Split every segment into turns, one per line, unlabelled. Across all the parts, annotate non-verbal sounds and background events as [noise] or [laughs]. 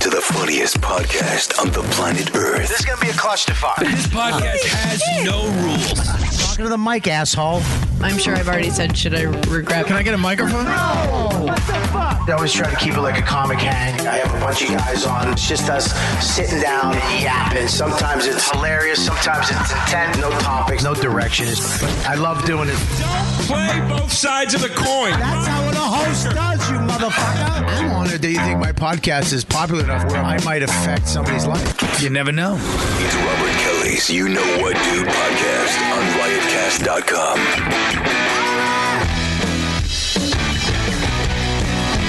to the funniest podcast on the planet Earth.
This is gonna be a clusterfuck.
This podcast has no rules.
Talking to the mic, asshole.
I'm sure I've already said, should I regret?
Can I get a microphone?
I always try to keep it like a comic hang. I have a bunch of guys on. It's just us sitting down and yapping. Sometimes it's hilarious. Sometimes it's intent. No topics. No directions. I love doing it.
Play both sides of the coin.
That's how a host does, you motherfucker. I'm honored that you think my podcast is popular enough where I might affect somebody's life. You never know.
It's Robert Kelly's You Know What Do podcast on riotcast.com.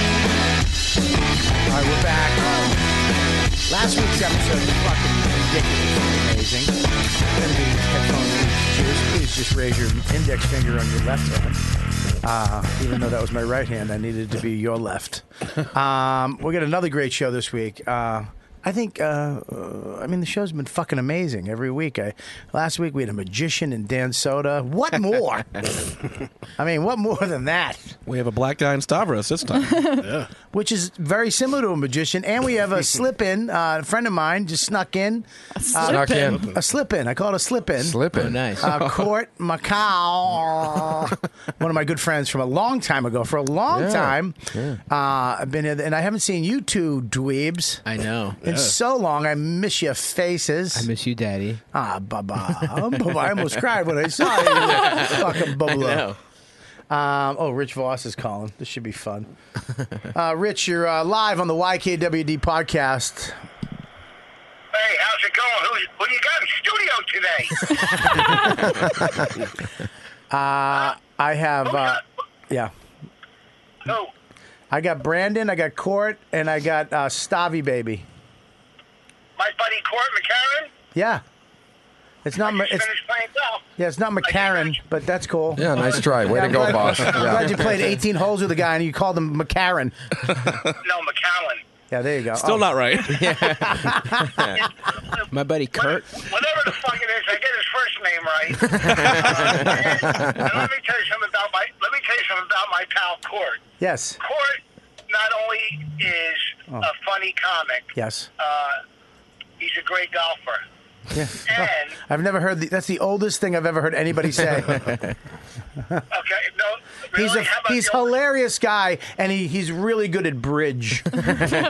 All right, we're back. Last week's episode was fucking ridiculously amazing. Then the headphone cheers. Please just raise your index finger on your left hand. Uh, even though that was my right hand, I needed it to be your left. Um, we got another great show this week. Uh, I think, uh, uh, I mean, the show's been fucking amazing every week. I, last week we had a magician and Dan Soda. What
[laughs]
more? I mean, what more than that?
We have a black guy in Stavros this time.
which is very similar to a magician. And we have a slip in. Uh, a friend of mine just snuck in. A
Snuck in.
A slip in. I call it a slip in.
Slipping.
nice.
Uh, Court
[laughs]
Macau, one of my good friends from a long time ago. For a long
Yeah.
time, Uh, I've been here, and I haven't seen you two dweebs
I know.
in so long. I miss your faces.
I miss you, Daddy.
ah, baba, Oh, baba. I almost cried when I saw
[laughs]
you. Fucking bubble. Um, oh, Rich Voss is calling. This should
[laughs]
be fun. Uh, Rich, you're uh, live on the YKWd podcast.
Hey, how's it going? Who, who you got in studio today?
[laughs] I have, [laughs] uh,
got-
yeah,
Who?
I got Brandon, I got Court, and I got uh, Stavi Baby.
My buddy Court McCarron.
Yeah, it's not, Ma-
Just
it's
finished playing golf.
yeah, it's not McCarran, but that's cool.
Yeah, nice try. Way
Yeah,
to
I'm
go,
glad-
boss.
I'm glad you
Yeah.
played 18 holes with a guy and you called him McCarran.
[laughs] No, McCallan.
Yeah, there you go.
Still
Oh, [laughs]
not right.
My buddy Kurt.
Whatever the fuck it is, I get his first name right.
[laughs]
Uh, and let me tell you something about my. Let me tell you something about my pal Court.
Yes,
Court not only is a funny comic,
yes.
he's a great golfer. And
I've never heard the, that's the oldest thing I've ever heard anybody say.
okay, no,
He's
really,
a
how about
he's
the old-
hilarious guy, and he, he's really good
[laughs]
at bridge. [laughs] what?
Oh, okay,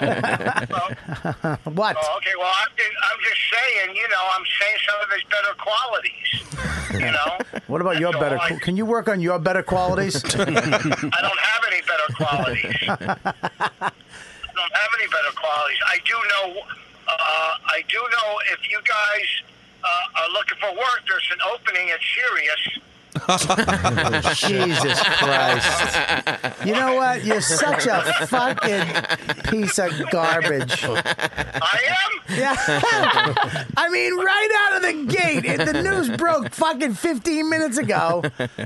well, I'm just, I'm just saying, you know, I'm saying some of his better qualities. You know,
[laughs] What about your
That's
better?
all I-
Can you work on your better qualities?
[laughs] I don't have any better qualities. I don't have any better qualities. I do know, uh, I do know if you guys uh, are looking for work, there's an opening at Sirius.
Jesus Christ! You know what? You're such a fucking piece of garbage.
I am.
Yeah. [laughs] [laughs] I mean, right out of the gate, it, the news broke fucking 15 minutes ago,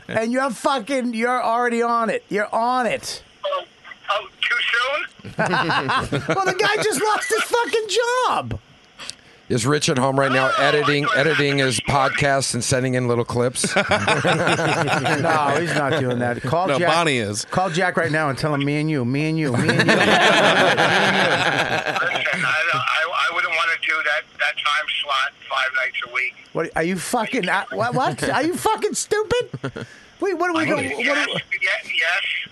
and you're fucking you're already on it. You're on it.
Oh, oh, too soon?
Well, the guy just lost his
[laughs]
fucking job.
Is Rich at home right now editing editing his podcast and sending in little
[laughs]
clips?
[laughs] No, he's not doing that. Call
No,
Jack.
Bonnie is.
Call Jack right now and tell him me and you, me and you, me and you.
Listen, I, don't- I, I wouldn't want to do that, that time slot five nights a week.
what are you fucking? uh, What? what? Are you fucking stupid? Wait, what are we going? What,
Yes,
are-
ye-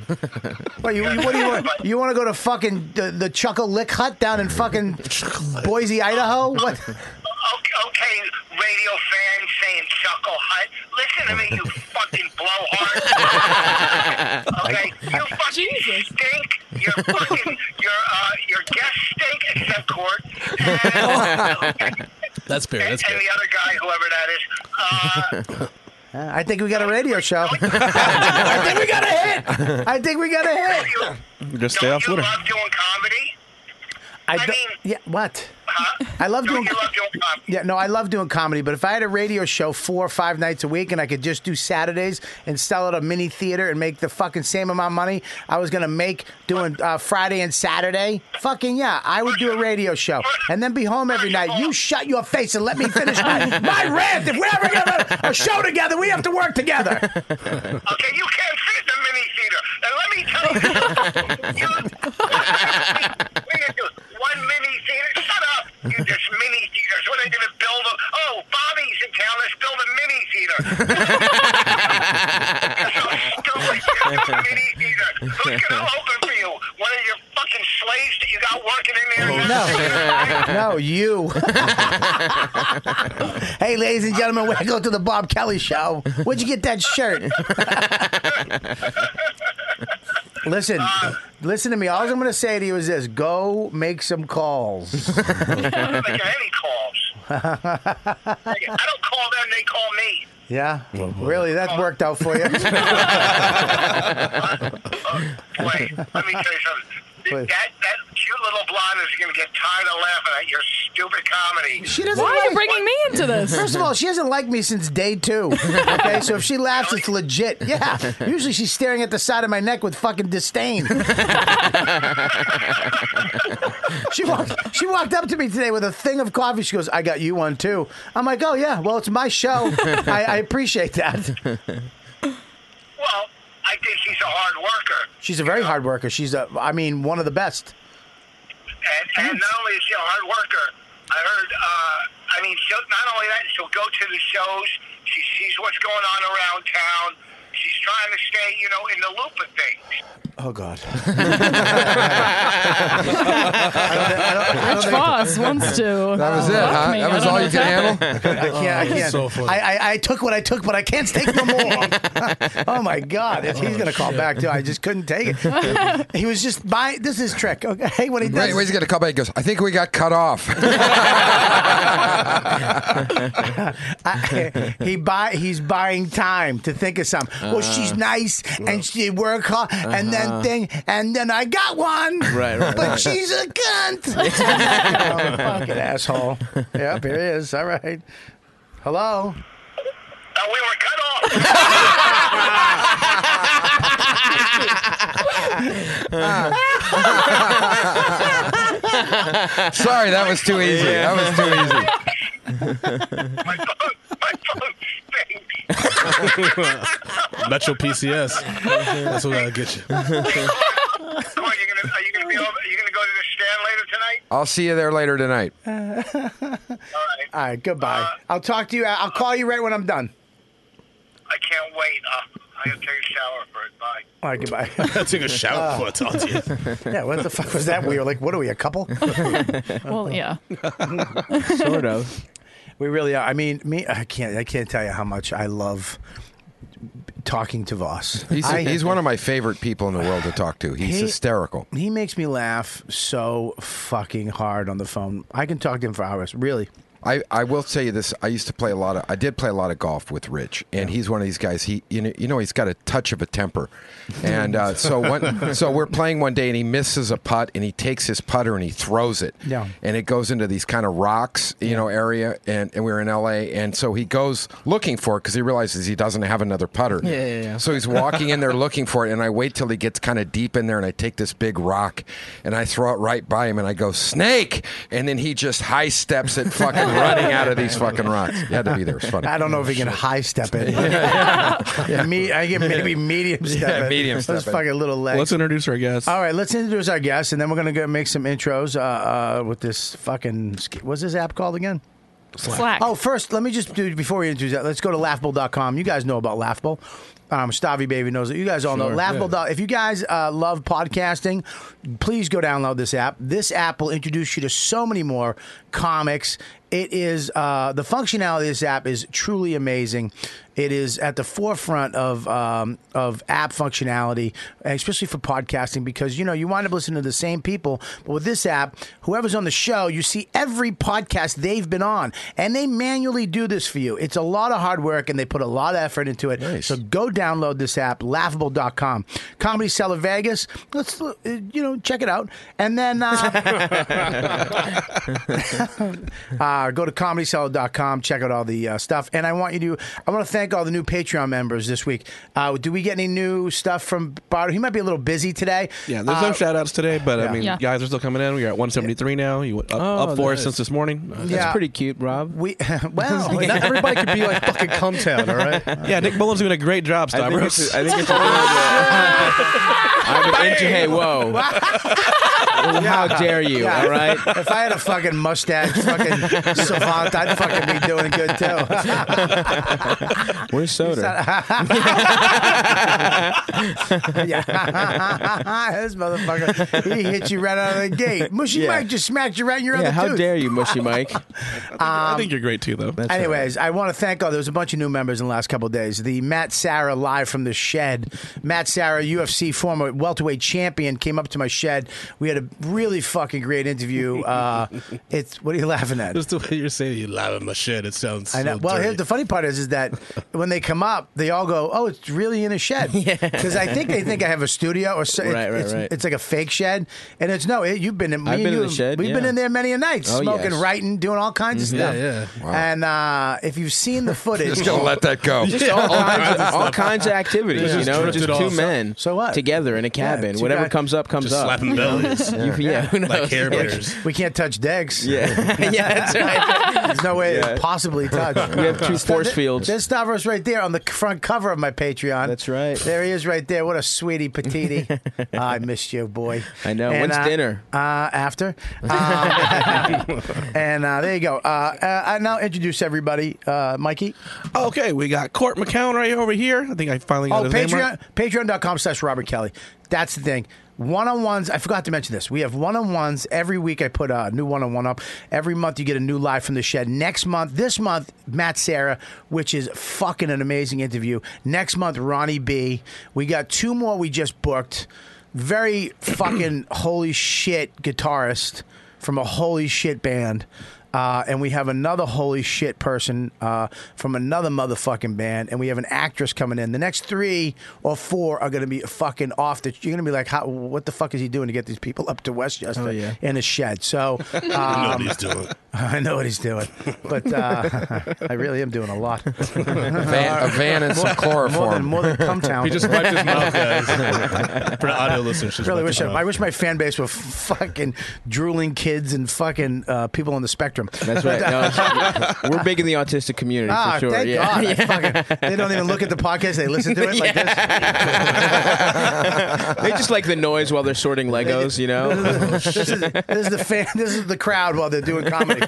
yes.
what, you, you- what do you want? You want to go to fucking the, the Chuckle Lick Hut down in fucking Boise, Idaho? What?
Okay, Oh, okay, radio fan saying chuckle hut. Listen to me, you fucking blowhard. okay, [laughs] you
[laughs]
fucking stink. Your fucking your uh your guests stink except
[laughs]
Court and,
That's fair.
and,
That's fair.
the other guy, whoever that is. Uh,
[laughs] I think we got a radio
[laughs]
show. I think we got a hit. I think we got a hit.
you,
Just stay
don't
off
you
Twitter.
love doing comedy?
I,
I
do-
mean-
yeah. What?
Huh?
I love
Don't
doing.
you love doing comedy?
Yeah, no, I love doing comedy, but if I had a radio show four or five nights a week and I could just do Saturdays and sell out a mini theater and make the fucking same amount of money I was gonna make doing uh, Friday and Saturday, fucking yeah, I would do a radio show and then be home every night. You shut your face and let me finish my, my rant. If we're ever gonna have a show together, we have to work together.
Okay, you can't fit in the mini theater. And let me tell you, you
[laughs]
[laughs] we can do one mini theater. Shut up! You just mini theaters. What are they going to build? A, oh, Bobby's in town. Let's build a mini theater. You're so stupid. [laughs] You're a mini theater. Who's going to open for you? One of your fucking slaves that you got working in there.
No, Oh, no, you. [laughs] hey, ladies and gentlemen, welcome to the Bob Kelly Show. Where'd you get that shirt? listen, listen to me. All I'm going to say to you is this: go make some
[laughs]
calls.
I don't make any calls. I don't call them. They call me.
Yeah, really, that worked out for
[laughs]
you.
Wait, let me tell you something.
Please.
That, that cute little blonde is going to get tired of laughing at your stupid comedy.
She doesn't.
Why are you
like-
bringing me into this?
First of all, she hasn't liked me since day two. Okay, so if she laughs, it's legit. Yeah. Usually she's staring at the side of my neck with fucking disdain. [laughs] she walked. She walked up to me today with a thing of coffee. She goes, "I got you one too." I'm like, "Oh yeah, well it's my show. I, I appreciate that."
Well, I think she's a hard worker.
She's a very hard worker. She's a, I mean, one of the best.
And, and not only is she a hard worker, I heard, uh, I mean, she'll, not only that, she'll go to the shows. She sees what's going on around town. She's trying to stay, you know, in the loop of things.
Oh
[laughs]
God.
Rich Boss wants to.
That was it, huh? That was all you could handle? [laughs] Oh,
I can't. I can't. I, I, I took what I took, but I can't take no more. oh my God, If he's gonna call back too. I just couldn't take it.
[laughs]
he was just by. This is his trick. Okay, when he does.
Right, wait, he's going to call back. He goes, I think we got cut off.
I, [laughs] he buy. He's buying time to think of something. well,
Uh-huh.
she's nice and she work hard, and then thing, and then I got one.
Right, right,
But she's a cunt.
[laughs]
Oh, fucking asshole. Yep, here he is. All right. Hello.
Uh, we were cut off.
Sorry, that was too easy. That was too easy.
my phone, my phone stinks.
[laughs] Metro PCS. That's what I'll get you.
Come on, you gonna, are you going to be over? Are you going to go to the stand later tonight?
[laughs] I'll see you there later
[laughs]
tonight.
All right.
All right. Goodbye. I'll talk to you. I'll call you right when I'm done.
I can't wait. Uh, I gotta take a shower for it. Bye.
All right.
[laughs]
Goodbye.
I took a shower before I talked to you.
[laughs] Yeah, what the fuck was that? We were like, what are we, a couple?
[laughs]
Well, yeah.
sort of.
[laughs] We really are. I mean, me, I can't, I can't tell you how much I love talking to Voss.
He's,
I-
he's one of my favorite people in the world to talk to. He's
He-
hysterical.
he makes me laugh so fucking hard on the phone. I can talk to him for hours, really.
I, I will tell you this. I used to play a lot of. I did play a lot of golf with Rich, and he's one of these guys. He you know you know he's got a touch of a temper, and uh, so
[laughs]
one so we're playing one day, and he misses a putt, and he takes his putter and he throws it,
Yeah.
and it goes into these kind of rocks, you know, area, and, and we were in L.A., and so he goes looking for it because he realizes he doesn't have another putter.
Yeah, yeah, yeah.
So he's walking [laughs] in there looking for it, and I wait till he gets kind of deep in there, and I take this big rock, and I throw it right by him, and I go snake, and then he just high steps it, fucking
[laughs]
running out of these fucking rocks. He had to be there. It's funny.
I don't know if he can high
[laughs]
step it. Me, I can maybe medium step
Yeah,
it.
medium step
Those
it.
fucking little legs.
Let's introduce our guest.
All right, let's introduce our guest, and then we're gonna go make some intros uh, uh, with this fucking. sk- What's this app called again?
Slack.
Oh, first, let me just do before we introduce that. Let's go to laughable.com. You guys know about Laughable. Um, Stavi Baby knows it. You guys all know
Sure,
Laughable.
yeah.
If you guys uh, love podcasting, please go download this app. This app will introduce you to so many more comics It is uh, the functionality of this app is truly amazing. It is at the forefront of um, of app functionality, especially for podcasting, because you know you wind up listening to the same people. But with this app, whoever's on the show, you see every podcast they've been on, and they manually do this for you. It's a lot of hard work, and they put a lot of effort into it. So go download this app, laughable.com, Comedy Cellar Vegas. Let's uh, you know check it out, and then.
[laughs]
Uh, uh, go to comedycellar.com, check out all the uh, stuff. And I want you to, I want to thank all the new Patreon members this week. Uh, do we get any new stuff from Bardo? He might be a little busy today.
Yeah, there's no
Uh,
shout outs today, but
yeah.
I mean,
Yeah.
guys are still coming in. We are at 173 now. You went up,
Oh,
up for us
nice.
since this morning.
That's pretty cute, Rob.
We [laughs] well,
not everybody could be
[laughs]
like
fucking Cumtown, all right?
Yeah, Nick Mullins doing a great job,
I think it's-
Stavros.
I
[laughs]
think it's a little I'm an inter- hey,
[laughs]
whoa. How dare you,
Yeah.
all right?
If I had a fucking mustache, fucking savant, I'd fucking be doing good too.
[laughs] Where's soda?
yeah, [laughs] this motherfucker, he hit you right out of the gate. Mushy
Yeah.
Mike just smacked you right in your
Yeah,
other
how
tooth.
dare you,
[laughs]
Mushy Mike?
I think you're great too, though.
That's all right.
Anyways, I want to thank all. There was a bunch of new members in the last couple of days. The Matt Sarah live from the shed. Matt Sarah, UFC former welterweight champion, came up to my shed. We had a really fucking great interview. Uh, [laughs] it's what are you laughing at?
Just the way you're saying you live in my shed, it sounds.
I know.
so
Well,
dirty.
here's the funny part is, is
[laughs]
that when they come up, they all go, "Oh, it's really in a shed," because I think they think I have a studio or so,
Right, right,
it's,
right.
It's like a fake shed, and it's no. It, you've been in. me
I've
and
been in
you-
the shed,
We've been
yeah.
in there many a night,
Oh,
smoking,
yes. Mm-hmm.
writing, doing all kinds of stuff.
yeah. Wow.
And uh, if you've seen the
[laughs]
footage,
Just don't let that
[laughs]
go.
Just all, all kinds, of, all kinds of activities, you
just
know?
drifted
Just two
off.
men
So what?
together in a cabin.
two
Whatever
guys-
comes up, comes
Just
up.
slapping bellies.
[laughs] You- yeah, [laughs] who knows?
Like hair bears.
We can't touch decks.
[laughs]
Yeah, [laughs] yeah, that's right.
There's no way
Yeah.
to possibly touch.
[laughs] We have two force
Th-
fields.
There's Stavros right there on the c- front cover of my Patreon.
That's right.
There he is right there. What a sweetie
[laughs]
petite. Ah, I missed you, boy.
I know. When's
uh,
dinner?
Uh, after. Um, [laughs] and uh, there you go. Uh, uh, I now introduce everybody. Uh, Mikey.
Okay, we got Court McCown right over here. I think I finally got
Oh,
his name right.
Patreon, patreon.com slash Robert Kelly. That's the thing. One on ones, I forgot to mention this. We have one on ones every week. I put a new one on one up. Every month, you get a new live from the shed. Next month, this month, Matt Sarah, which is fucking an amazing interview. Next month, Ronnie B. We got two more we just booked. Very fucking [clears throat] holy shit guitarist from a holy shit band. Uh, and we have another holy shit person uh, from another motherfucking band, and we have an actress coming in. The next three or four are going to be fucking off. The, you're going to be like, How, "What the fuck is he doing to get these people up to Westchester
Oh, yeah.
in a shed?" So
[laughs] You know
um,
what he's doing.
[laughs] I know what he's doing, but uh, [laughs] I really am doing a lot.
A van, a van and some
[laughs] more than
chloroform.
more than come town.
He just wiped his
[laughs]
mouth, guys. For the audio listeners, just
really
wiped
wish
his
I,
mouth.
I wish my fan base were fucking drooling kids and fucking uh, people on the spectrum.
That's right. No,
[laughs]
it's- we're big in the autistic community
Ah,
for sure.
thank
yeah. [laughs]
God. I
Yeah.
fucking- they don't even look at the podcast. They listen to it like
[laughs] they just like the noise while they're sorting Legos, you know?
[laughs] this. this, is, this is the fan. This is the crowd while they're doing
[laughs]
comedy. [laughs]
While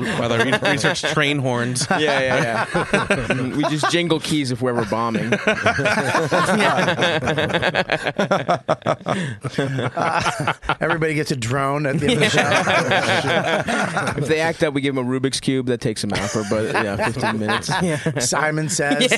they- while they re- [laughs] research train horns.
Yeah, yeah, yeah. we just jingle keys if we're ever
[laughs]
bombing.
Everybody gets a drone at the end of the show. [laughs]
If they act up, we give them a Rubik's cube. That takes them out for about yeah,
[laughs]
15 minutes.
Simon says.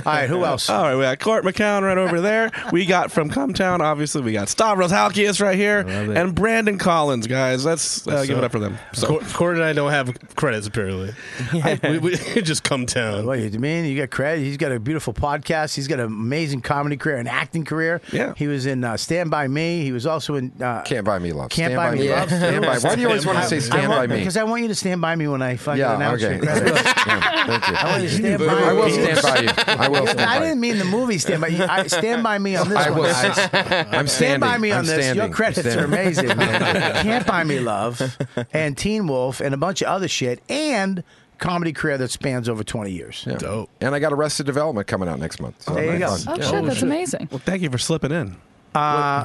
[laughs] All right, who else?
All right, we got Court McCown right over there. We got from Cometown, obviously. We got Stavros Halkias right here,
it.
and Brandon Collins, guys. Let's uh, give it up for them. So,
Cor- Cord and I don't have credits
[laughs]
apparently. I- we, we [laughs] just come down.
What do you mean? You got credit. He's got a beautiful podcast. He's got an amazing comedy career, an acting career.
Yeah.
He was in uh, Stand By Me. He was also in. Uh,
Can't buy me love.
Can't
stand
buy me
yeah.
love.
Stand
[laughs]
by. Why do you always want to say
I
stand by
want,
me?
Because I want you to stand by me when I fucking
Yeah.
announce
Okay.
your credits.
Yeah, [laughs] Thank you.
I want you to stand by me.
I will stand by you. I
[laughs]
will stand by
I didn't
you.
mean the movie Stand By You. I, stand
[laughs]
by me on this
I
one. [laughs]
will.
guys.
I'm standing.
Stand by me on
I'm
this.
Standing.
Your credits
Standing.
are amazing.
[laughs]
man. Can't buy me love, and Teen Wolf, and a bunch of other shit, and comedy career that spans over twenty years.
Yeah.
Dope.
And I got Arrested Development coming out next month. So
There you
nice.
go. Uh,
Oh, shit, that's amazing.
well, thank you for slipping in.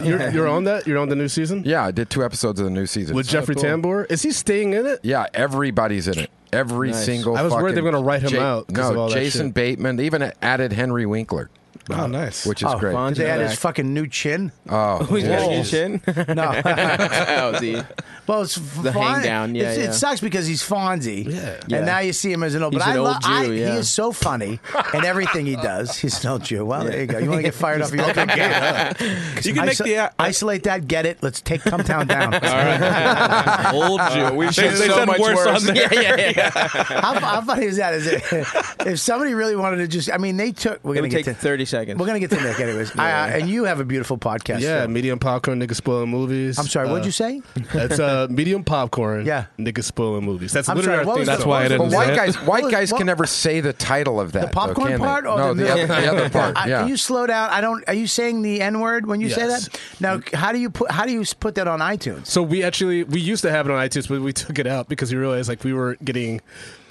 You're, you're on that. You're on the new season
Yeah, I did two episodes of the new season.
with Jeffrey Tambor. Is he staying in it?
Yeah, everybody's in it. Every single.
I was worried they
fucking-
were gonna write him out 'cause
No,
of all that
Jason
shit.
Bateman. They even added Henry Winkler.
Oh,
nice.
Which is
Oh,
great.
Did they add his fucking new chin?
Oh,
[laughs]
[laughs]
He's got a new
chin?
No. [laughs]
Oh, the-
well, it's the
hang down, yeah, yeah.
It sucks because he's Fonzie. Yeah.
Yeah.
And now you see him as an old.
He's
but I
an
lo-
old Jew,
I-
yeah.
He is so funny and everything he does. He's an old Jew. Well, there you go. You want to get fired up?
He's [laughs]
old
not a
Jew.
gay, huh?
'Cause
You can make the- uh,
isolate that. Get it. Let's take Cumtown
[laughs]
down. All
right. [laughs] Old Jew. We've They- said they so said much worse worse. on there. [laughs] Yeah, yeah, yeah.
how, how funny is that? Is it? [laughs] If somebody really wanted to just, I mean, they took. We're
It
gonna
would take
get to, thirty seconds. We're gonna get to Nick anyways. I- I- and you have a beautiful podcast.
yeah,
too.
medium popcorn, niggas spoiling movies.
I'm sorry, what'd you say?
That's uh, medium
[laughs]
popcorn. Yeah, niggas spoiling movies. That's
I'm
literally
sorry,
our
what
theme
was the-
song.
That's why I
But white guys, white guys can never say the title of that.
The popcorn
though, can
part
they?
or
no,
the,
the, other, the other
[laughs]
part.
I-
Yeah.
Can you slow down? I don't. Are you saying the N word when you say
Yes.
that? Now, how do you put? How do you s- put that on iTunes?
So we actually we used to have it on iTunes, but we took it out because we realized like we were getting,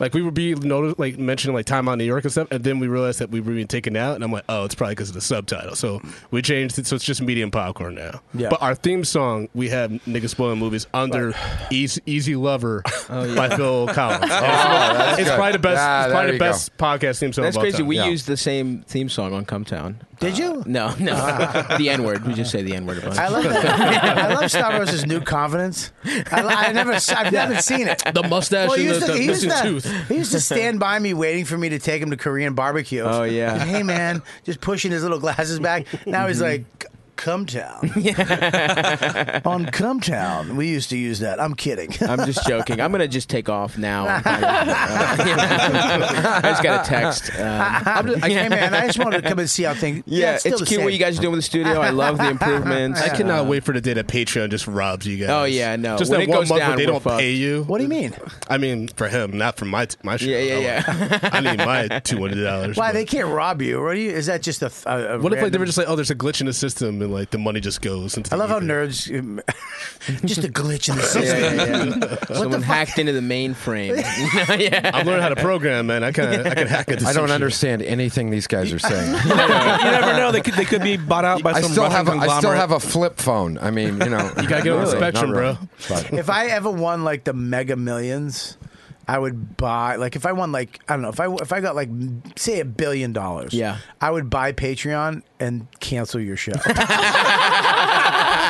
like we would be noticed like mentioning like time on New York and stuff, and then we realized that we were being taken out, and I'm like, oh, it's probably because of the subtitle. So we changed it, so it's just medium popcorn now.
Yeah.
But our theme song we have niggas spoiling movies under Easy, Easy
[laughs]
Lover
yeah.
by Phil Collins.
[laughs] Oh, that's
it's [laughs]
good.
probably the best.
Ah,
it's probably
there
the
you go.
best podcast theme song.
That's
of all
crazy.
time.
We used the same theme song on Cumtown.
Did you?
No,
[laughs]
no. the N word. We just say the N word a bunch.
I love
[laughs]
that. I love Stavros's new confidence. I, lo- I never, s- I've never seen it.
The mustache
he
and
used
the- the
he used
missing
to-
tooth.
He used to [laughs] stand by me, waiting for me to take him to Korean barbecues.
Oh, yeah. Mm-hmm.
Just, hey man, just pushing his little glasses back. Now he's like. Come town. [laughs] on Come Town, we used to use that. I'm kidding.
[laughs]
[laughs]
I'm just joking. I'm gonna just take off now. I just got a text. Um,
I'm just, hey man, I just wanted to come and see how things.
Yeah,
still
it's
the
cute
same.
what you guys are doing with the studio. I
[laughs]
love the improvements.
I cannot
Uh,
wait for the day that Patreon just robs you guys.
Oh, yeah, no.
Just
When
that
it
one
goes
month
down,
where they
we're
don't
fucked.
pay you.
What do you mean?
I mean, for him, not for my t- my show.
yeah, yeah.
[laughs] I need my two hundred dollars.
Why they can't rob you? What do you? Is that just a? th- a, a
What if like they were
random-
just like, oh, there's a glitch in the system, and like the money just goes. Into
I love how nerds. um, [laughs] just a
[laughs]
glitch in the
Yeah,
system.
yeah,
[laughs]
yeah.
What
Someone
the fuck?
hacked into the mainframe. [laughs] yeah.
I've learned how to program, man. I can I can hack it.
[laughs] I don't understand anything these guys are saying.
[laughs] you never know. They could they could be bought out by
I
some
still
Russian
have a, I still
conglomerate.
have a flip phone. I mean, you know,
[laughs] You gotta get on
not
the
really,
spectrum,
not really.
bro.
But-
if I ever won like the Mega Millions, I would buy like if I won like I don't know if I if I got like say a billion dollars,
Yeah.
I would buy Patreon and cancel
[laughs]
your show. [laughs]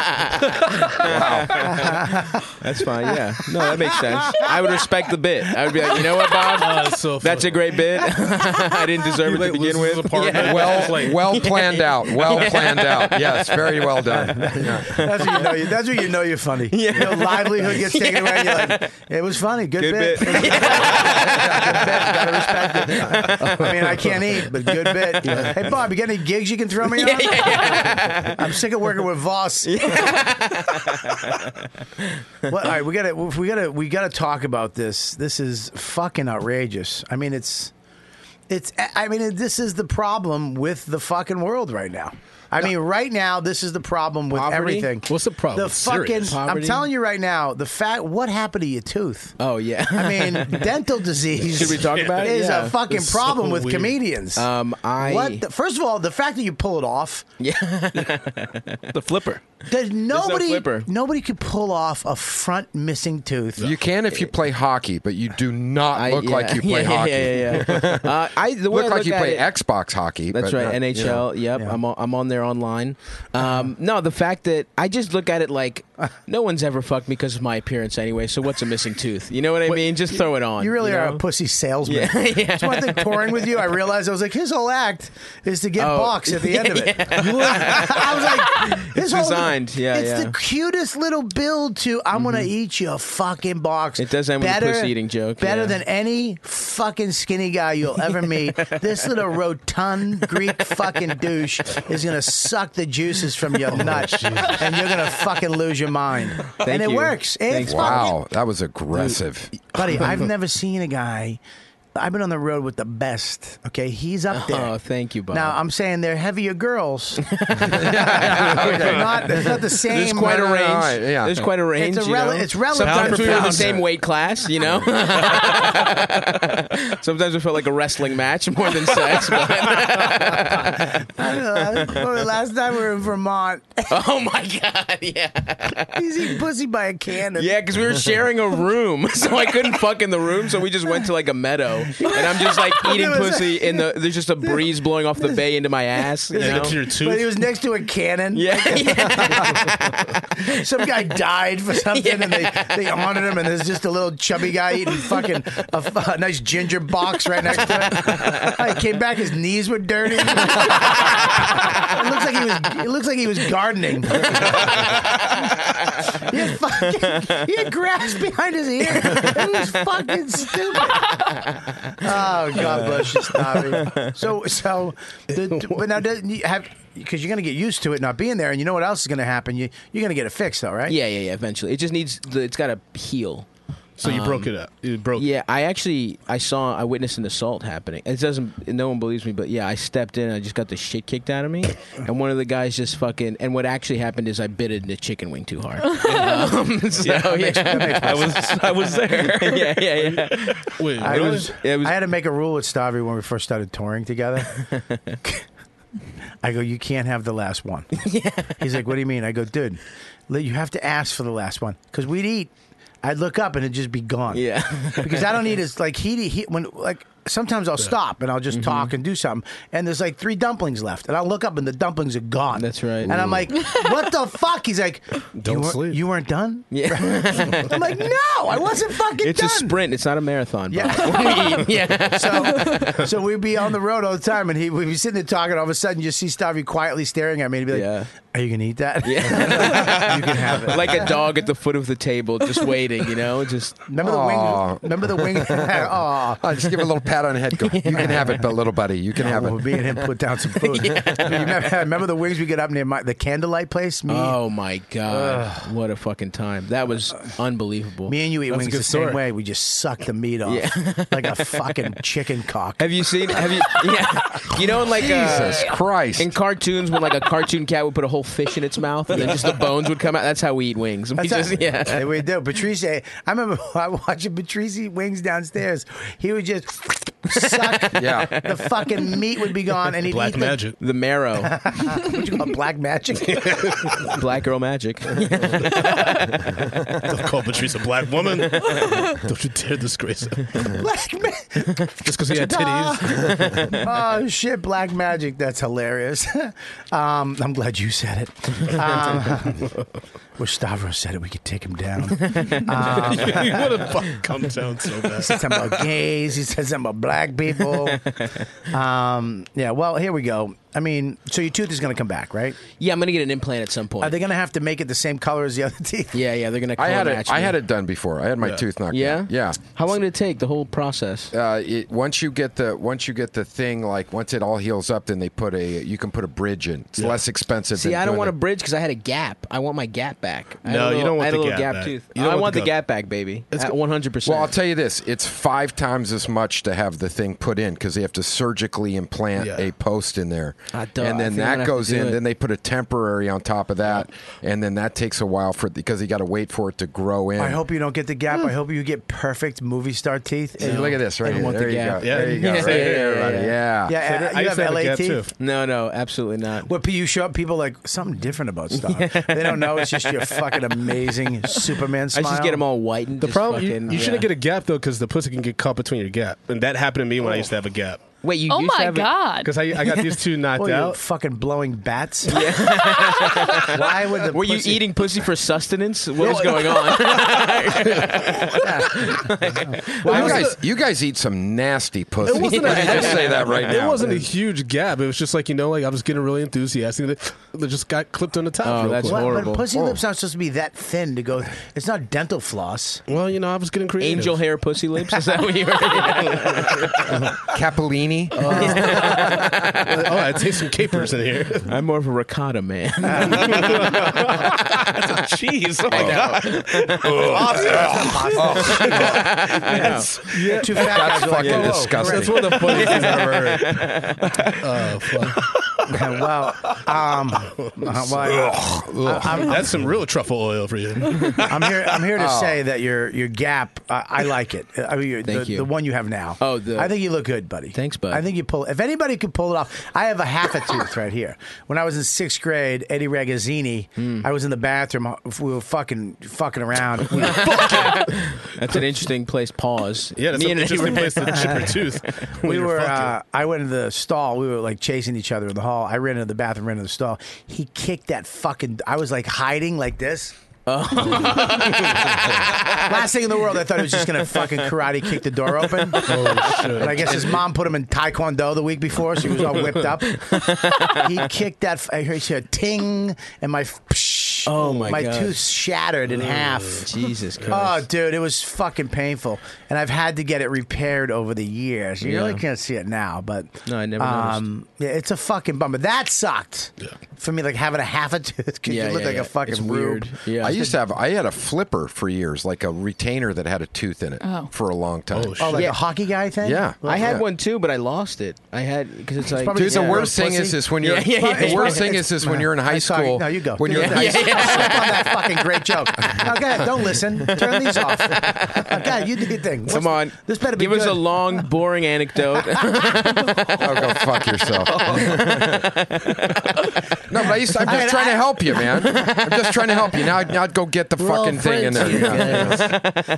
That's fine. Yeah. No, that makes sense. I would respect the bit. I would be like, you know what, Bob?
Oh, that's so
That's a great bit. [laughs] I didn't deserve it to begin with. Yeah.
[laughs]
well, well planned out. Well planned out. Yes, very
[laughs]
well done. Yeah.
[laughs] that's what you know. You, that's what you know. You're funny. Your livelihood gets taken away. You're like, it was funny. Good, bit. Good bit. [laughs] Gotta respect
[laughs]
it. [laughs] I mean, I can't eat, but
[laughs]
good bit. Hey, Bob, you got any gigs you can throw me on? I'm sick of working with Voss. well, all right, we
[laughs]
gotta, we gotta, we gotta talk about this. This is fucking outrageous. I mean, it's, it's. I mean, this is the problem with the fucking world right now. I mean, right now, this is the problem with
Poverty?
everything.
What's the problem?
The
It's
fucking.
serious.
I'm
Poverty?
telling you right now, the fact. What happened to your tooth?
Oh yeah.
I
[laughs]
mean, dental disease.
Should we talk about it?
Is
Yeah.
a fucking
It's so
problem with
weird.
comedians.
Um, I
what? The, first of all, the fact that you pull it off.
the flipper.
There's nobody.
flipper.
nobody could pull off a front missing tooth.
You can if you play hockey, but you do not
I-
look
yeah.
like you play
[laughs] yeah,
hockey.
Yeah, yeah, yeah.
[laughs]
uh, I the way
Look
I
like
look
you
at
play
it-
Xbox hockey.
That's
but
right,
not- you know.
NHL. Yep, I'm on, I'm on there online.
[laughs]
Um, no, the fact that I just look at it like no one's ever fucked me because of my appearance anyway. So what's a missing tooth? You know what I mean? Just throw it on.
You really are
know?
a pussy salesman.
Yeah, [laughs] yeah.
That's one thing touring with you. I realized I was like, his whole act is to get
Oh,
boxed at the end
[laughs]
of it. I was like, his
It's
whole-
designed, yeah,
It's
yeah. Mm-hmm.
the cutest little build to I'm gonna eat you a fucking box.
It does end with a pussy-eating joke,
Better
yeah.
than any fucking skinny guy you'll ever
[laughs]
meet. this little rotund Greek fucking douche is gonna suck the juices from
[laughs]
your nut, and you're gonna fucking lose your mind. and it
you.
works. It
Thanks,
fucking
Wow, that was aggressive.
[laughs]
buddy.
[laughs]
I've never seen a guy. I've been on the road with the best. Okay, he's up there.
Oh, thank you, Bob.
now I'm saying they're heavier
[laughs]
girls. they're [laughs] not, it's not the same.
There's quite a
no, no,
range.
all right, yeah.
There's quite a range.
It's a
you
rel-
know?
it's relative
Sometimes
per
we were in the
pound.
same weight class,
[laughs]
you know. Sometimes it felt like a wrestling match more than sex.
[laughs]
But
I don't know, I remember the [laughs] last time we were in Vermont,
oh my god, yeah,
he's eating pussy by a cannon.
[laughs] yeah, because we were sharing a room, so I couldn't fuck in the room, so we just went to like a meadow and I'm just like
[laughs]
eating
It was-
pussy in the.
[laughs]
There's just a breeze blowing off the bay into my ass. You know?
But he was next to a cannon. [laughs] Some guy died for something, and they, they honored him, and there's just a little chubby guy eating fucking a, f- a nice ginger box right next to him. I came back, his knees were dirty. [laughs] it looks like he was. It looks like he was gardening. he, had fucking, he had grass behind his ear. It was fucking stupid. Oh God bless you, Snobby. So so, the, but now doesn't you have because you're gonna get used to it not being there, and you know what else is gonna happen? You you're gonna get it fixed though, right?
Yeah, yeah, yeah. Eventually, it just needs. The, it's got to heal. Um,
So you broke it up. You broke.
Yeah, I actually I saw I witnessed an assault happening. It doesn't. No one believes me, but yeah, I stepped in. and I just got the shit kicked out
[coughs]
of me, and one of the guys just fucking. And what actually happened is I bit into a chicken wing
[laughs]
too hard. Um, so,
Yeah, [laughs] that makes- that makes
yeah.
sense. I was- I was there.
[laughs] yeah, yeah, yeah.
I, was, I had to make a rule with Stavi when we first started touring together. I go, you can't have the last one. He's like, what do you mean? I go, dude, li- you have to ask for the last one because we'd eat. I'd look up and it'd just be gone.
Yeah.
[laughs] because I don't eat as like he, he when like sometimes I'll stop and I'll just talk and do something and there's like three dumplings left and I'll look up and the dumplings are gone. That's right. And I'm
Ooh.
like, what the fuck? He's like,
Don't
you weren't,
sleep.
You weren't done.
[laughs]
Yeah.
[laughs] I'm like, no, I wasn't fucking
It's
done.
a sprint. It's not a marathon.
Yeah. [laughs]
Bob. yeah. [laughs]
So, so we'd be on the road all the time, and he we'd be sitting there talking. All of a sudden, you see Stavi quietly staring at me, and he'd be like, "Are you gonna eat that?" [laughs]
Yeah. [laughs]
you can have it.
Like a dog at the foot of the table, just waiting. You know, just
Remember the wing- Aw. remember
[laughs]
the wing- [laughs] Aw.
I'll just give a little pat on the
[laughs]
head. Go, you can have it, but little buddy, you can have it.
Well, me and him put down some
[laughs]
food. You remember, remember the wings we get up near my, the candlelight place? Me,
Oh my god! What a fucking time! That was unbelievable.
Uh, me and you eat
That's a
wings
good
the
story.
same way. We just suck the meat off
[laughs] Yeah.
like a fucking
[laughs]
chicken cock.
Have you seen? Have you? [laughs] Yeah. You know, in like uh,
Jesus
Christ,
in cartoons when like a cartoon cat would put a whole fish in its mouth and then just the bones would come out. That's how we eat wings. [laughs] We
That's
just-
how-
yeah.
Yeah, [laughs] we do. Patrice, I remember [laughs] I watching Patrice eat wings downstairs. He would just suck.
Yeah.
[laughs] The fucking meat would be gone, and he'd eat
The, marrow.
The, [laughs] what you call it, black magic?
[laughs] Black girl
[laughs]
magic.
Don't call Patrice a black
[laughs]
woman. Don't you dare disgrace her.
black magic.
[laughs] Just because he
[laughs]
had titties.
oh shit, black magic. That's hilarious. [laughs] um, I'm glad you said
[laughs]
it. Um, wish Stavros said it. We could take
[laughs]
him down. Um,
you would have fucking come down
[laughs]
so
He
bad.
said something about gays. He said something about black [laughs] people. Um, yeah. Well, here we go. I mean, so your tooth is going to come back, right?
Yeah, I'm going to get an implant at some point.
Are they going to have to make it the same color as the other [laughs] teeth?
Yeah, yeah. They're going to.
I had it. I had it done before. I had my
Yeah.
tooth knocked.
Yeah?
out. yeah.
How long did it take? The whole process.
Uh, it, once you get the once you get the thing like once it all heals up, then they put a you can put a bridge in. It's less expensive.
[laughs] See,
than
I don't
doing
want a
it.
bridge because I had a gap. I want my gap back. I had a
No, you don't
little- I
want
had a
the
little
gap
gap,
back.
tooth.
You don't
I
want
want
the
the
gap.
gap back, baby. At 100. percent
Well, I'll tell you this: it's five times as much to have the thing put in because they have to surgically implant
Yeah.
a post in there,
duh,
and then
I think I'm gonna
that
have to
goes
do
in.
it.
Then they put a temporary on top of that, and then that takes a while for because you got to wait for it to grow in.
I hope you don't get the gap. I hope you get perfect movie star teeth.
Hmm. See, look at this right
I
here.
want
There
the
you
gap.
go. There you
[laughs]
go. Right there, buddy. Yeah.
Yeah, uh, you have LAT.
No, no, absolutely not.
What you show up, people like something different
[laughs]
about stuff. They don't know it's just your fucking amazing Superman smile.
whitened.
The
just
problem you-
fucking-
you, shouldn't
yeah.
get a gap though, because the pussy can get caught between your gap, and that happened to me when I used to have a gap.
Wait, you
Oh used to my have a- God.
Because I, I got these two knocked
[laughs] Well, you
out.
fucking blowing bats. Why would the
Were
pussy-
you eating pussy for sustenance? What was
No.
going on?
[laughs]
Well, you
It
guys,
wasn't
you guys eat some nasty pussy.
It wasn't. A,
Let me just say that right now.
It wasn't a huge gap. It was just like you know, like I was getting really enthusiastic. and It it just got clipped on the
Oh,
top. real quick.
What? But pussy lips aren't supposed to be that thin to go. It's not dental floss.
Well, you know, I was getting creative.
Angel hair pussy lips? [laughs] Is that what you were? [laughs]
Capellini.
oh, I taste some capers in here.
I'm more of a
[laughs]
ricotta
[laughs]
man.
Jeez,
I know.
That's, yeah.
Two fat guys are like,
oh,
fucking
"Whoa, whoa,
disgusting.
[laughs] That's
correct."
one of the funniest things I've ever heard. Oh, fuck.
[laughs] well, um, uh, well, I- I- I'm-
That's some real truffle oil for you.
I'm here. I'm here to
Oh.
say that your your gap. I I like it. I mean, the,
Thank you.
the one you have now. Oh, the, I think you look good, buddy. Thanks, bud. I think you pull. If anybody could pull it off, I have a half a tooth right here. When I was in sixth grade, Eddie Ragazzini,
Hmm.
I was in the bathroom. We were fucking fucking around. We were
[laughs] That's an interesting place. Pause.
Yeah, that's an
and Eddie
interesting
were-
place to chip
[laughs]
your tooth we were. Uh, I went into the stall. We were like chasing each other in the hall. I ran into the bathroom, ran into the stall. He kicked that fucking. I was like hiding like this.
Oh.
[laughs] Last thing in the world, I thought he was just gonna fucking karate kick the door
[laughs]
open. But I guess his mom put him in taekwondo the week before, so he was all whipped
[laughs]
up. he kicked that. f- I heard she had ting, and my f- psh,
Oh, my God.
tooth shattered in
Ooh,
half.
Uh,
Jesus
Oh, dude, it was fucking painful, and I've had to get it repaired over the years. You really
Yeah.
can't see it now, but um,
No, I never
yeah, it's a fucking bummer. That sucked for me, like having a half a tooth because you look like a fucking rube.
I used to have. I had a flipper for years, like a retainer that had a tooth in it
Oh.
for a long time.
Oh, like a hockey guy thing.
Yeah.
I had
Yeah.
one too, but I lost it. I had because it's, like
Dude, the worst thing is this when you're
Yeah, yeah, yeah.
the worst thing is this when you're in high school.
No, you go.
When you're in
[laughs] Yeah,
high
[laughs] yeah,
school.
yeah. Slip on that fucking great joke. No, go ahead. Don't listen. Turn these off. God, you do your thing. What's-
Come on,
This better be
give us a
good.
long,
[laughs]
boring anecdote. oh,
go fuck yourself.
Oh,
No, but I used to, I'm just trying to help you, man. I'm just trying to help you. Now, now go get the fucking thing in there. Yeah.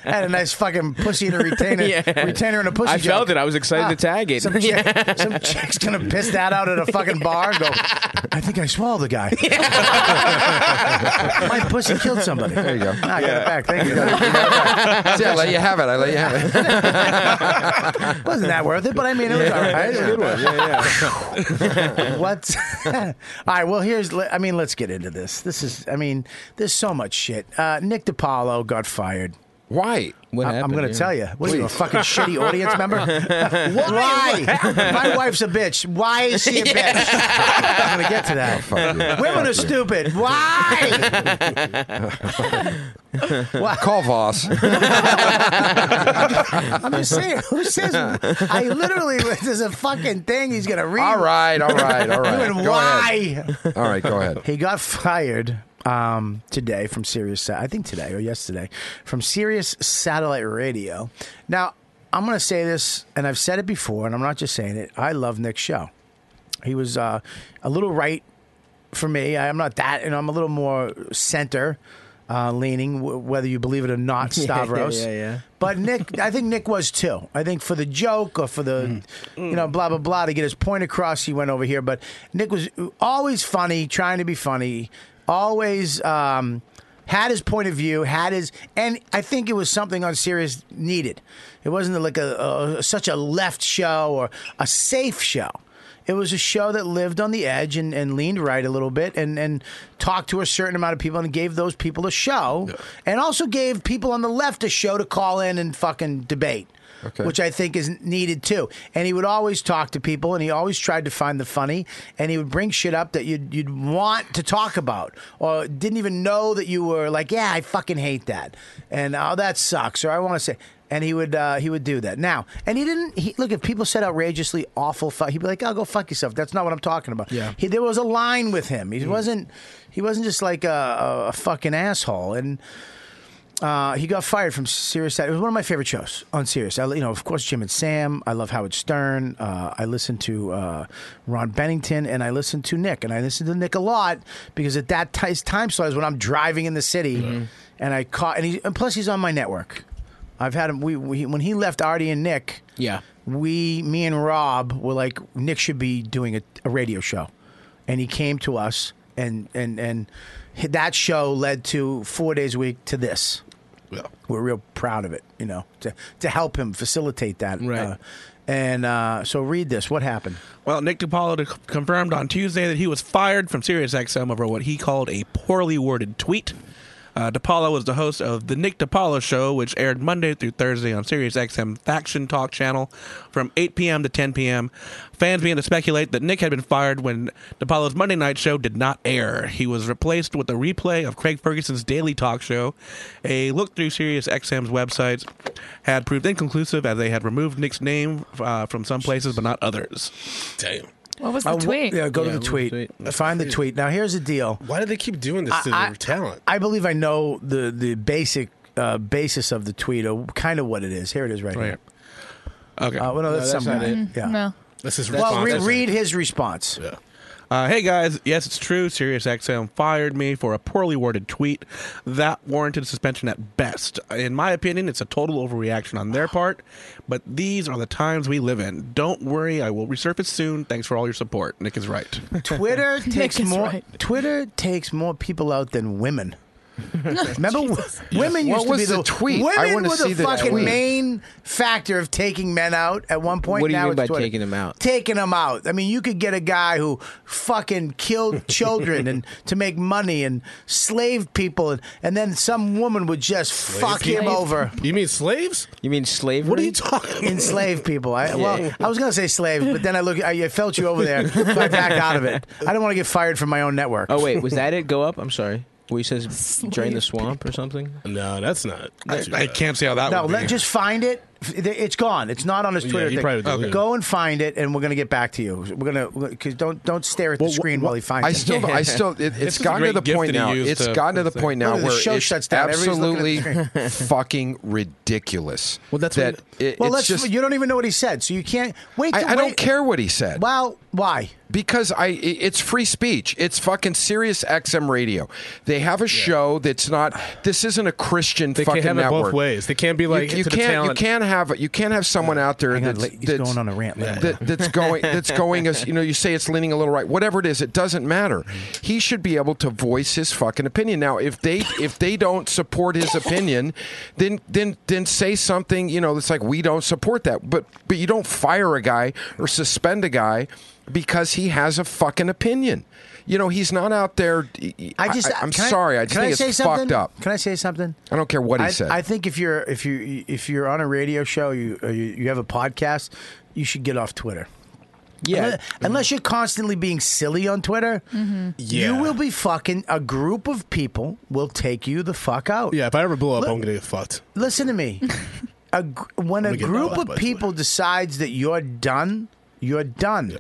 I had a nice fucking pussy and a retainer,
Yeah.
retainer and a pussy.
I
joke. Ah,
felt it. I was excited to tag it.
Some, chick, some chick's gonna piss that out at a fucking bar. And go. I think I swallowed the guy. My pussy killed somebody. There you go. I got it back. Thank
[laughs]
you.
See, I let you have it. I let you have it.
Wasn't that worth it? But I mean, it was all right.
It's a good one. Yeah,
What's [laughs] all right? Well, here's. I mean, let's get into this. This is. I mean, there's so much shit. Uh, Nick DiPaolo got fired.
Why?
What I'm
happened?
going to
Yeah.
tell you. What are you, a
Please.
fucking shitty audience member? Why? My wife's a bitch. Why is she a bitch? I'm going to get to
Oh,
that. Women are stupid. Why?
[laughs] Call Voss.
I'm just saying. Who says? I literally. [laughs] There's a fucking thing he's going to read.
All right, all right, all right.
Doing
Go
why?
ahead. All right, go ahead.
He got fired um, today from Sirius. Sa- I think today or yesterday from Sirius Satellite Radio. Now I'm going to say this, and I've said it before, and I'm not just saying it. I love Nick's show. He was uh, a little right for me. I'm not that, and I'm a little more center. Uh, leaning, w- whether you believe it or not, [laughs]
[laughs] Yeah,
Stavros.
yeah, yeah.
But Nick, I think Nick was too. I think for the joke or for the, you know, blah blah blah to get his point across, he went over here. But Nick was always funny, trying to be funny, always um, had his point of view, had his, and I think it was something on Sirius needed. It wasn't like a, a such a left show or a safe show. It was a show that lived on the edge and, and leaned right a little bit and, and talked to a certain amount of people and gave those people a show and also gave people on the left a show to call in and fucking debate.
Okay.
Which I think is needed too. And he would always talk to people and he always tried to find the funny and he would bring shit up that you'd you'd want to talk about or didn't even know that you were like, Yeah, I fucking hate that and oh that sucks or I wanna say and he would uh, he would do that now. And he didn't he, look if people said outrageously awful. Fu- he'd be like, "Oh, go fuck yourself." That's not what I'm talking about.
Yeah.
he, there was a line with him. He wasn't he wasn't just like a, a, a fucking asshole. And uh, he got fired from Sirius. Sat- It was one of my favorite shows on Sirius. I, you know, of course, Jim and Sam. I love Howard Stern. Uh, I listen to uh, Ron Bennington, and I listen to Nick, and I listen to Nick a lot because at that ti- time slot is when I'm driving in the city, and I caught. And, he, and plus, he's on my network. I've had him. We, we when he left Artie and Nick.
Yeah.
We, me and Rob were like, Nick should be doing a, a radio show, and he came to us, and and and that show led to four days a week to this. We're real proud of it, you know, to to help him facilitate that. Right. and uh, so read this. What happened?
Well, Nick DiPaolo de- confirmed on Tuesday that he was fired from SiriusXM over what he called a poorly worded tweet. Uh, DiPaolo was the host of The Nick DiPaolo Show, which aired Monday through Thursday on SiriusXM Faction Talk Channel from 8 p.m. to 10 p.m. Fans began to speculate that Nick had been fired when DiPaolo's Monday night show did not air. He was replaced with a replay of Craig Ferguson's Daily Talk Show. A look through SiriusXM's websites had proved inconclusive as they had removed Nick's name uh, from some places but not others.
Damn.
What was the
Uh, wh-
tweet?
Yeah, go to the tweet. Uh, Find the tweet. Now here's the deal. Why do they keep doing
this to their talent?
I believe I know the the basic uh, basis of the tweet, or kind of what it is. Here it is, right, here.
Okay.
Uh, well, no, that's, some guy.
[laughs]
Yeah.
No.
This is
Well, re- read his response. Yeah.
Uh, hey guys, yes, it's true. SiriusXM fired me for a poorly worded tweet that warranted suspension at best. In my opinion, it's a total overreaction on their part, but these are the times we live in. Don't worry, I will resurface soon. Thanks for all your support. Nick is
[laughs]
right.
Twitter takes
is
more.
right.
Twitter takes more people out than women. Remember, w- women
Yeah.
used
What
to be
was the tweet? I
Women
wanna
were
see
the
the
fucking
tweet.
main factor of taking men out at one point.
What do you
now
mean
it's
by
Twitter.
taking them out?
Taking them out. I mean, you could get a guy who fucking
[laughs]
killed children and to make money and slaved people, and, and then some woman would just fuck him over.
You mean slaves?
You mean slavery?
What are you talking? about?
Enslaved people. I,
Yeah.
Well, I was gonna say slaves, but then I look. I, I felt you
[laughs]
over there,
[laughs]
so I backed out of it. I don't want to get fired from my own network.
Oh wait, was that it? Go up. I'm sorry. Where he says drain the swamp or something.
No, that's not.
that's
I, I can't see how that.
no,
would
let,
be.
just find it. F- It's gone. It's not on his
Yeah,
Twitter.
he
thing.
probably deleted it.
Go and find it, and we're gonna get back to you. We're gonna because don't don't stare at the screen while he finds
I
it.
still, I still,
[laughs]
it, it's gotten to the point now. It's gotten to the point now
Look, the
where
show
it's
shuts down. Everybody's
absolutely
looking at the screen.
fucking ridiculous. Well, that's that. It,
well,
it's
let's.
just.
you don't even know what he said, so you can't wait.
I,
till
I don't
wait-
care what he said.
Well, why?
Because I, i- it's free speech. It's fucking Sirius XM radio. They have a show that's not. This isn't a Christian
They
fucking
can't have it
network.
both ways. They can't be like you,
you, you
to the
can't.
talent.
You can't have. You can't have someone out there
Hang on,
that's,
let- he's
that's
going on a rant. Let him
that- that's going.
[laughs]
That's going. As you know, you say it's leaning a little right. Whatever it is, it doesn't matter.
Mm-hmm.
He should be able to voice his fucking opinion. Now, if they if they don't support his opinion, then then then say something. You know, it's like we don't support that. But but you don't fire a guy or suspend a guy because he has a fucking opinion. You know, he's not out there.
I just.
I, am
can I-
sorry. I just
can
think
I say
it's
something?
fucked up.
Can I say something?
I don't care what he
I,
said.
I think if you're if you if you're on a radio show, you or you, you have a podcast, you should get off Twitter.
Yeah.
Unless, unless you're constantly being silly on Twitter, you
Mm-hmm.
Yeah.
will be fucking. A group of people will take you the fuck out.
yeah, if I ever blow up, I'm gonna get fucked.
Listen to me. a, gr- when
Let
a
me get
group
that
of
by
people decides that you're done, you're done.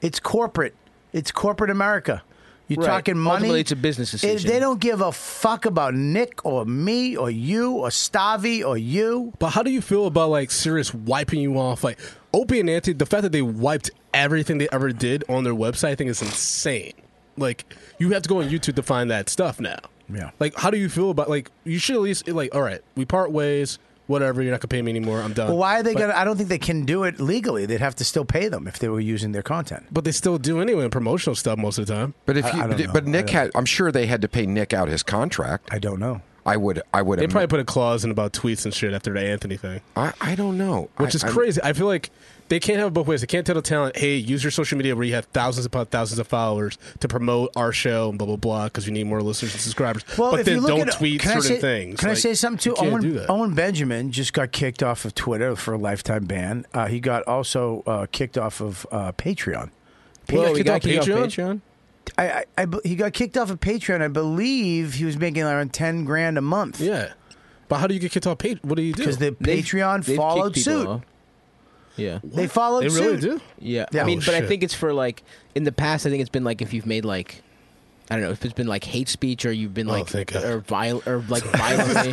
It's corporate. It's corporate America. You're
Right.
talking money.
Ultimately, it's a business
If
decision.
they don't give a fuck about Nick or me or you or Stavi or you.
But how do you feel about like Sirius wiping you off? Like Opie and Anthony, the fact that they wiped everything they ever did on their website, I think is insane. Like you have to go on YouTube to find that stuff now.
Yeah.
Like how do you feel about like you should at least like all right, we part ways, whatever. You're not gonna pay me anymore. I'm done.
Well, why are they
Uh, But-
going to? I don't think they can do it legally. They'd have to still pay them if they were using their content.
But they still do anyway in promotional stuff most of the time.
But if
I-
you,
I don't know.
but,
I
Nick
don't-
had, I'm sure they had to pay Nick out his contract.
I don't know.
I would, I would.
They
im-
probably put a clause in about tweets and shit after the Anthony thing,
I, I don't know.
which
I-
is
I'm-
crazy. I feel like they can't have it both ways. They can't tell the talent, "Hey, use your social media where you have thousands upon thousands of followers to promote our show and blah blah blah because you need more listeners and subscribers." but then don't tweet
uh, can I
certain
say-
things.
Can I
Like,
say something
you
too?
can't do
Owen,
that.
Owen Benjamin just got kicked off of Twitter for a lifetime ban. Uh, he got also uh, kicked off of uh, Patreon.
Whoa,
got
he
kicked
got
off
kicked off
Patreon?
Patreon?
I, I, I be- he got kicked off of Patreon. I believe he was making around ten grand a month.
Yeah, but how do you get kicked off? Page? What do you do?
because the
They've-
Patreon
they've kicked
followed
people
suit.
off. Yeah.
They followed
They really
suit.
do.
Yeah.
Yeah.
I mean,
Oh,
but I
shit.
think it's for like in the past. I think it's been like if you've made like. I don't know if it's been like hate speech or you've been
Oh,
like
thank God.
or viol- or like violently.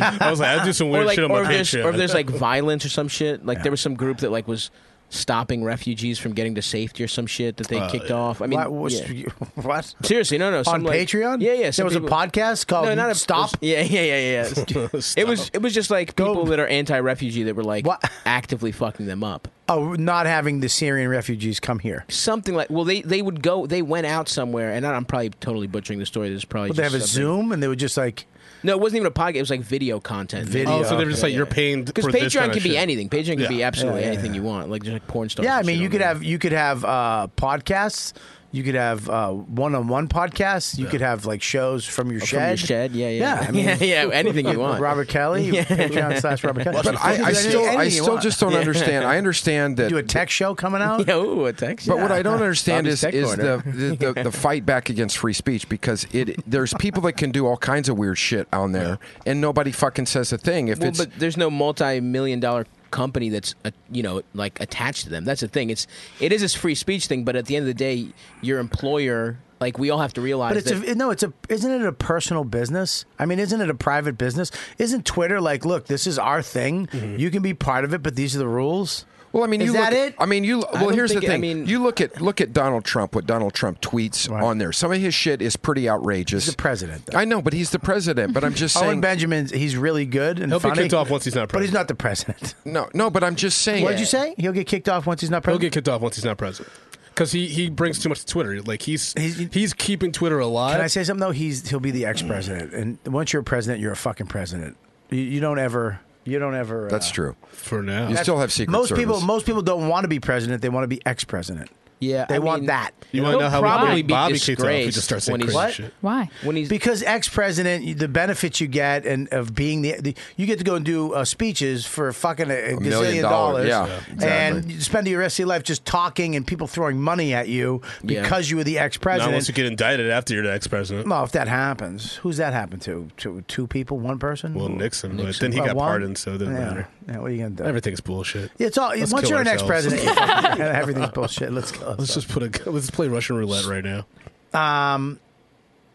[laughs] I was like, I do some
or
weird
like
shit on my
or if, there's,
Patreon.
or if there's like violence or some shit. Like there was some group that like was stopping refugees from getting to safety or some shit that they
Oh,
kicked
yeah.
off. I mean,
what? was-
yeah.
[laughs] what?
seriously, no, no,
On
some, like-
Patreon?
yeah, yeah.
There
some
was a
people-
podcast called
No, not a
Stop.
[laughs] Yeah,
[laughs]
yeah, yeah, yeah. it was it was just like people that are anti-refugee that were like
What?
actively fucking them up.
Oh, not having the Syrian refugees come here.
Something like well, they they would go they went out somewhere and I'm probably totally butchering the story. There's probably
But they have
just
a
something-
Zoom, and they were just like,
No, it wasn't even a podcast. It was like video content.
Video.
oh, so they're just
Yeah,
like
yeah,
you're
yeah.
paying
Because
for this
Patreon
kinda
can be
shit.
anything. Patreon can
Yeah.
be absolutely
Yeah, yeah,
anything you want, like just like porn stars.
yeah. I
and
mean,
shit
you
on
could
there.
have you could have uh, podcasts. You could have uh, one-on-one podcasts. You could have like shows from your shed.
Oh, from your shed. Yeah, yeah,
Yeah, I mean-
[laughs] yeah, yeah, Anything you want.
Robert
[laughs]
Kelly, Patreon slash Robert Kelly.
But I, I still, I still just don't understand.
[laughs]
I understand that.
do a tech show coming out.
Yeah, ooh, a text.
But
yeah.
what I don't understand
Bobby's
is,
Tech
is
Corner.
the, the,
[laughs]
[laughs]
the, the fight back against free speech because it there's people that can do all kinds of weird shit on there and nobody fucking says a thing. If
well,
it's
but there's no multi-million dollar company that's uh, you know like attached to them. That's the thing. It's it is this free speech thing, but at the end of the day, your employer, like we all have to realize
But it's
that
a, no, it's a isn't it a personal business? I mean, isn't it a private business? Isn't Twitter like, look, this is our thing. You can be part of it, but these are the rules.
Mm-hmm. Well, I mean,
is
you
that
look,
it?
I mean, you.
I
Well,
don't
here's the
think it-
thing.
I
I mean, you look at look at Donald Trump. What Donald Trump tweets on there. Some of his shit is pretty outrageous. He's the
president.
I know, but he's the president. But I'm just
[laughs] Owen
saying.
Benjamin's he's really good and
He'll be
funny,
kicked off once he's not
But he's not the president.
No, no. But I'm just saying.
What'd you say? He'll get kicked off once he's not
He'll get
president.
kicked off once he's not president because he, he brings too much to Twitter. Like he's he's, keeping Twitter alive.
Can I say something though? He's he'll be the ex-president, and once you're a president, you're a fucking president. You, you don't ever. You don't ever.
That's
uh,
true.
For now,
you
that's-
still have secret
Most
service.
people, most people don't want to be president. They want to be ex-president.
Yeah,
they
I
want
mean,
that.
You wanna
They'll
know how we
probably
would
be
Bobby kicked off if he just
disgraced
starts saying
when he's-
crazy shit.
Why?
When he's
because ex-president, you- the benefits you get and of being the, the you get to go and do uh, speeches for fucking a, a gazillion
million
dollars,
dollars, yeah,
and
exactly.
you spend your rest of your life just talking and people throwing money at you
Yeah.
because you were the
Not
ex-president.
unless you get indicted after you're the ex president.
Well, if that happens, who's that happened to? Two, two people, one person?
Well, Nixon, but then he
Well,
got
one?
pardoned, so it didn't
Yeah.
matter.
Yeah, what are you gonna do?
Everything's bullshit.
Yeah, it's all.
Let's
once
kill
you're an
ourselves.
ex-president, you fucking- [laughs] everything's bullshit. Let's go.
Let's just put a let's play Russian roulette right now.
Um,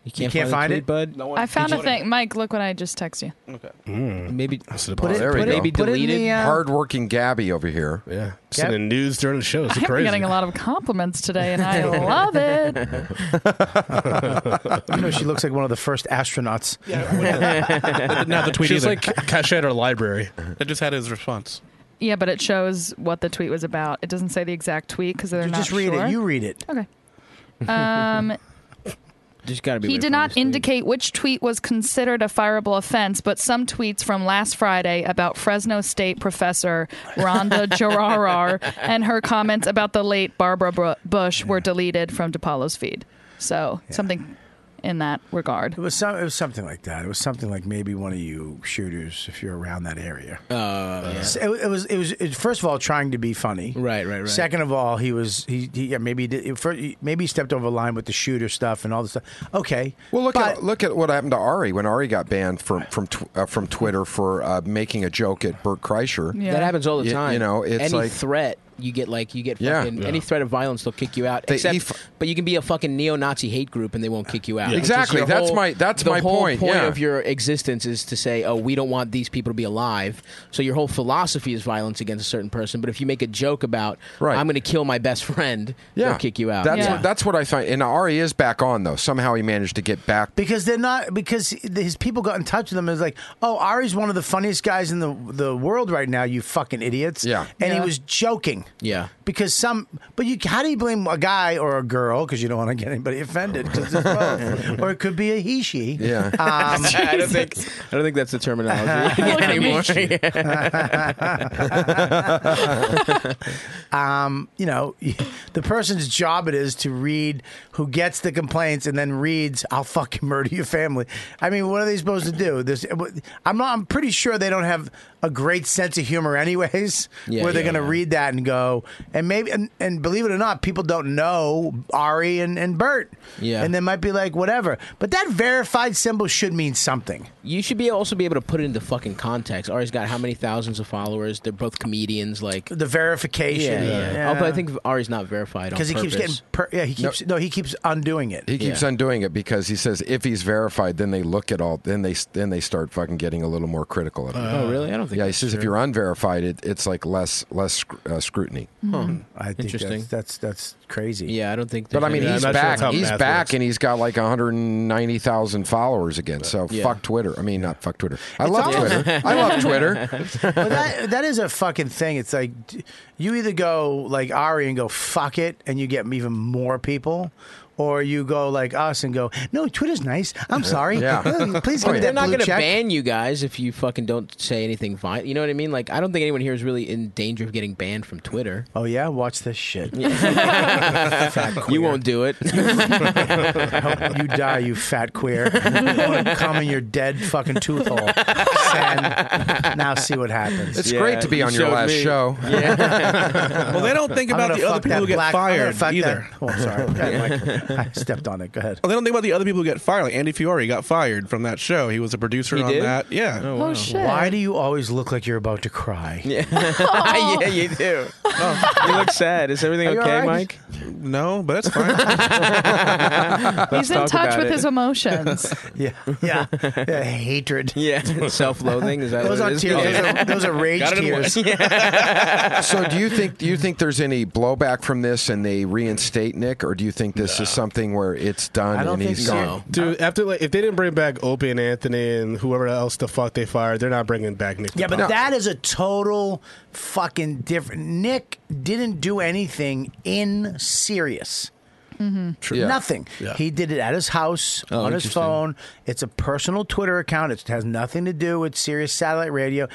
you
can't,
find the
find,
tweet,
it,
bud.
I found a thing. Mike, look what I just texted you.
Okay.
Mm.
maybe
Put
"Oh,
it-
there we
put it-
go.
maybe put it in deleted. the, uh,
Hardworking Gabby over here.
Yeah, sending news during the show. It's
[laughs] I've been
crazy.
getting a lot of compliments today, and I love it.
[laughs]
[laughs]
You know, she looks like one of the first astronauts. [laughs]
Not the tweet
She's
either.
like cache at our library.
I just had
[laughs]
his response.
Yeah, but it shows what the tweet was about. It doesn't say the exact tweet because they're not
just read
sure.
it. You read it. [laughs]
Okay. Um,
there's got to be.
he did not indicate which tweet was considered a fireable offense, but some tweets from last Friday about Fresno State professor
[laughs]
Rhonda Gerarar and her comments about the late Barbara Bru- Bush were deleted from DePaulo's feed. So something in that regard.
It was some. It was something like that. It was something like maybe one of you shooters if you're around that area.
Oh,
So It, it was. It was. It, first of all, trying to be funny.
Right, right, right.
Second of all, he was. He. he yeah, maybe. He did, fir- he- maybe he stepped over the line with the shooter stuff and all this stuff. Okay.
Well, look at look at what happened to Ari when Ari got banned from from tw- uh, from Twitter for uh, making a joke at Bert Kreischer.
That happens all the
You-
time.
You, know, it's
any
like
threat you get, like you get
Yeah.
fucking
Yeah.
any threat of violence, they'll kick you out.
They-
except,
he fu-
but you can be a fucking neo-Nazi hate group and they won't kick you out.
Yeah.
which is your
Exactly. That's
whole-
my- that's
the
my
whole
point, yeah.
of your existence is to say, oh, we don't want these people to be alive. So your whole philosophy is violence against a certain person. But if you make a joke about,
Right.
I'm going to kill my best friend,
yeah,
they'll kick you out.
That's
yeah.
what that's what I find. And Ari is back on though. Somehow he managed to get back.
because they're not because his people got in touch with him and was like, "Oh, Ari's one of the funniest guys in the the world right now, you fucking idiots."
Yeah.
And he
Yeah.
was joking.
Yeah.
Because some but you how do you blame a guy or a girl because you don't want to get anybody offended 'cause
[laughs]
it's both. or it could be a he she.
Yeah.
Um,
[laughs] I
[laughs]
don't think I don't think that's the [laughs] terminology
Look at me.
anymore.
[laughs]
[laughs]
um, you know, [laughs] the person's job it is to read who gets the complaints and then reads, "I'll fucking murder your family." I mean, what are they supposed to do? This, I'm not. I'm pretty sure they don't have a great sense of humor, anyways.
[laughs] Yeah,
where they're
yeah,
going to
yeah.
read that and go, and maybe, and, and believe it or not, people don't know Ari and and Bert.
Yeah.
and they might be like, whatever. But that verified symbol should mean something.
You should be also be able to put it into fucking context. Ari's got how many thousands of followers? They're both comedians. Like,
The verification.
yeah, yeah. Although I think Ari's not verified
because
because
he keeps getting, per- yeah, he keeps no, he keeps undoing it.
He keeps
Yeah.
undoing it because he says if he's verified, then they look at all, then they then they start fucking getting a little more critical of it.
Oh, really? I don't think.
yeah, he
that's
says if
true.
you're unverified, it, it's like less less sc- uh, scrutiny.
Hmm.
I think
Interesting.
That's, that's that's crazy.
Yeah, I don't think.
But I
there's
mean,
any-
he's
I'm not sure
back.
that's how
he's
math
back,
works.
and he's got like 190,000 followers again. So
Yeah.
fuck Twitter. I mean, not fuck Twitter. I
It's
love
almost-
[laughs]
Twitter. I love Twitter.
But that that is a fucking thing. It's like d- you either go like Ari and go fuck it, and you get even more people. Or you go like us and go, no, Twitter's nice. I'm sorry.
Yeah.
Oh, [laughs] Please
Oh,
give me
yeah.
they're
that
not
blue
going to
check.
ban you guys if you fucking don't say anything violent. You know what I mean? Like, I don't think anyone here is really in danger of getting banned from Twitter.
oh, yeah? Watch this shit. [laughs]
[laughs] You won't do it.
you die, you fat queer. [laughs] I want to come in your dead fucking tooth hole. Send. Now see what happens.
It's great to be
you
on your
showed
last
me.
show.
Well, they don't think
I'm
about
gonna
the other
fuck
people
that
who get
black- I'm gonna [laughs]
fired
fuck
either.
[laughs] That, oh, sorry. I stepped on it. Go ahead.
Well, they don't think about the other people who get fired. Like Andy Fiore got fired from that show. He was a producer
He
on
did?
that. Yeah.
Oh, wow. Oh, shit. Why do you always look like you're about to cry?
Yeah.
Oh.
[laughs] yeah, you do. you look sad. Is everything
Are you
okay,
all
Mike?
right? No, but
[laughs]
that's fine.
He's in touch with his emotions.
yeah,
[laughs]
yeah, yeah, hatred.
Yeah, self-loathing. Is that
Those
what
aren't
it
tears.
is?
Those
Yeah.
are- those are rage Got it in
[laughs]
tears. one. [laughs]
so do you think do you think there's any blowback from this and they reinstate Nick, or do you think this is something where it's done and he's gone?
Dude, after like, if they didn't bring back Opie and Anthony and whoever else the fuck they fired, they're not bringing back Nick.
Yeah, but
DiPaolo. [laughs]
that is a total fucking different. Nick didn't do anything in serious.
Mm-hmm.
Nothing. He did it at his house
Oh,
on his
interesting.
phone. It's a personal Twitter account. It has nothing to do with Sirius Satellite Radio,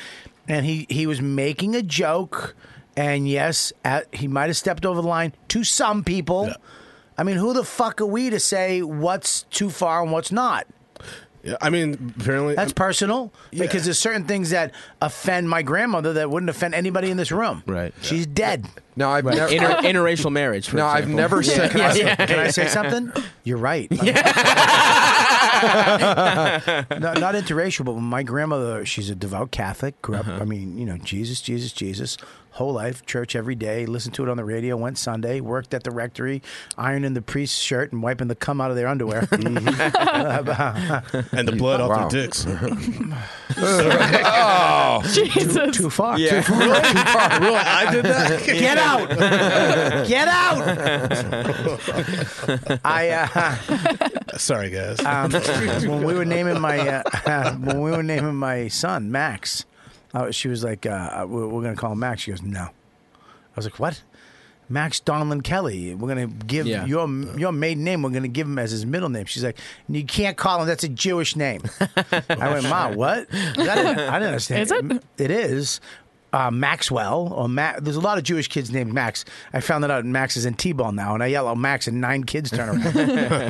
and he he was making a joke. And yes, at, he might have stepped over the line to some people. I mean, who the fuck are we to say what's too far and what's not?
Yeah, I mean, apparently
that's personal because there's certain things that offend my grandmother that wouldn't offend anybody in this room. Right, she's dead.
No, I've never-
Inter- interracial marriage. For
No, I've
example.
never
Yeah.
said.
Yeah.
Can I say something? You're
[laughs]
[laughs]
right. no, [laughs] not interracial, but my grandmother, she's a devout Catholic. Grew up,
Uh-huh.
I mean, you know, Jesus, Jesus, Jesus, whole life, church every day. Listened to it on the radio. Went Sunday. Worked at the rectory, ironing the priest's shirt and wiping the cum out of
[laughs]
their underwear. Mm-hmm.
and the
[laughs]
blood off
Wow.
their dicks.
oh,
Jesus.
Too, too far.
Yeah.
Too far.
Too far. Really? I did that?
[laughs] Get out.
[laughs]
Get out. I. Uh,
Sorry, guys.
um, when we were naming my uh, [laughs] when we were naming my son Max, uh, she was like, uh, "We're, we're going to call him Max." She goes, "No." I was like, "What?" Max Donlin Kelly. We're going to give
Yeah.
your your maiden name. We're going to give him as his middle name. She's like, "You can't call him. That's a Jewish name." I went, "Ma, what?" I didn't, I didn't understand.
Is it?
It is. Uh, Maxwell or Ma- there's a lot of Jewish kids named Max. I found that out. Max is in T-ball now, and I yell out Max, and nine kids turn around.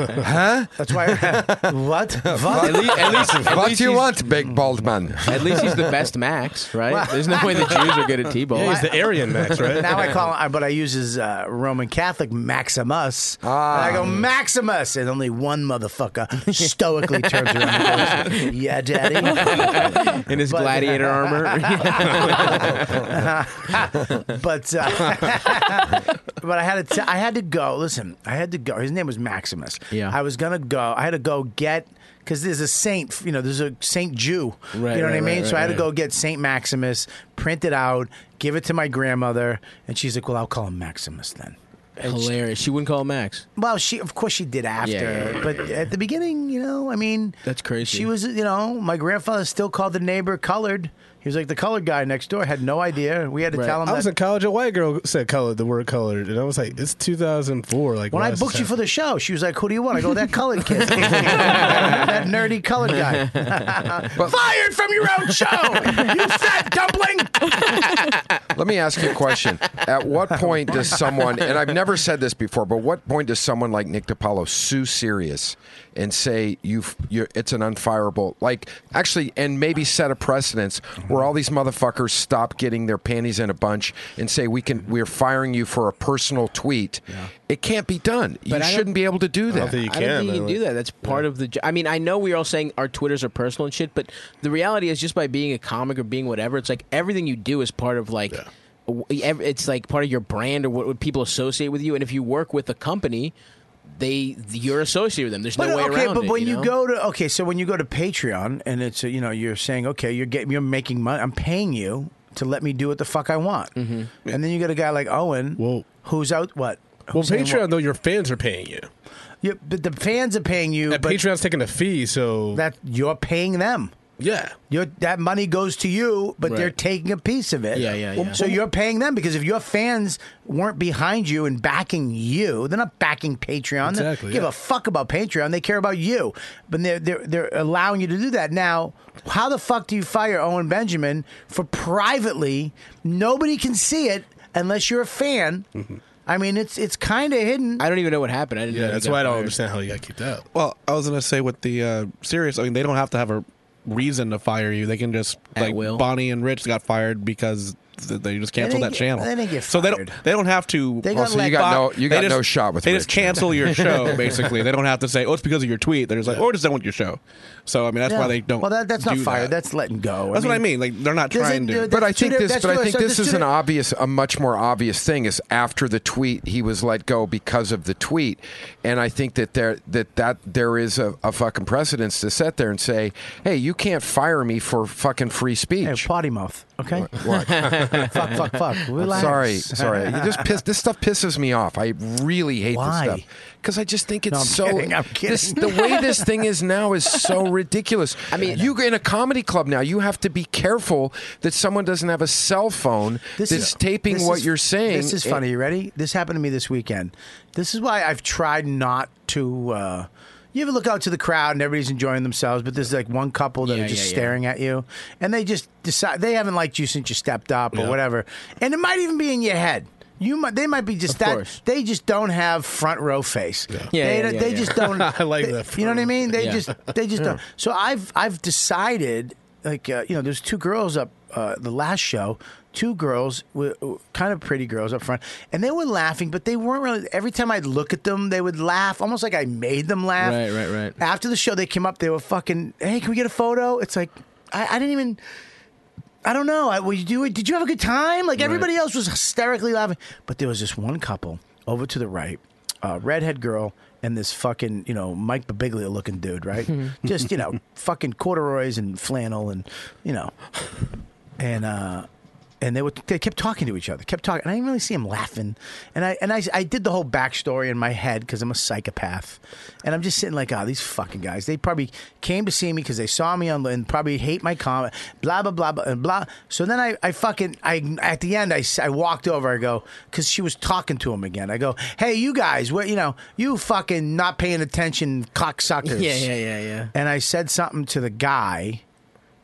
huh? That's why.
[laughs]
what? What?
At least, at least, what do you want, big bald man?
At least he's the best Max, right?
Well-
There's no way the Jews are good at T-ball.
Now I call him, but I use his uh, Roman Catholic Maximus. And I go Maximus, and only one motherfucker stoically turns around. And goes, yeah, daddy.
in his gladiator
[laughs]
[laughs] armor.
but uh, [laughs] but I had to t- I had to go. Listen, I had to go. His name was Maximus.
Yeah.
I was gonna go. I had to go get because there's a saint. You know, there's a Saint Jew.
Right,
You know what I
right,
mean?
right,
so I had to
right,
go
right.
get Saint Maximus, print it out, give it to my grandmother, and she's like, "Well, I'll call him Maximus then."
Hilarious. She wouldn't call him Max.
Well, she of course she did after,
yeah, yeah,
but at the beginning, you know, I mean,
That's crazy.
she was, you know, my grandfather still called the neighbor colored. He was like the colored guy next door. Had no idea. We had to
Right.
tell him.
I
that.
was in college. A white girl said colored the word colored, and I was like, "It's 2004." Like
When
why
I
is
booked
this
you for the show, she was like, "Who do you want?" I go, "That colored
[laughs]
kid, [laughs] that nerdy colored guy, fired from your own show, you fat dumpling."
Let me ask you a question. At what point does someone, and I've never said this before, but what point does someone like Nick DiPaolo sue Sirius and say you've, you're, it's an unfireable, like actually, and maybe set a precedence where all these motherfuckers stop getting their panties in a bunch and say we can, we're firing you for a personal tweet. It can't be done.
But
you
I don't-
shouldn't be able to do that.
I don't think you can do that. That's part of the. jo- I mean, I know we are all saying our Twitters are personal and shit, but the reality is, just by being a comic or being whatever, it's like everything you do is part of like. w- e, ev- It's like part of your brand or what would people associate with you. And if you work with a company, they you're associated with them. There's no way
okay,
around
but
it.
when
you,
you,
know?
go to okay, so when you go to Patreon and it's uh, you know you're saying okay, you're getting you're making money, I'm paying you to let me do what the fuck I want,
Mm-hmm.
and then you got a guy like Owen, who's out what?
Well,
Who's saying
Patreon
what?
though, your fans are paying you.
Yeah, but the fans are paying you.
And
but
Patreon's taking a fee, so
that you're paying them.
Yeah,
your that money goes to you, but
Right.
they're taking a piece of it.
Yeah, yeah, yeah.
So you're paying them because if your fans weren't behind you and backing you, they're not backing Patreon. They
Exactly,
give
yeah.
a fuck about Patreon. They care about you, but they're they're they're allowing you to do that now. How the fuck do you fire Owen Benjamin for privately? Nobody can see it unless you're a fan. I mean, it's it's kind of hidden.
Mm-hmm. I don't even know what happened. I didn't.
Yeah,
know
that's
that
why I don't
part.
understand how you got kicked out.
Well, I was gonna say with the uh, serious, I mean, they don't have to have a reason to fire you. They can just like
will.
Bonnie and Rich got fired because th- they just
didn't
canceled
get-
that channel.
they didn't get
so they don't they don't have to.
They got Oh, so you let- got no- you
they
got
just-
no shot with
They just
Rich.
cancel [laughs] your show basically. they don't have to say oh it's because of your tweet. They're just like or just don't want your show. So I mean that's
Yeah.
why they don't.
Well, that, that's
do
not fire. That's letting go.
That's what I mean. Like they're not
Does it-
trying to.
there-
But I
That's
think
two di-
this.
that's
But I
two-
think
so
this
there's
is
two
an
di-
obvious, a much more obvious thing. Is after the tweet, he was let go because of the tweet, and I think that there that that there is a, a fucking precedence to sit there and say, "Hey, you can't fire me for fucking free speech."
potty mouth. Okay.
What?
[laughs] fuck, fuck,
[laughs]
fuck. Relax.
Sorry, sorry. You just piss, this stuff pisses me off. I really hate
Why?
this stuff because I just think it's
No, I'm
so.
kidding, I'm kidding.
This, the way
[laughs]
this
[laughs]
thing is now is so ridiculous. I mean, you in a comedy club now, you have to be careful that someone doesn't have a cell phone that's taping
this
what
is-
you're saying.
This is
It-
funny. You ready? This happened to me this weekend. This is why I've tried not to. Uh, you ever look out to the crowd and everybody's enjoying themselves, but there's like one couple that
Yeah,
are just
yeah, yeah.
staring at you, and they just decide they haven't liked you since you stepped up or
Yeah.
whatever, and it might even be in your head. You might, they might be just that.
course.
They just don't have front row face. Yeah,
Yeah,
they,
yeah,
don't-
yeah,
they
yeah.
just don't.
[laughs]
I like
they-
that
You know what I mean? They
Yeah.
just they just
Yeah.
don't. So I've I've decided like uh, you know there's two girls up uh, the last show, two girls wi- kind of pretty girls up front, and they were laughing, but they weren't really. Every time I'd look at them, they would laugh, almost like I made them laugh.
Right, right, right.
After the show, they came up, they were fucking. Hey, can we get a photo? It's like I, I didn't even. I don't know. I, were you doing? Did you have a good time? Like everybody else was hysterically laughing, but there was this one couple over to the right, uh, redhead girl, and this fucking you know Mike Babiglia looking dude, right? [laughs] Just you know fucking corduroys and flannel and you know, and uh, and they were they kept talking to each other, kept talking, and I didn't really see him laughing, and I and I, I did the whole backstory in my head because I'm a psychopath, and I'm just sitting like, oh, these fucking guys, they probably came to see me because they saw me on and probably hate my comment, blah blah blah blah and blah. So then I I fucking I at the end I, s- I walked over, I go because she was talking to him again, I go, hey you guys, what you know you fucking not paying attention cocksuckers,
Yeah, yeah, yeah, yeah.
and I said something to the guy,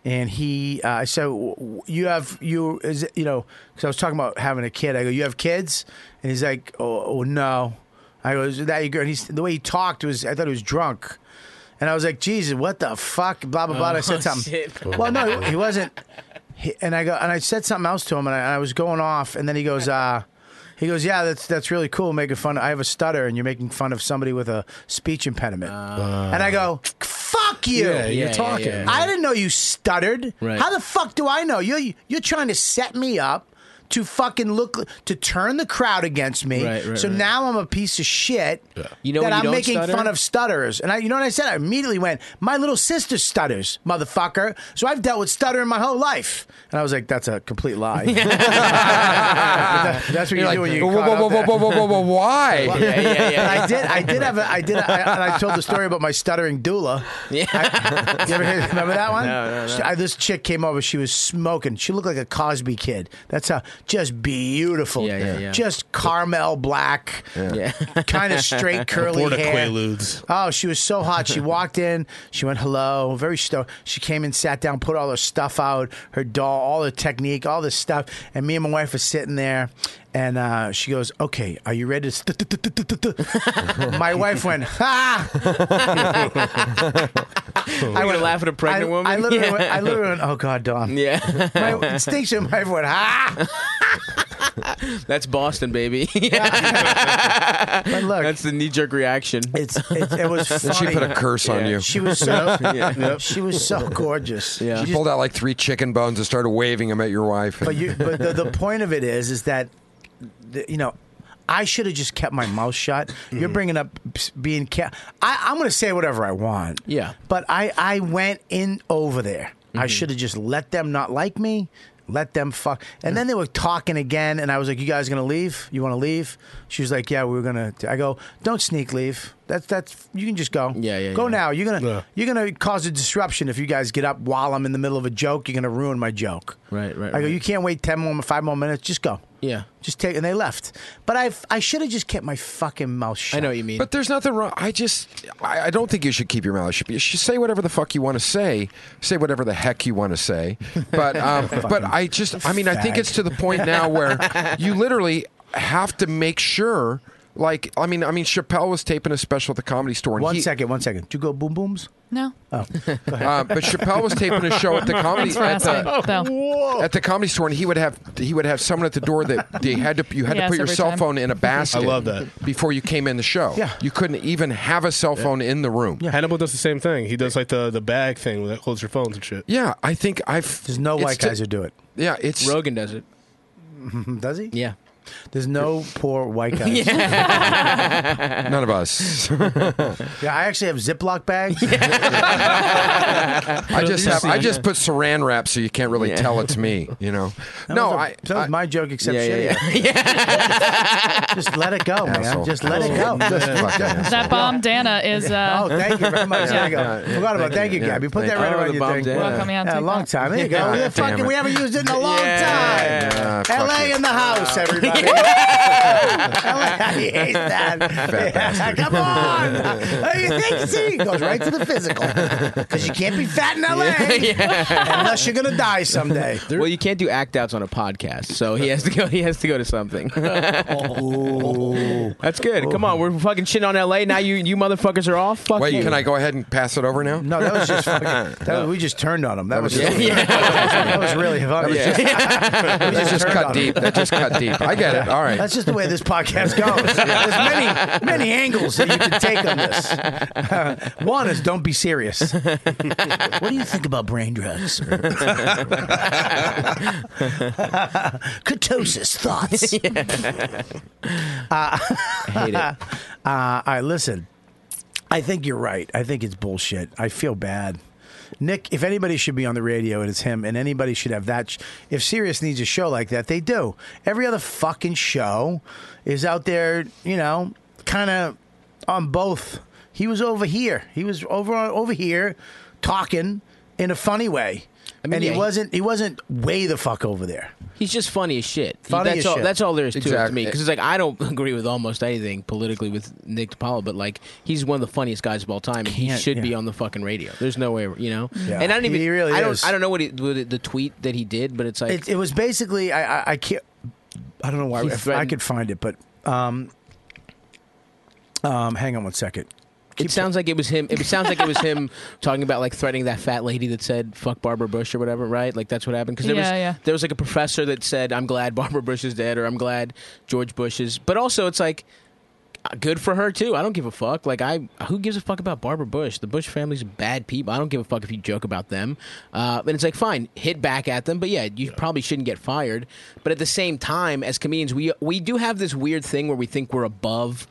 and he, uh, I said, "W- w- "You have you is it, you know?" Because I was talking about having a kid. I go, "You have kids?" And he's like, "Oh, oh, no." I go, "Is that your girl?" And he's, the way he talked was, I thought he was drunk. And I was like, Jesus, what the fuck? Blah blah blah. and I
Oh, [laughs]
said something.
shit.
Well, no, he wasn't. He, and I go, and I said something else to him, and I, and I was going off, and then he goes, uh, he goes, yeah, that's that's really cool, making fun. I have a stutter, and you're making fun of somebody with a speech impediment. [laughs]
Uh.
and I go, fuck you.
Yeah, you're Yeah, talking. yeah, yeah.
I didn't know you stuttered.
Right.
How the fuck do I know? You're you're trying to set me up. To fucking look to turn the crowd against me,
Right, right,
so
right.
now I'm a piece of shit
You know
that
when you
I'm
don't
making
stutter?
fun of stutterers. And I, you know what I said? I immediately went, my little sister stutters, motherfucker. So I've dealt with stuttering my whole life. And I was like, that's a complete lie. That- that's what you
You're
do
like,
when you
whoa,
get caught
whoa,
out
whoa,
there.
whoa, whoa, whoa, whoa, why?
Yeah, yeah, yeah,
And I
yeah.
did. I did have. A, I did. I, and I told the story about my stuttering doula. Yeah. you ever hear, remember that one?
No, no, no.
She- I- this chick came over. She was smoking. She looked like a Cosby kid. That's how just beautiful.
Yeah, yeah, yeah.
Just caramel black.
Yeah.
[laughs] Kind
[laughs]
[laughs]
of straight curly
Florida
hair. [laughs]
Quaaludes.
Oh, she was so hot. She walked in. She went hello. Very stoked. She came in, sat down, put all her stuff out, her doll, all her technique, all this stuff. And me and my wife were sitting there, and uh, she goes, "Okay, are you ready?" to st- st- st- st- st- st-" My wife went, "Ha!" [laughs]
I would laugh at a pregnant
I,
woman.
I literally,
yeah.
went,
[laughs]
I literally went, "Oh God, Don."
yeah.
My distinction, my wife went, "Ha!"
[laughs] That's Boston, baby. [laughs]
But look,
That's the knee jerk reaction.
it's, it's it
[laughs]
was. Funny.
And she put a curse on you.
She
[laughs]
was so she was so gorgeous.
Yeah.
She
She
just
pulled out like three chicken bones and started waving them at your wife.
But you, but the, the point of it is, is that the, you know, I should have just kept my mouth shut.
Mm-hmm.
You're bringing up s- being ca- I, I'm going to say whatever I want.
Yeah. Mm-hmm.
But I, I went in over there. I should have just let them not like me. Let them fuck. And then they were talking again, and I was like, "You guys gonna leave? You want to leave?" She was like, "Yeah, we were gonna." t-" I go, "Don't sneak leave. That's that's. You can just go.
Yeah, yeah,
Go
yeah.
now. You're gonna you're gonna cause a disruption if you guys get up while I'm in the middle of a joke. You're gonna ruin my joke.
Right, right,
I go,
right.
you can't wait ten more, five more minutes. Just go.
Yeah.
Just take, and they left. But I, I should have just kept my fucking mouth shut.
I know what you mean.
But there's nothing wrong. I just, I, I don't think you should keep your mouth shut. You should say whatever the fuck you want to say. Say whatever the heck you want to say.
[laughs]
But, um, but I just, I mean, I think
fag. [laughs]
it's to the point now where you literally have to make sure Like, I mean, I mean, Chappelle was taping a special at the Comedy Store.
One
One second,
one second. Do you go boom booms?
[laughs] No.
Oh,
[laughs] Uh, but Chappelle was taping a show at the comedy
That's
at
fascinating,
the, at the comedy store, and he would have he would have someone at the door that they had to you had
Yes,
to put your
every
cell
time.
phone in a basket.
I love that.
before you came in the show.
Yeah.
you couldn't even have a cell phone in the room.
Hannibal does the same thing. He does like the the bag thing that holds your phones and shit.
Yeah, I think I've.
There's no
it's
white
t-
guys who do it.
Yeah, it's
Rogan does it.
[laughs] Does he?
Yeah.
There's no poor white guys.
[laughs]
None of us.
Yeah, I actually have Ziploc
[laughs]
[laughs]
bags.
I just have I just put Saran wrap so you can't really
Yeah.
tell it's me. You
[laughs]
know.
That
no,
was a-
I.
that was my joke, except
Yeah, yeah,
shittier.
[laughs]
Just let it go, man.
Asshole.
Just let it go.
Just fucking asshole.
That bomb Dana is. Uh,
Oh, thank you very much. There you
Yeah,
go.
yeah,
Forgot about.
thank
Thank
you.
you,
Yeah,
Gabby. Put
thank
that
you.
right
Oh,
around
the
your
bomb
thing.
dad. Welcome, yeah,
Yeah, a
take
long
that.
time. There you go.
Yeah,
Yeah, fucking-
damn
we
it.
haven't used it in a long
Yeah,
time.
fuck
L.A.
it.
in the house,
[laughs]
everybody. LA, [laughs] I hate that.
Fat bastard. [laughs]
Come on. What do you think? See, it goes right to the physical. Because you can't be fat
[laughs]
in L.A. unless [laughs] you're gonna die someday.
[laughs] well, you can't do act outs on a podcast, so he has to go. He has to go
[laughs]
to something.
Oh.
That's good. Come on, we're fucking shitting on L.A. Now you you motherfuckers are off. Fuck
Wait,
you.
can I go ahead and pass it over now?
No, that was just fucking.
[laughs]
That was, we just turned on him. That, was,
was- Yeah. [laughs]
that was really funny.
was [laughs] just- That just cut deep. That just cut deep. I get it. All right.
That's just the way this
[laughs]
podcast goes. There's many, many angles that you can take on this. [laughs] Uh, one is don't be serious. what do you think about brain
[laughs]
drugs? [laughs] Ketosis thoughts. Uh,
Hate it.
[laughs] Uh, all right, listen. I think you're right. I think it's bullshit. I feel bad. Nick, if anybody should be on the radio, it is him, and anybody should have that. Sh- if Sirius needs a show like that, they do. Every other fucking show is out there, you know, kind of on both. He was over here. He was over over here, talking in a funny way,
I mean,
and
yeah,
he
he-
wasn't. He wasn't way the fuck over there.
He's just funny as shit.
Funny
that's
as
all.
shit.
That's all there is to it to
Exactly.
me. Because it's like I don't [laughs] agree with almost anything politically with Nick DiPaolo, but like he's one of the funniest guys of all time, and he
Can't-
should be
yeah.
on the fucking radio. There's no way, you know.
Yeah.
And I don't even.
He really
I don't.
is.
I don't know what, he, what it- the tweet that he did, but it's like
it, it was basically I, I I can't I don't know why
He
if I
threatened-
could find it, but um, um, hang on one second.
it sounds like it was him. It sounds like it was
[laughs]
him talking about like threatening that fat lady that said "fuck Barbara Bush" or whatever, right? Like that's what happened. Because there was
Yeah, yeah.
there was like a professor that said, "I'm glad Barbara Bush is dead," or "I'm glad George Bush is." But also, it's like uh, good for her too. I don't give a fuck. Like I, who gives a fuck about Barbara Bush? The Bush family's bad people. I don't give a fuck if you joke about them. Uh, and it's like fine, hit back at them. But yeah, you probably shouldn't get fired. But at the same time, as comedians, we we do have this weird thing where we think we're above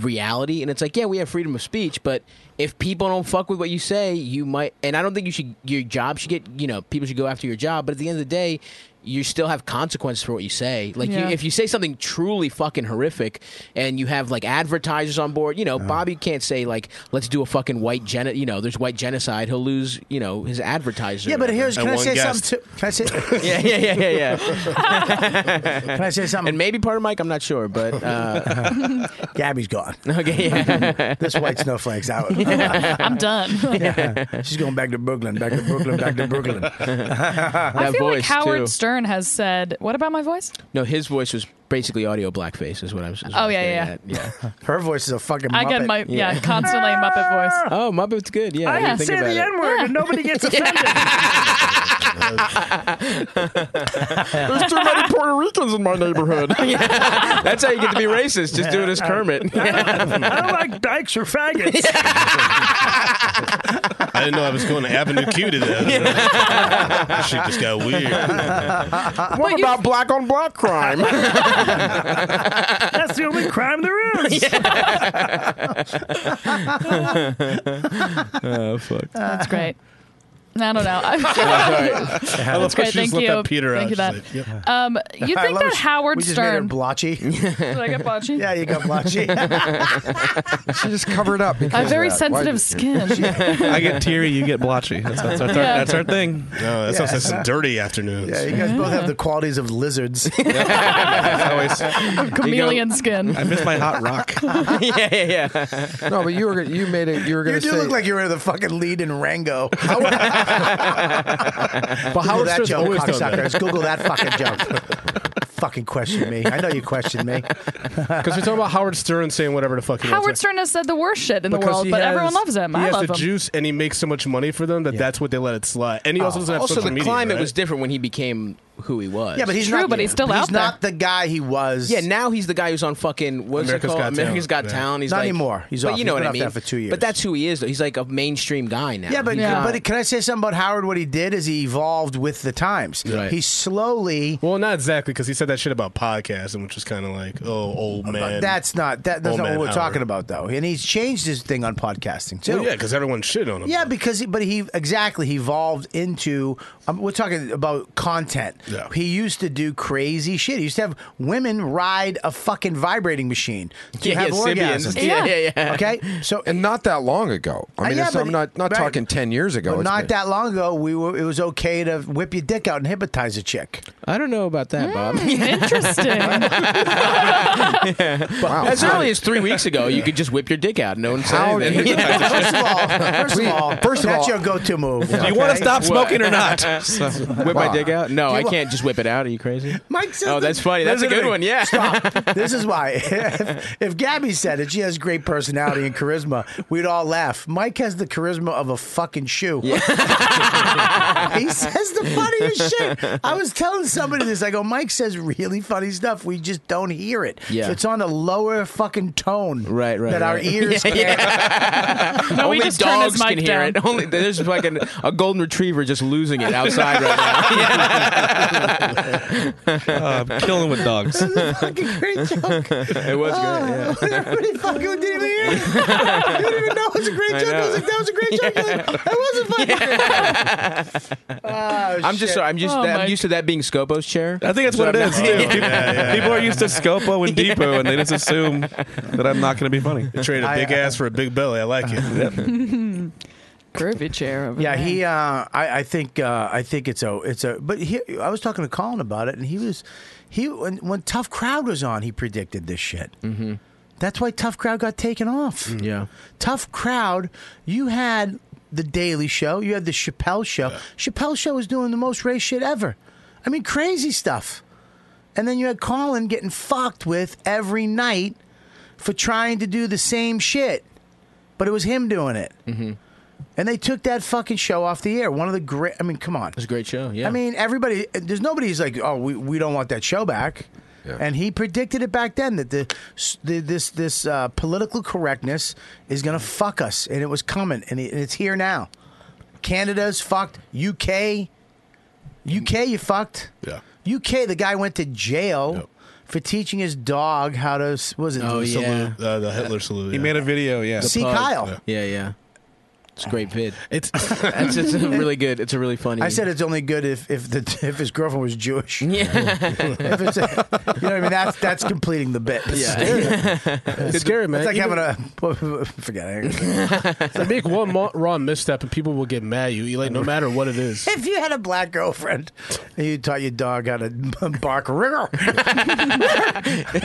reality and it's like yeah we have freedom of speech but if people don't fuck with what you say you might and i don't think you should your job should get you know people should go after your job but at the end of the day you still have consequences for what you say like
Yeah.
you, if you say something truly fucking horrific and you have like advertisers on board you know bobby can't say like let's do a fucking white gen you know there's white genocide he'll lose you know his advertiser
Yeah,
or
but
whatever.
here's can I say something? Too? [laughs] Can I say?
yeah yeah yeah yeah yeah
Can I say something?
and maybe part of mike i'm not sure but uh
[laughs] Gabby's gone.
[laughs] okay yeah
[laughs] This white snowflake's out.
I'm [laughs] done.
[laughs] Yeah. She's going back to Brooklyn, back to Brooklyn, back to Brooklyn.
[laughs] I feel like
voice,
Howard
too.
Stern has said, "What about my voice?"
No, his voice was basically audio blackface, is what I'm. Is what
Oh,
I'm
yeah,
getting
yeah.
at. yeah.
Her voice is a fucking.
I get
Muppet.
my yeah, constantly Muppet voice.
oh, Muppet's good. Yeah,
I
I
can
think
say
about
the
it.
N word and
[laughs]
nobody gets offended.
There's too many Puerto Ricans in my [laughs] neighborhood. That's how you get to be racist. Just do it as
[laughs] [laughs]
Kermit.
I don't like dykes or faggots.
I didn't know I was going to Avenue Q [laughs] today. that shit just got weird.
what about black on black crime?
That's the only crime there is.
oh fuck.
That's great. I don't know. [laughs] I'm-
I love how
great,
she just
thank
left
you.
that Peter
Thank
out.
you
She's
that.
like, yep.
um, you
I
think
love
that
it.
Howard
we just made her
Stern? [laughs]
blotchy.
Did [laughs] I get blotchy?
yeah, you got blotchy.
She just covered up.
I have
because
very
of that. Why
sensitive
did-
skin.
[laughs] I get teary, you get blotchy. That's, that's, our,
Yeah.
that's our thing.
No, that sounds like some dirty afternoons.
Yeah, you guys both have the qualities of lizards.
[laughs]
I always,
[laughs] Chameleon skin.
I miss
[laughs]
my hot rock.
yeah, yeah, yeah.
No, but you were you made it. You were
You
going to
do
say
look like you're in the fucking lead in Rango.
But
Google
Howard
that
Stern's
joke,
always done that.
[laughs]
cocksuckers. Google that fucking joke. fucking question me. I know you
[laughs]
questioned me.
Because we're talking about Howard Stern saying whatever the fuck he
Howard
wants.
Stern has said the worst shit in the
Because
world,
he
but
has-
everyone loves him.
He
I
has
love
the
him.
juice, and he makes so much money for them that that's what they let it slide. And he also doesn't have
also,
social
the
media,
climate
right?
was different when he became who he was.
Yeah, but he's True, not- but he's still he's out there. not
the guy he was.
Yeah, now he's the guy who's on fucking what's
America's
it called?
Got
America's
Talent.
Got
Yeah.
Talent. He's
Not
like,
anymore. He's off.
but you
He's
know
been
what I
off
mean.
that for two
But that's who he is. Though he's like a mainstream guy now.
Yeah, but
He's not-
but can I say something about Howard? What he did is he evolved with the times.
Right.
He slowly.
Well, not exactly, because he said that shit about podcasting, which was kind of like, oh, old man.
that's not that, that's
Old
not what
man
we're
Howard.
talking about though.
[laughs]
And he's changed his thing on podcasting too.
Well, yeah, because
[laughs]
everyone [laughs] shit on him.
Yeah, because he, but he exactly he evolved into. Um, we're talking about content.
Yeah.
He used to do crazy shit. He used to have women ride a fucking vibrating machine to
Yeah,
have
yeah,
orgasms.
Symbians. Yeah, Yeah. yeah, yeah.
Okay, so
and not that long ago. I
Uh,
mean,
yeah,
it's-
but-
I'm not not
right.
talking ten years ago.
But
It's
not
been-
that long ago, we were. It was okay to whip your dick out and hypnotize a chick.
I don't know about that,
[laughs]
Bob. [laughs] Interesting. As early as three weeks ago, you could just whip your dick out. and No one said
How-
anything.
First of all, first of all,
First of
that's
all-
your go-to move.
Do you
okay?
wanna stop smoking or
[laughs]
[laughs] not?
So-
Whip my dick out? No,
Do you
I
wa-
can't just whip it out. Are you crazy?
Mike says
Oh, that's funny. That's a
Listen to
good
me.
one. Yeah. [laughs]
Stop. This is why. [laughs] If, if Gabby said it, she has great personality and charisma. We'd all laugh. Mike has the charisma of a fucking shoe. [laughs] he says the funniest shit. I was telling somebody this. I go, Mike says really funny stuff. We just don't hear it.
Yeah.
It's on a lower fucking tone. Right. Right. That our
right.
ears.
[laughs] Yeah,
can't. [laughs]
[laughs]
No, we
Only
just turn his
dogs can
mic
hear
down.
it. Only there's fucking a golden retriever just losing it outside right now. [laughs]
Uh, I'm killing with dogs.
fucking great [laughs] joke.
it was
Oh,
good. Yeah.
Everybody fucking E. didn't even hear it. You didn't even know it was a great
I
joke. I,
know.
was like, that was a great joke. You're like, that wasn't funny. Oh,
I'm just
shit.
sorry. I'm just I'm used to that being Scopo's chair.
I think that's what it is. Too. People, people
[laughs]
are used to Scopo and Depot, and they just assume that I'm not going to be funny.
Trade a big ass for a big belly. I like it.
Groovy chair. Over
Yeah,
there.
he. Uh, I, I think. Uh, I think it's a. It's a. But he, I was talking to Colin about it, and he was. He when, when Tough Crowd was on, he predicted this shit. Mm-hmm. That's why Tough Crowd got taken off.
Yeah.
Tough Crowd. You had the Daily Show. You had the Chappelle Show. Chappelle Show was doing the most race shit ever. I mean, crazy stuff. And then you had Colin getting fucked with every night for trying to do the same shit, but it was him doing it. Mm-hmm. And they took that fucking show off the air. One of the great. I mean, come on.
It's a great show. Yeah.
I mean, everybody. There's nobody who's like, oh, we, we don't want that show back. And he predicted it back then that the, the this this uh, political correctness is going to fuck us, and it was coming, and it- it's here now. Canada's fucked. UK, UK, you fucked.
Yeah.
UK, the guy went to jail for teaching his dog how to. s- what Was it?
Oh,
do the
yeah.
salute?
Uh, the Hitler salute.
He
yeah.
made a video. Yeah.
See Kyle.
Yeah, yeah. It's a great vid. [laughs]
It's
It's, it's a really good. It's a really funny.
I
[laughs]
said it's only good if if the [laughs] if his girlfriend was Jewish. Yeah. [laughs] if it's you know what I mean? That's that's completing the bit. It's scary.
it's scary, man.
It's like
Even-
having a [laughs] forget. it.
They make one mo- wrong misstep and people will get mad at you. You like no matter what it is.
If you had a black girlfriend, and you taught your dog how to [laughs]
[laughs]
bark rigor.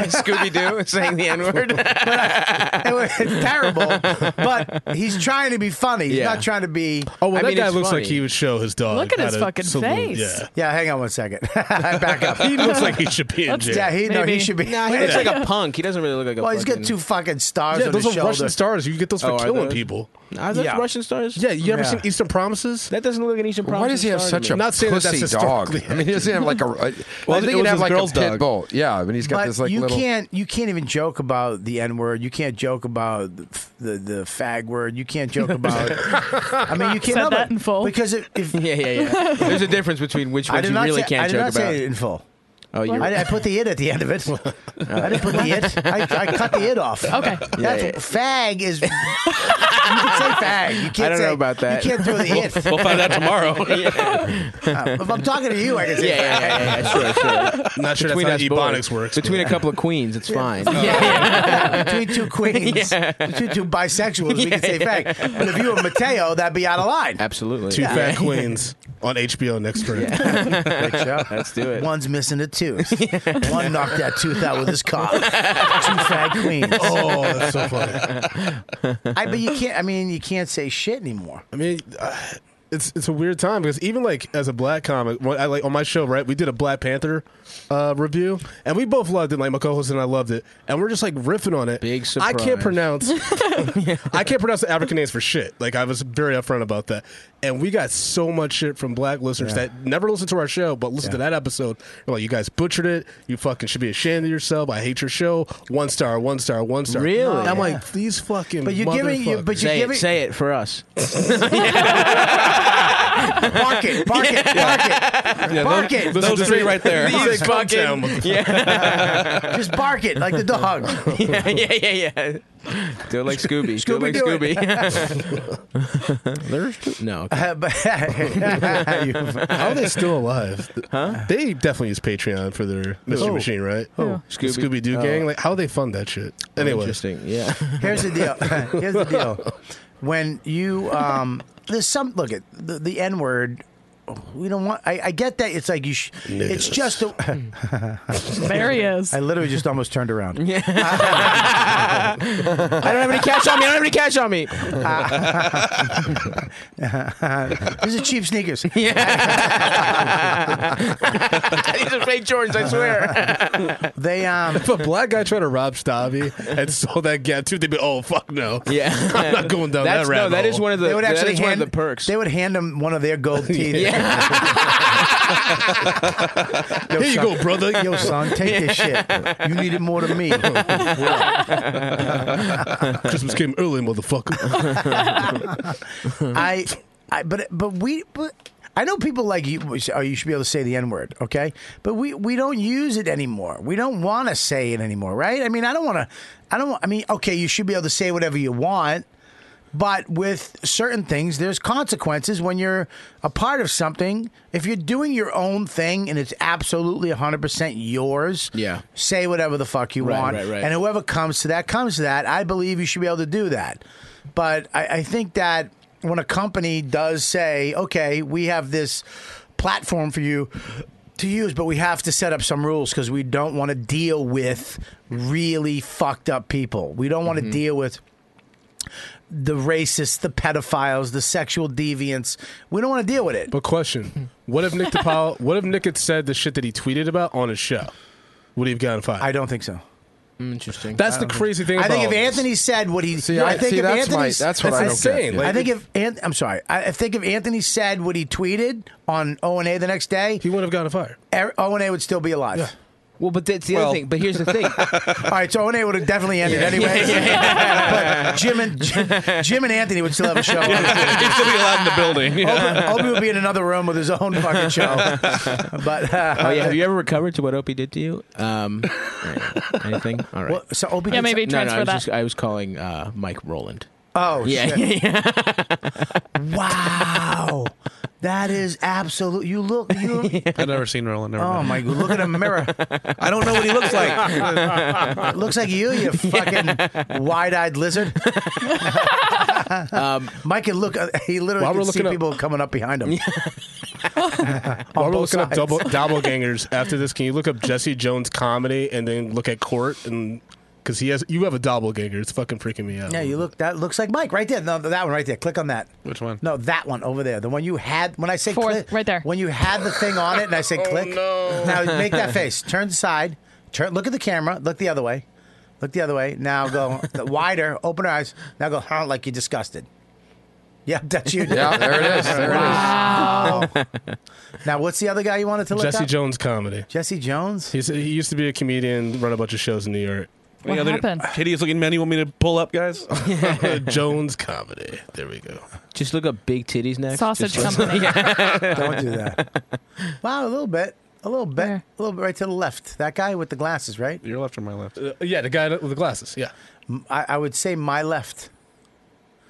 Scooby Doo saying the
[laughs]
N word.
It was terrible, but he's trying to be funny. He's
Yeah.
not trying to be.
Oh well,
I
that
mean,
guy
it's
looks
funny.
like he would show his dog.
Look at
how
his
to
fucking
salute.
face.
Yeah,
Yeah, hang on one second. Back
[laughs]
up.
he looks like he should be in jail.
Yeah, he no, he
Maybe.
should be.
Nah, he looks like a punk. He doesn't really look like a.
well, he's got
fucking-
two fucking stars
Yeah,
on
those
his
are
shoulder.
Russian stars. You get those for
Oh, are
killing
those?
people.
Are those
Yeah.
Russian stars?
Yeah, you ever
Yeah.
seen Eastern Promises?
That doesn't look like an Asian problem.
Why does he have such a
Not saying that
pussy
that's
dog?
historically
[laughs] I mean, he doesn't have like a. I
Well, it
think he'd
was
have
his
like a
girl's
pit
dog.
bull. Yeah, I mean, he's got
But
this like
you
little.
can't you can't even joke about the N word. You can't joke about the, f- the the fag word. You can't joke
[laughs]
about. I
[laughs]
mean, you
Said
can't no,
that
but-
in full.
because if, if
Yeah,
[laughs]
yeah, yeah. There's a difference between which
I
ones
did
you
not
really
say, I
can't
did
joke
not
about.
say it in full.
Oh, you're
I, I put the it at the end
[laughs]
of it. I didn't put the it. I, I cut the it
[laughs]
off.
Okay.
That's, Fag is. [laughs] you can say fag. You can't
I don't
say,
know about that.
You can't throw the it. Uh,
We'll find
[laughs]
out tomorrow.
if I'm talking to you, I can
Yeah,
say
yeah,
fag.
yeah, yeah, yeah, sure,
[laughs]
sure.
Not sure
Between
that's
us
how
boys.
Ebonics works.
Between
but-
a couple of queens, it's fine. Yeah,
between two
[laughs]
queens, between two bisexuals, we can say
[laughs]
fag. But if you were Mateo, that'd be out of line.
absolutely.
two [laughs] fat queens on HBO next spring. [laughs]
[laughs] Let's do it.
One's missing a
[laughs]
tooth. One knocked that tooth out with his cock. Two fag
[laughs]
queens.
Oh, that's so funny.
I, but you can't. I mean, you can't say shit anymore.
I mean, uh, it's it's a weird time because even like as a black comic, when I like on my show, right? We did a Black Panther uh, review, and we both loved it. Like my co-host and I loved it, and we're just like riffing on it. Big I can't
surprise.
pronounce.
[laughs]
I can't pronounce the African names for shit. Like I was very upfront about that, and we got so much shit from black listeners
Yeah.
that never listened to our show, but listened to that episode. They're like, you guys butchered it. You fucking should be ashamed of yourself. I hate your show. One star, one star, one star.
Really?
And I'm like these fucking. [laughs]
But you're giving- you- but you're Say it, giving- say it for us.
Park it, park it, park it,
Yeah,
bark
those-
it.
those Those three three- right there. these
Just bark
[laughs]
fucking-
it.
Yeah.
[laughs] Just bark it like the dog.
yeah, yeah, yeah,
[laughs]
yeah. Do it like Scooby. do it like
Scooby-Doo
Scooby. [laughs] There's two.
[laughs]
No. okay.
Uh, but-
How are they still alive? Huh? They definitely use Patreon for their Mystery
Oh.
Machine, right?
Yeah.
Oh,
Scooby-
Scooby Doo
Oh.
gang. Like, how they fund that shit? Anyway,
interesting. Yeah.
Here's
[laughs]
the deal. Here's the deal. When you um, there's some look at the, the N word. We don't want. I, I get that. It's like you. Sh- it's
Niggas.
just a.
[laughs]
[laughs] There he is.
I literally just almost turned
[laughs]
around. Yeah.
I don't have any cash on me. I don't have any cash
[laughs]
on me.
Ah. These are cheap
[laughs]
sneakers.
These are fake Jordans, I swear.
[laughs] They um.
If a black guy tried to rob Stabby and sold that gap too, they'd be oh fuck no.
Yeah.
[laughs] I'm not going down that rabbit hole.
They would actually hand, the perks. They would hand him one of
[laughs]
their gold [laughs] teeth.
Here you go, brother.
Yo, son, take this shit. You need it more than
[laughs]
me. [laughs]
Christmas came early, motherfucker.
[laughs] I, I, but but we, but I know people like you. we say, Oh, you should be able to say the N word, okay? But we we don't use it anymore. We don't want to say it anymore, right? I mean, I don't want to. I don't. wa- I mean, okay, you should be able to say whatever you want. But with certain things, there's consequences when you're a part of something. If you're doing your own thing and it's absolutely 100% yours,
Yeah.
say whatever the fuck you
Right,
want.
right, right.
And whoever comes to that comes to that. I believe you should be able to do that. But I, I think that when a company does say, okay, we have this platform for you to use, but we have to set up some rules because we don't want to deal with really fucked up people. We don't want to deal with the racists, the pedophiles, the sexual deviants. We don't want to deal with it.
But question: What if Nick DePaul? What if Nick had said the shit that he tweeted about on his show? Would he have gotten fired? I
don't think so.
Interesting.
That's
I
the
don't
crazy thing.
I think
about
if Anthony said what he,
See,
No,
I-
I think
see,
if
that's my-
Anthony's,
that's what I That's don't get. insane. Like,
I think if An- I'm sorry, I, I think if Anthony said what he tweeted on O and A the next day, he
wouldn't have gotten fired.
O and A would still be alive.
Well, but that's the other thing. But here's the
[laughs]
thing.
All right, so O and A would have definitely ended
Yeah.
anyway.
[laughs] Yeah, yeah.
but Jim and Jim, Jim and Anthony would still have a show.
[laughs] He'd
still be allowed in the building.
Opie, Opie would be in another room with his own fucking show.
[laughs]
But uh,
oh yeah, have you ever recovered to what Opie did to you? Um, anything? All right.
so Opie
Yeah, did maybe
no, no,
transfer
I was
that.
Just, I was calling uh, Mike Roland.
Oh
yeah,
shit.
yeah,
wow, that is absolute. You look, you look.
I've never seen Roland. Never
Oh
met.
my! Look at a mirror.
[laughs] I don't know what he looks like.
looks like you,
[laughs]
you fucking wide-eyed lizard.
Um,
[laughs] Mike can look. He literally
While we're
can see
looking up-
people coming up behind
[laughs]
him.
While
On
we're
both
looking up
sides.
double, doppelgangers after this, can you look up Jesse Jones comedy and then look at Court and because he has you have a doppelganger. It's fucking freaking me out.
Yeah, you look. That looks like Mike right there. No, that one right there. Click on that.
Which one?
No, that one over there. The one you had when I say click right there. When you had the thing on it, and I
Oh,
say click. Now make that face. Turn side. Turn. Look at the camera. Look the other way. Look the other way. Now go wider. Open her eyes. Now go huh, like you're disgusted. Yeah, [laughs] that's you.
Yeah, there it is. There it is.
[laughs] wow. now what's the other guy you wanted to look
Jesse
up?
Jones comedy.
Jesse Jones.
He's, he used to be a comedian, run a bunch of shows in New York.
Any other hideous looking men you want me to pull up, guys?
[laughs]
[laughs]
Jones comedy. There we go.
Just look up big titties next.
Sausage
Just-
company.
[laughs]
[laughs]
Yeah.
Don't do that. [laughs] Wow, a little bit. A little bit. A little bit right to the left. That guy with the glasses, right?
Your left or my left?
Uh, yeah, the guy with the glasses. Yeah.
I, I would say my left.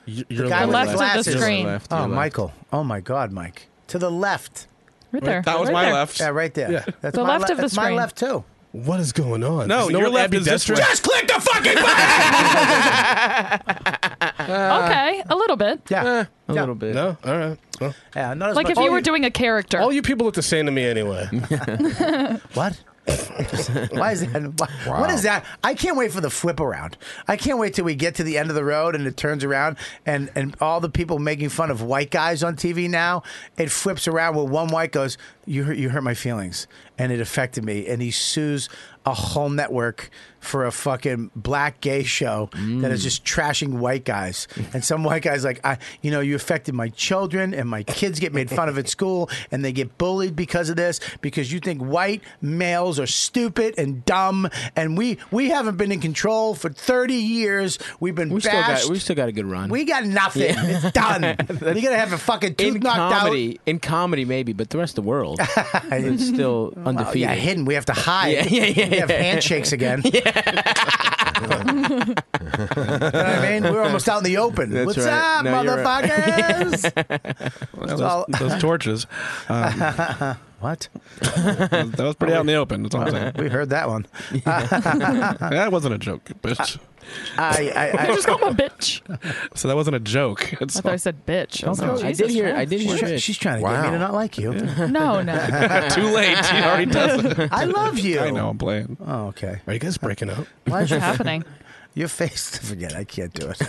Y-
The
Your
guy with
left.
the glasses. Oh, Michael. Oh, my God, Mike. To the left.
Right
there. That was Right my there. left.
Yeah, right there.
Yeah.
That's
The
my
left
le-
of the
that's
screen.
my left, too.
What is going on?
No,
There's no
your
one
left is this
ambidextrous.
way.
Just
click the fucking
Uh,
okay, a little bit.
Yeah.
A little bit. No. All right. Well.
Yeah. Not
like if you were doing a character.
All you people look the same to me anyway.
what? Why [laughs] is that? why-
Wow.
What is that? I can't wait for the flip around. I can't wait till we get to the end of the road and it turns around and, and all the people making fun of white guys on TV now, it flips around where one white goes, you hurt, you hurt my feelings. And it affected me. And he sues a whole network for a fucking black gay show that
Mm.
is just trashing white guys. And some white guy's like, I, you know, you affected my children and my kids get made fun of at school and they get bullied because of this because you think white males are stupid and dumb and we we haven't been in control for 30 years. We've been
We still
bashed.
got we still got a good run.
we got nothing.
Yeah.
It's
[laughs]
done. You're gonna have a fucking tooth
in
knocked
comedy, in comedy maybe, but the rest of the world is still
out. Well,
undefeated.
yeah, hidden. We have to hide.
[laughs] Yeah, yeah, yeah,
we have
yeah.
handshakes again. [laughs] You know what I mean? We're almost out in the open.
That's
What's
right.
up,
No, you're right.
[laughs]
motherfuckers?
Well,
It's all-
those,
[laughs]
those torches. Um,
what?
That was pretty out in the open. That's all I'm saying.
We heard that one.
[laughs] that wasn't a joke, bitch.
I, I, I
just call him a bitch.
So that wasn't a joke. It's
I thought I said bitch. I was
No,
like,
I did
Jesus
hear-
Christ.
I did hear
She's, try-
bitch.
she's trying to get me
Wow.
to not like
[laughs]
you.
[laughs]
uh,
No, no.
[laughs] Too late. He already
[laughs]
does it.
I love you.
I know. I'm playing.
Oh, okay.
Are you guys breaking up?
Why
What's
is your,
happening?
your face? [laughs] Forget. it. I can't do it.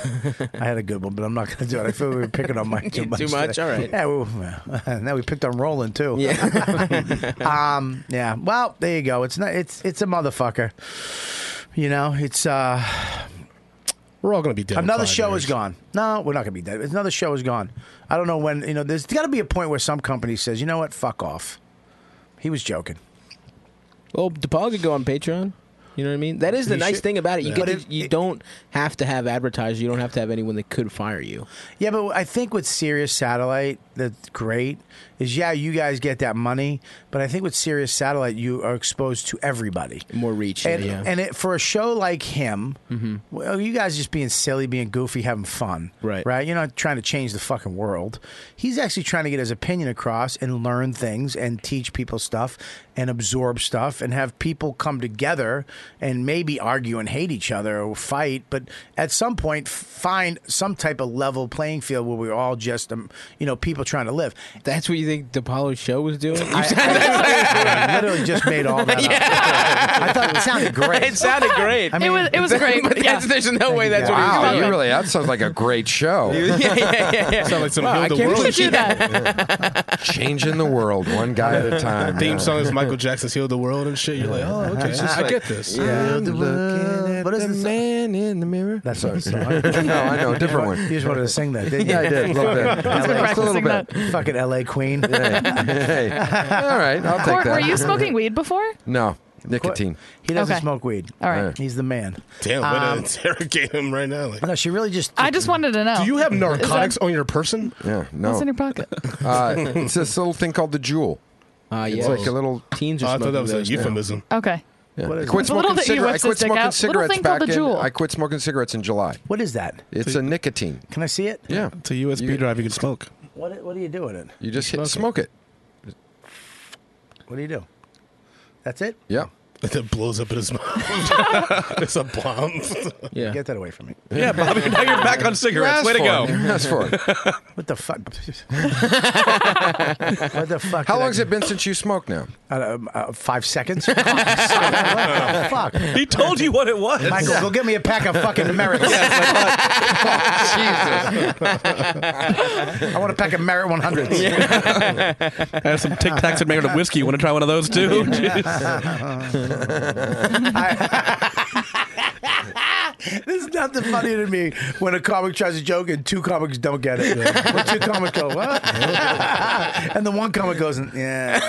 I had a good one, but I'm not going to do it. I feel we were
[laughs]
picking on Mike too
[laughs] Too
much.
much?
uh,
today.
All right.
Yeah.
[laughs]
We, [laughs] now we picked on Roland too. Yeah. [laughs] um. Yeah. Well, there you go. It's not. It's it's a motherfucker. You know. It's uh.
We're all going to be dead. in
Another
five
show
years.
is gone. No, we're not going to be dead. Another show is gone. I don't know when. You know, there's got to be a point where some company says, "You know what? Fuck off." He was joking.
[laughs] Well, DePaul could go on Patreon. You know what I mean? That is the
You
nice
should-
thing about it. You
Yeah.
get
But
to- you don't have to have advertisers. You don't have to have anyone that could fire you.
Yeah, but I think with Sirius Satellite, that's great. Is yeah, you guys get that money, but I think with Sirius Satellite, you are exposed to everybody.
More reach.
And,
yeah.
and it, for a show like him,
Mm-hmm.
well, you guys just being silly, being goofy, having fun,
Right.
Right? You're not trying to change the fucking world. He's actually trying to get his opinion across and learn things and teach people stuff and absorb stuff and have people come together and maybe argue and hate each other or fight, but at some point find some type of level playing field where we're all just, um, you know, people trying to live.
That's what you think DePaulo's show was doing? You said-
I literally just made all
[laughs]
that up. I thought it sounded great.
it sounded great.
I mean,
it was it
[laughs]
was great.
but
yeah.
that's, there's no way that's what
Wow,
he was
you
doing.
really, that sounds like a great show.
[laughs] yeah, yeah, yeah,
[laughs]
yeah.
Sound like some
Wow,
Heal
I
the
can't
World
believe you [laughs]
shit.
did that.
Changing the world
[laughs]
one guy at a time.
Theme
yeah.
song is Michael Jackson's "Heal the World" and shit. You're like, oh, okay, I get this.
I'm
Um,
looking at
What is
the
this-
man in the mirror.
That's what
[laughs] [laughs] no, I know,
[laughs]
different
You
one.
just wanted to sing that, didn't you?
Yeah, I did a little bit.
He's been
Just a little
practicing
bit.
that.
Fucking LA Queen.
[laughs] Hey, hey. all right, [laughs] I'll take
Court,
that.
were you smoking weed before?
No, nicotine.
He doesn't
Okay.
smoke weed.
All right.
He's the man. Um,
Damn, way
um,
to interrogate him right now. Like,
No, she really just.
I
[laughs]
just wanted to know.
do you have narcotics on your person?
Yeah,
what's
no.
in your pocket?
[laughs] Uh, it's this little thing called the jewel.
Uh,
It's
yeah.
like a little.
teens
Oh,
are
I
smoking
thought that was a
those now.
euphemism.
Okay.
Yeah.
What
I
is
quit
it?
The little
smoking,
that you
cigarette- I
whips
quit
the stick
smoking
out? Little
cigarettes
thing called
back
the
in.
Juul.
I quit smoking cigarettes in July.
What is that?
It's a nicotine.
Can I see it?
Yeah,
It's a USB
You-
drive you can smoke.
What What do you do with it?
you just hit,
Smoke
smoke it.
What do you do? That's it.
Yeah.
That blows up in his mouth. [laughs] it's a
[laughs]
bomb.
Yeah.
Get that away from me.
Yeah, Bobby, now you're back on cigarettes. Way to go.
That's
[laughs]
for it.
What
[laughs]
the fuck? what the fuck?
How
did I-
long has it been since you smoked now?
Uh, um, uh, five
[laughs]
seconds. what the fuck?
[laughs]
He told you what it was.
Michael, go get me a pack of
[laughs]
fucking merits. [laughs] I want a pack of merit 100s.
I have some Tic Tacs and made of whiskey. You want to try one of
[laughs]
those too? [laughs]
There's nothing funny to me when a comic tries a joke and two comics don't get it. When two
[laughs]
comics go, what? [laughs] and the one comic goes, yeah.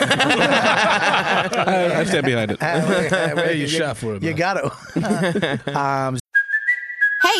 I, I stand behind it.
[laughs] hey,
you shot for it,
You
man.
got it. um,
Hey,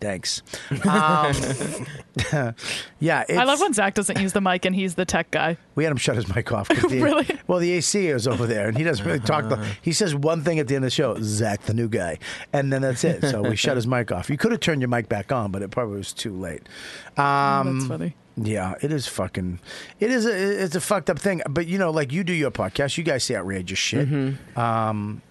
Thanks.
[laughs]
[laughs]
Um, yeah, it's,
I love when Zach doesn't use the mic and he's the tech guy.
We had him shut his mic
[laughs]
off. 'cause The,
Really?
Well, the AC is over there, and he doesn't really talk. The, he says one thing at the end of the show, Zach, the new guy, and then that's it. So we shut his mic off. You could have turned your mic back on, but it probably was too late. Um,
that's funny.
Yeah, it is fucking. It is a. It's a fucked up thing. But you know, like you do your podcast, you guys say outrageous shit.
Mm-hmm.
Um,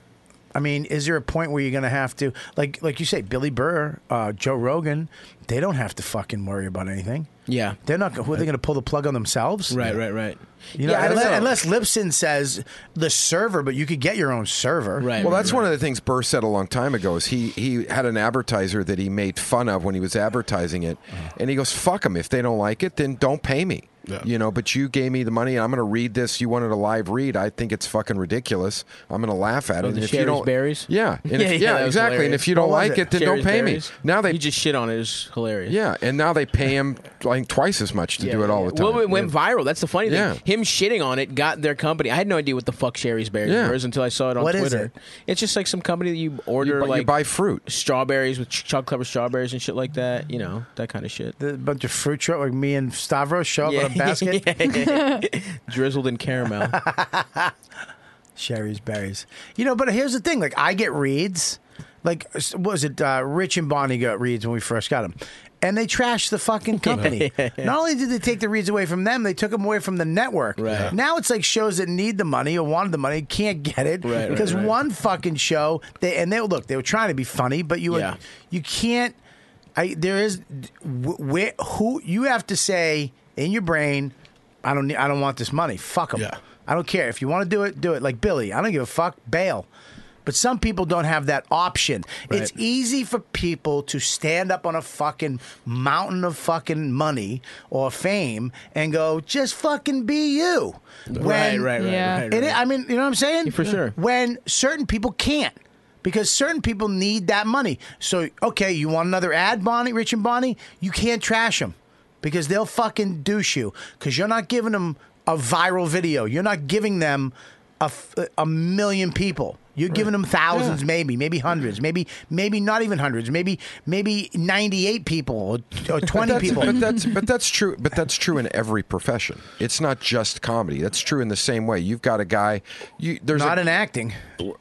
I mean, is there a point where you're gonna have to, like, like you say, Billy Burr, uh, Joe Rogan, they don't have to fucking worry about anything.
Yeah.
They're not. Who are they going to pull the plug on themselves?
Right, right, right.
You know,
Yeah, I don't
unless,
know.
unless Lipson says the server, but you could get your own server. Right.
Well, that's one of the things Burr said a long time ago. Is he he had an advertiser that he made fun of when he was advertising it,
Uh-huh.
and he goes, "Fuck them if they don't like it, then don't pay me." You know, but you gave me the money, and I'm going to read this. You wanted a live read. I think it's fucking ridiculous. I'm going to laugh at it.
Oh,
and
the
if you
Sherry's
don't,
berries?
yeah,
[laughs]
and if- yeah, exactly. And if you don't like it, then don't pay me.
Now they you just
[laughs]
shit on it. It's hilarious.
Yeah, and now they pay him like twice as much to do it all the time.
Well, it went viral. That's the funny thing.
Yeah.
Him shitting on it got their company. I had no idea what the fuck Sherry's berries
Yeah.
was until I saw it on
What is
Twitter.
it?
It's just like some company that you order
You buy- you
like
buy fruit,
strawberries with ch- chocolate covered strawberries and shit like that. You know that kind of shit.
A bunch of fruit truck like me and Stavros show up
Yeah. [laughs]
with a basket.
drizzled in caramel.
[laughs] Sherry's berries. You know, but here's the thing: like I get reads. Like what was it uh, Rich and Bonnie got reads when we first got them, and they trashed the fucking
[laughs]
company.
Yeah.
Not only did they take the reads away from them, they took them away from the network.
Right.
Now it's like shows that need the money or wanted the money can't get it
Right, right,
because
right.
one fucking show they and they look they were trying to be funny, but you
Yeah.
you can't. I there is wh- where who you have to say in your brain. I don't need, I don't want this money. Fuck them. I don't care if you want to do it, do it. Like Billy, I don't give a fuck. Bail. But some people don't have that option. It's easy for people to stand up on a fucking mountain of fucking money or fame and go, just fucking be you.
Right, right, right, Yeah. right,
And it-
right.
I mean, you know what I'm saying? For sure. When certain people can't. Because certain people need that money. So, okay, you want another ad, Bonnie, Rich and Bonnie? You can't trash them because they'll fucking douche you because you're not giving them a viral video. You're not giving them a, f- a million people. You're giving them thousands, maybe, maybe hundreds, maybe, maybe not even hundreds, maybe, maybe 98 people or, or 20
[laughs] but that's,
people.
But that's but that's true. But that's true in every profession. It's not just comedy. That's true in the same way. You've got a guy. You there's
Not
a,
in acting.
What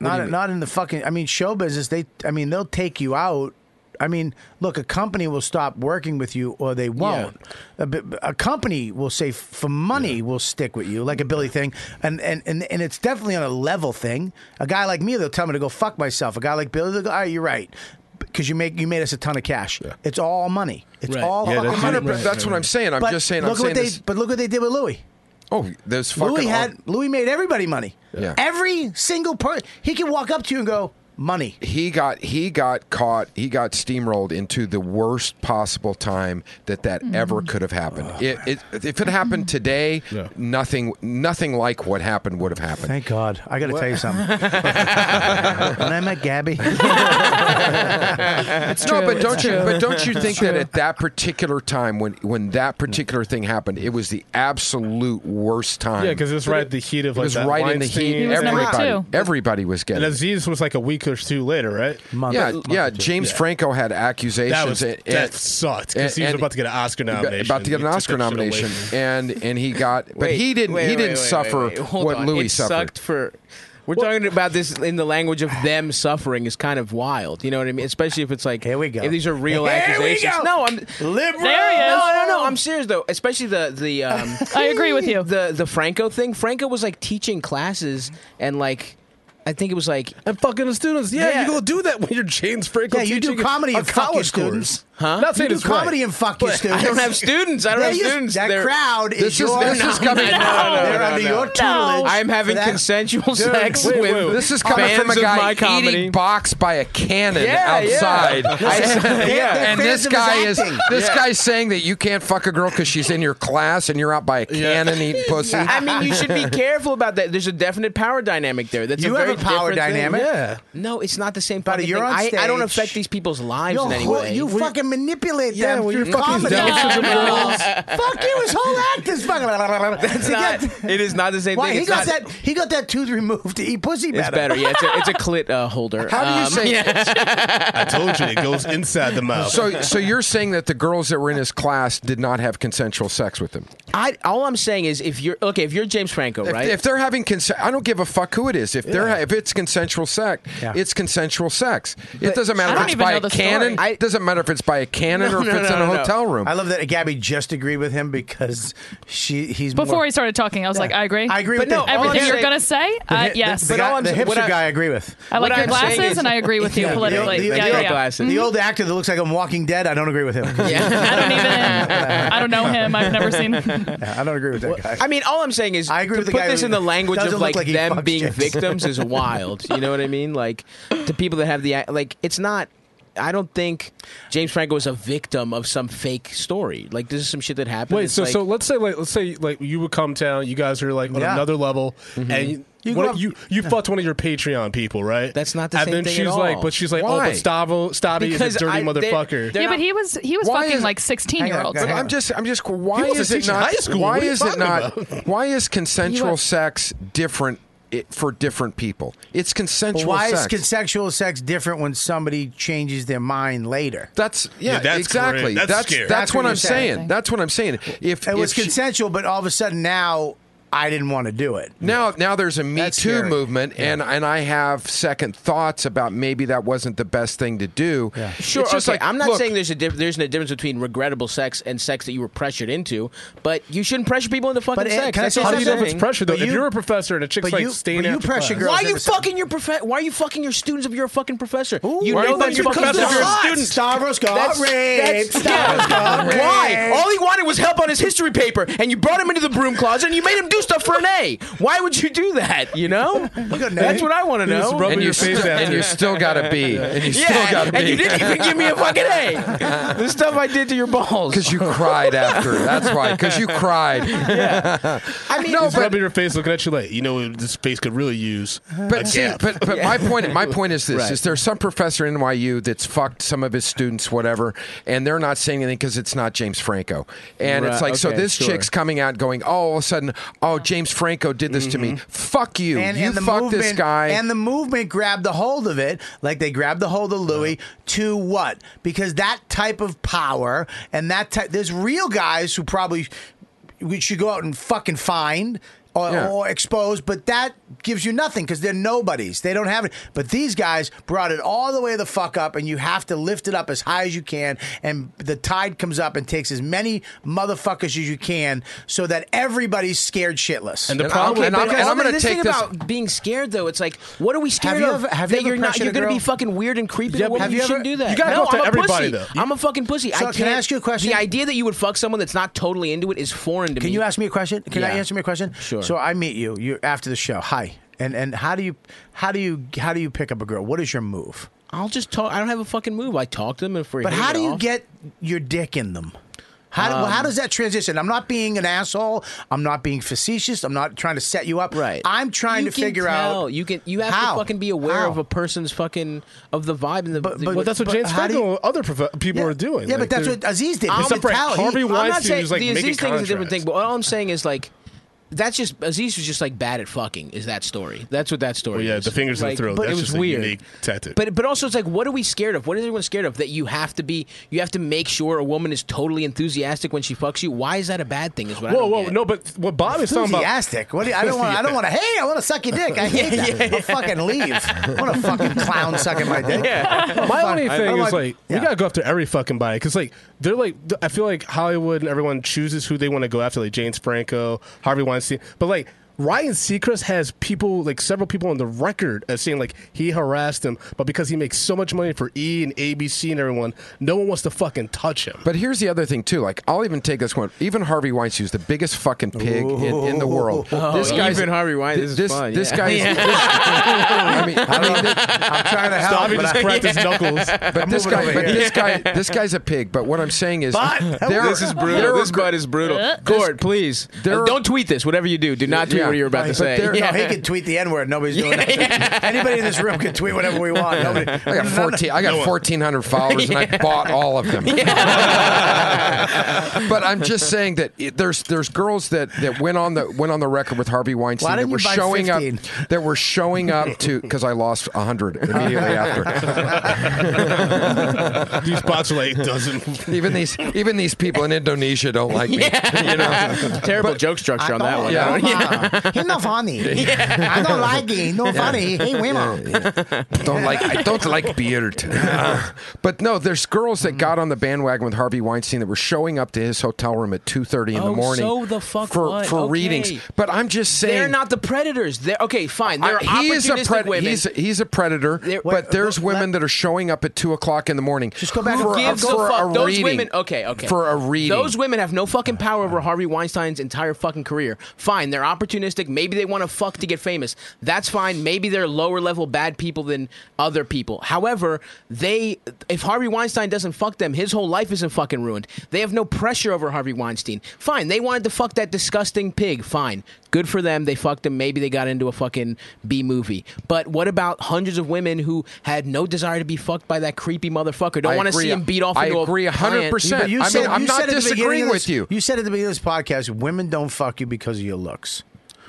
do
Not
you
not in the fucking. I mean, show business. They. I mean, they'll take you out. I mean, look, a company will stop working with you, or they won't. A, bi- a company will say, for money, will stick with you, like a Billy thing, and and and and it's definitely on a level thing. A guy like me, they'll tell me to go fuck myself. A guy like Billy, they'll go, all right, you're right, because you make you made us a ton of cash. It's all money. It's
Right.
all
Yeah,
fucking
that's-
money.
Right, right, that's what right. I'm saying. I'm
But
just saying- I'm
Look at what
saying
they.
this-
But look what they did with Louis.
Oh, there's fucking.
Louis had
all-
Louis made everybody money.
Yeah.
Every single person he could walk up to you and go money.
he got he got caught he got steamrolled into the worst possible time that that ever could have happened
[laughs]
it, it, if it happened today nothing nothing like what happened would have happened
thank god i gotta tell you something
[laughs]
when I met Gabby,
no,
true,
but don't
it's
you
true.
but don't you
It's
think
true.
that [laughs] at that particular time when when that particular thing happened, it was the absolute worst time.
Yeah, 'cause it was right at the heat of,
it
like,
was
that
right in the
Weinstein-
heat.
He was number
everybody,
two.
everybody was
And
getting. it.
Aziz was like a week or two later, right?
yeah, yeah. James Franco had accusations.
That was-
and-
that
and-
sucked, 'cause he was about to get an Oscar
he got-
nomination.
About to get an
He took
Oscar
that shit away
nomination,
from
and and he got, but
Wait,
he didn't.
wait,
he
wait,
didn't
wait,
suffer
wait, wait. Hold
what
on.
Louis
it
suffered.
sucked for. We're talking about this in the language of them suffering is kind of wild. You know what I mean? Especially if it's like here we go. If these are real
Here we
accusations.
go.
No, I'm
Liberal. There he is.
No, no, no. I'm serious though. Especially the the. Um,
[laughs] I agree with you.
The the Franco thing. Franco was like teaching classes and like. I think it was like and fucking the students.
Yeah, you go do that when you're James Franco.
Yeah, you do
teaching
comedy
a
and fuck your
college
students.
course.
Huh?
Not saying
You do
it's
comedy
right.
and fuck your But I students. don't
[laughs]
have students. I don't
They
have
use-
students.
That
They're-
crowd
This
is
is-
your.
this is coming- No, no, no,
They're
no,
under
no.
your
No.
tutelage.
I am having
for that.
consensual Dude, sex wait, with wait.
This is coming
fans
from a
of my
guy
comedy.
eating boxed by a cannon
Yeah, yeah.
outside.
I said- They're- they're
And
fans
this
of his
guy is
acting.
this
Yeah.
guy's saying that you can't fuck a girl because she's in your class and you're out by a cannon eating pussy.
I mean, you should be careful about that. There's a definite power dynamic there. That's
You
a
have
very
a power
different thing.
dynamic? Yeah.
No, it's not the same.
Buddy,
fucking
you're
thing.
on
I, I don't
stage.
affect these people's lives
You're
in any
ho-
way.
you What- fucking
fucking manipulate
Yeah,
them
well,
through
you're fucking
comedy.
dancers and girls.
Fuck you, his whole act is fucking.
That's not, it is not the same
Why
thing.
he
It's
got
not-
that? He got that tooth removed to eat pussy
It's
better. [laughs]
better. Yeah, it's a, it's a clit uh, holder.
How do you
[laughs]
say-
I told you it goes inside the mouth.
So, so you're saying that the girls that were in his class did not have consensual sex with him?
I all I'm saying is if you're okay, if you're James Franco,
If,
right?
if they're having consent, I don't give a fuck who it is. If they're ha- if it's consensual sex, it's consensual sex. it doesn't matter
I don't
if it's
even
by
know
a
the
cannon.
story.
It doesn't matter if it's by a cannon or if it's in a hotel room.
I love that Gabby just agreed with him because she he's
Before
more,
he started talking, I was like, I agree. I
agree with that.
everything
All
you're
I'm
gonna say.
The
Uh,
hi-
yes,
the, the, guy, the hipster guy I agree with.
I like
What
your
I'm saying
glasses,
is-
and I agree with you
[laughs] Yeah, the old-
politically.
The,
Yeah,
the
yeah,
old-
yeah.
the old actor that looks like I'm Walking Dead. I don't agree with him.
[laughs]
I don't know him. I've never seen.
[laughs] Yeah, I don't agree with that guy.
I mean, all I'm saying is
I agree
to
with the
put
guy
this
who
in the language
doesn't
of
look
like,
like he
them
fucks
being
chicks. [laughs]
victims is wild. You know what I mean? Like to people that have the like, it's not. I don't think James Franco is a victim of some fake story. Like this is some shit that happened.
Wait,
It's
so
like,
so let's say like let's say like you would come town, you guys are like on
Yeah. Mm-hmm.
another level, and you
You
you, one,
go up-
you you fucked one of your Patreon people, right? That's not
the
and
same
then
thing at
she's like,
all.
but she's like, oh,
Why?
but Stavo Stavi is
Because
a dirty
I- they're-
motherfucker.
yeah, but he was he was
Why
fucking
is-
like 16
Hang on,
year olds.
But I'm just, I'm just. Why
wasn't
is it
teaching
not?
high school.
Why
What are you
is it
talking
not? [laughs] Why is
He
consensual
was-
sex different it, for different people? It's consensual.
Why
sex.
is consensual sex different when somebody changes their mind later?
That's yeah, exactly. That's that's, what, I'm saying. That's what I'm saying. If
it was
if she-
consensual, but all of a sudden now I didn't want to do it.
Now, now there's a Me Too
scary.
movement, and and I have second thoughts about maybe that wasn't the best thing to do.
Sure,
It's just
okay,
like,
I'm not
look,
saying there's a diff- there's no difference between regrettable sex and sex that you were pressured into, but you shouldn't pressure people into fucking
But, uh,
eh,
sex.
can I
That's
say
all I'm
something? How do you know if it's
saying.
pressure, though? But If you- you're a professor and a chick's, but like, you- staying but you after pressure class. girls
why are you
into sex.
fucking your prof- Why are you fucking your students if you're a fucking professor? you
Why are you
know that
fucking your
you're fucking
professor if you're a
hot.
student?
Stavros got
That's-
raped.
that's-
Stavros got raped.
Why? All he wanted was help on his history paper, and you brought him into the broom closet and you made him do stuff for an A. Why would you do that? You know, that's what I want to
You just
know.
rub And in you your face still- after. and you still got a [laughs] B. And you still
Yeah,
got a
And you
B.
didn't even give me a fucking A. The stuff I did to your balls.
Because you cried after. That's why. Because you cried.
I
mean, no,
Just
but
rubbing your face, looking at you like, you know, what this face could really use. a
[laughs] But see,
gap."
but, but my point my point is this:
Right.
is there some professor in NYU that's fucked some of his students, whatever, and they're not saying anything because it's not James Franco, [laughs] and it's
Right,
like so
okay,
this
sure.
chick's coming out going, oh, all of a sudden, oh, James Franco did this
Mm-hmm.
to me. Fuck you,
And,
you
and the
fuck
movement,
this guy.
And the movement grabbed the hold of it, like they grabbed the hold of Louis. To what? Because that type of power and that type, there's real guys who probably we should go out and fucking find. Or,
Yeah.
or expose, but that gives you nothing because they're nobodies. They don't have it. But these guys brought it all the way the fuck up, and you have to lift it up as high as you can. And the tide comes up and takes as many motherfuckers as you can, so that everybody's scared shitless.
Okay, but all the- this thing about being scared though. It's like, what are we scared
you
of?
ever- have you
that
ever
are not.
pressured
You're
a
gonna be
girl?
fucking weird and creepy.
Yeah,
Yeah,
but have
you,
you ever-
shouldn't do that.
you gotta
no,
go up to
I'm a
everybody,
pussy.
though. You-
I'm a fucking pussy.
So,
I
can I
can't,
ask you a question?
The idea that you would fuck someone that's not totally into it is foreign to me.
Can you ask me a question? Can I
Yeah.
answer me a question?
Sure.
So I meet you. You after the show. Hi. And and how do you how do you how do you pick up a girl? What is your move?
I'll just talk. I don't have a fucking move. I talk to them and for.
But
him
how
to
do you
off-
get your dick in them? How, well, how
Um,
does that transition? I'm not being an asshole. I'm not being facetious. I'm not trying to set you up. Right. I'm trying
You
to
can
figure
tell.
out.
You can. You have
How?
to fucking be aware
How?
of a person's fucking of the vibe and the. But,
well, that's what James Franco and other prof- people are doing.
Yeah, but that's
they're-
what Aziz did.
Except
His
for
mentality-
Harvey
I'm not
Weinstein
saying-
was like
the
making
Aziz thing is a different
contracts.
thing, but all I'm saying is like. That's just Aziz was just like bad at fucking. Is that story? That's what that story.
Well, yeah,
is.
the fingers in
Like,
the throat.
But
That's
it was
just
weird.
a unique tactic.
But but also it's like, what are we scared of? What is everyone scared of? That you have to be, you have to make sure a woman is totally enthusiastic when she fucks you. Why is that a bad thing? Is what I
whoa,
don't
whoa,
get.
no, but what Bob is talking about.
Enthusiastic. What do you-
[laughs]
I don't
[laughs]
want. I don't want to. Hey, I want to suck your dick. I hate
Yeah,
that.
yeah,
I'll fucking leave. I want a fucking clown sucking my dick.
My only thing
I'm
is like, we gotta go after every fucking body because like they're like th- I feel like Hollywood and everyone chooses who they want to go after, like James Franco, Harvey Weinstein, but like. Ryan Seacrest has people, like several people on the record, as saying like he harassed him, but because he makes so much money for E and ABC and everyone, no one wants to fucking touch him.
But here's the other thing too. Like I'll even take this one. Even Harvey Weinstein's the biggest fucking pig in, in the [laughs] world.
Oh,
this guy's
even Harvey Weinstein-
This
this is
this, this
fun, yeah.
guy. Is,
Yeah.
[laughs]
this- [laughs] I mean, I mean, this-
I'm trying to help.
Stabby
but
just
I-
cracked his
[laughs]
knuckles.
[laughs] But
I'm
this
moving
guy,
over
but
here.
this guy, this [laughs] guy's a pig. But what I'm saying is, [laughs]
But-
there-
This is brutal.
there are
This
gr-
butt is brutal. Gord, please
there are-
don't tweet this. Whatever you do, do not tweet what you were about to
But
say.
there-
[laughs] Yeah.
No, he could tweet the N word. Nobody's doing
Yeah.
that. Anybody in this room can tweet whatever we want. Nobody.
I
[laughs]
got fourteen. I got fourteen hundred followers, and I bought all of
[laughs]
them. but I'm just saying that it, there's there's girls that, that went on the went on the record with Harvey Weinstein
Why
that
didn't
were
you buy
showing
15?
up that were showing up to because I lost hundred immediately
[laughs]
[laughs] after.
these bots are like dozen.
[laughs] Even these even these people in Indonesia don't like me. You know,
terrible joke structure on that one.
Yeah.
He's not funny.
[laughs] Yeah.
I don't like him. No
Yeah.
funny. Hey, women.
Yeah, yeah. Don't like I don't like [laughs] beard. Uh, but no, there's girls
Mm-hmm.
that got on the bandwagon with Harvey Weinstein that were showing up to his hotel room at 2:30 in the
Oh,
morning
so the fuck
for
what?
for
Okay.
readings. But I'm just saying
They're not the predators. They're okay, fine. They're
I- he is a
opportunistic
pred-
women.
He's, he's a predator, but there's women that are showing up at two o'clock in the morning. Just go
Who
for,
gives
a,
a
for
fuck?
a
Those
reading.
women, okay, okay.
For a reading.
Those women have no fucking power over Harvey Weinstein's entire fucking career. Fine, they're opportunistic. Maybe they want to fuck to get famous. That's fine. Maybe they're lower level bad people than other people. However, they, if Harvey Weinstein doesn't fuck them, his whole life isn't fucking ruined. They have no pressure over Harvey Weinstein. Fine, they wanted to fuck that disgusting pig. Fine. Good for them. They fucked him. Maybe they got into a fucking B movie. But what about hundreds of women who had no desire to be fucked by that creepy motherfucker? Don't
I
want to
agree.
see him beat off
I
into
agree
a plant.
100%.
But you
I mean,
said,
I'm
you
not
said at the
disagreeing
beginning of
with
this-
you.
You said at the beginning of this podcast, women don't fuck you because of your looks.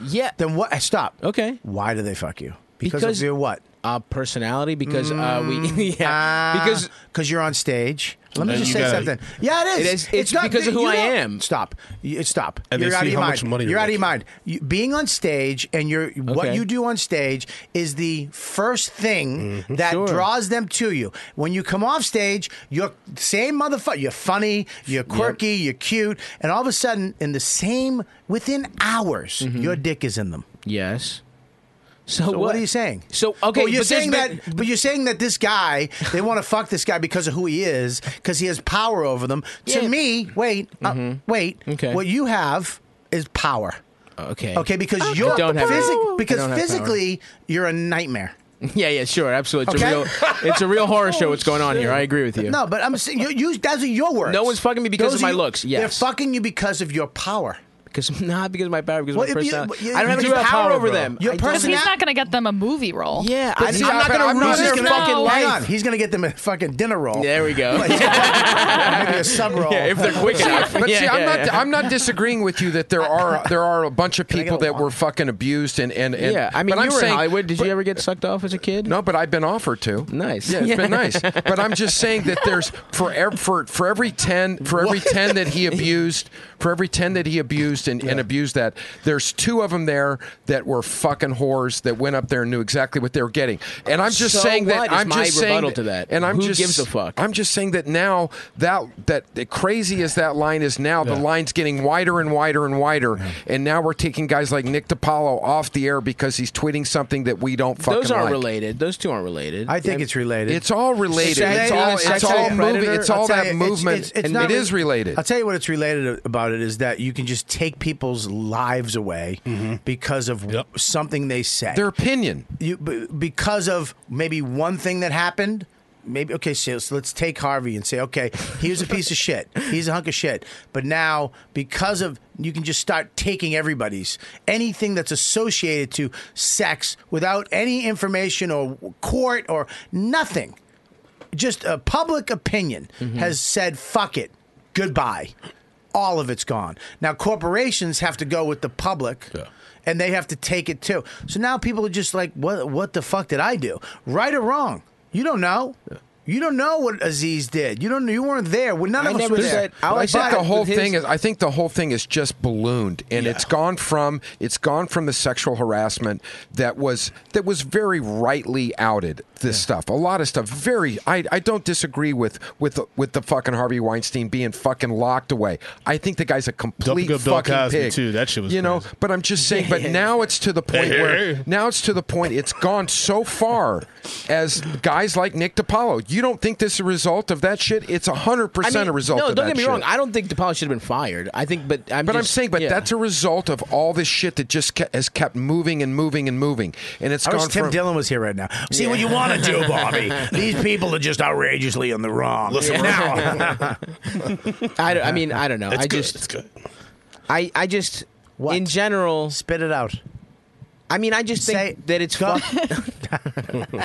Yeah.
Then what? Stop.
Okay.
Why do they fuck you? Because,
Because-
of your what?
Uh, personality. Because uh,
[laughs]
we yeah.
because
because
ah. because you're on stage. Let me
And
just
you
say
gotta-
something. Yeah, it is.
It is- it's because of who
you
I
don't-
am.
Stop. You- Stop.
And they
you're out
see
of your
how
mind.
much money
you're
you're
out of your mind. You- being on stage and you're what
Okay.
you do on stage is the first thing
Mm-hmm.
that draws them to you. When you come off stage, you're same motherfucker. You're funny. You're quirky. You're cute. And all of a sudden, in the same within hours, your dick is in them.
yes. So,
what? are you saying?
So okay,
Well, you're
but there's
saying
been-
that, but you're saying that this guy they want to fuck this guy because of who he is, because he has power over them. To
Yeah. Mm-hmm.
me, wait, uh, wait.
Okay.
What you have is power.
Okay.
Okay, because
I
you're
don't have
physic-
power. I
because
don't have power.
physically you're a nightmare.
Yeah, yeah, sure, absolutely. It's
Okay?
a real, it's a real horror show. What's going on here? I agree with you.
No, but I'm saying you, you. That's your words.
No one's fucking me because
Those
of my
are you-
looks, yes.
they're fucking you because of your power.
because [laughs] not because of my power, because
Well,
of
if
my
you-
personality.
you-
I don't
you
have any
do
power,
have power,
over
bro.
them.
Your
I
Because
don't-
he's not going to get them a movie role.
Yeah,
But
I,
see,
am not
but
going to ruin
just
their
gonna-
fucking
Hang
life.
on, he's gonna get them a fucking dinner roll.
There
[laughs]
we go.
Maybe a sub roll.
[laughs] Yeah, if they're quick enough.
But
yeah,
see, I'm
yeah,
not.
yeah.
I'm not disagreeing with you
[laughs]
that there are there are a bunch of people that were fucking abused and and, and
yeah, I mean,
but
you
I'm
were
saying,
in Hollywood. Did you ever get sucked off as a kid?
No, but I've been offered to.
Nice.
Yeah, it's been nice. But I'm just saying that there's for ev- for for every ten for every ten that he abused, for every ten that he abused and, and abused that, there's two of them there that were fucking whores that went up there and knew exactly what they were getting. And I'm just
So
saying
what
that
is
I'm
my
just saying
rebuttal to that?
And I'm
Who
just
gives a fuck?
I'm just saying that now that that the crazy as that line is now, the line's getting wider and wider and wider. And now we're taking guys like Nick DiPaolo off the air because he's tweeting something that we don't fucking
[laughs] Those aren't
like.
related. Those two aren't related.
I think it's related.
It's all related. It's all,
I'll
it's
tell
all
you-
moving. It's
I'll
all
tell
that
you, it's-
movement.
it's- it's
and
not
it
really-
is related.
I'll tell you what it's related about it is that you can just take people's lives away because of something they say.
Mm-hmm. Their opinion.
You b- because of maybe one thing that happened. Maybe okay, so so let's take Harvey and say, okay, he was a piece of shit. He's a hunk of shit. But now, because of you can just start taking everybody's anything that's associated to sex without any information or court or nothing just a public opinion has said fuck it goodbye all of it's gone now corporations have to go with the public and they have to take it too so now people are just like what what the fuck did i do right or wrong you don't know You don't know what Aziz did. You don't. You weren't there. Well, none
I
of us
never
were there.
said- I
I
like
think
that
the
with
whole
his-
thing is. I think the whole thing is just ballooned, and it's gone from it's gone from the sexual harassment that was that was very rightly outed. This stuff, a lot of stuff. Very, I, I don't disagree with with with the fucking Harvey Weinstein being fucking locked away. I think the guy's a complete
up Bill
fucking
Cosby,
pig.
too. That shit was
you know. But I'm just saying. But now it's to the point where
Hey.
now it's to the point it's gone so far as guys like Nick DiPaolo. You don't think this is a result of that shit? It's hundred
I
percent
mean,
a result.
No,
of
don't
that
get me
shit.
wrong. I don't think DePaul should have been fired. I think, but I'm.
But I'm
just-
saying, but
yeah.
that's a result of all this shit that just ke- has kept moving and moving and moving, and it's
I wish
gone
Tim
from.
Dillon was here right now. See what you want to do,
[laughs]
Bobby. These people are just outrageously on the wrong.
Listen,
now. [laughs]
[laughs] I, don't- I mean, I don't know.
It's
I
good.
just,
It's good.
I, I just, What? In general,
spit it out.
I mean, I just think that it's. fuck- [laughs]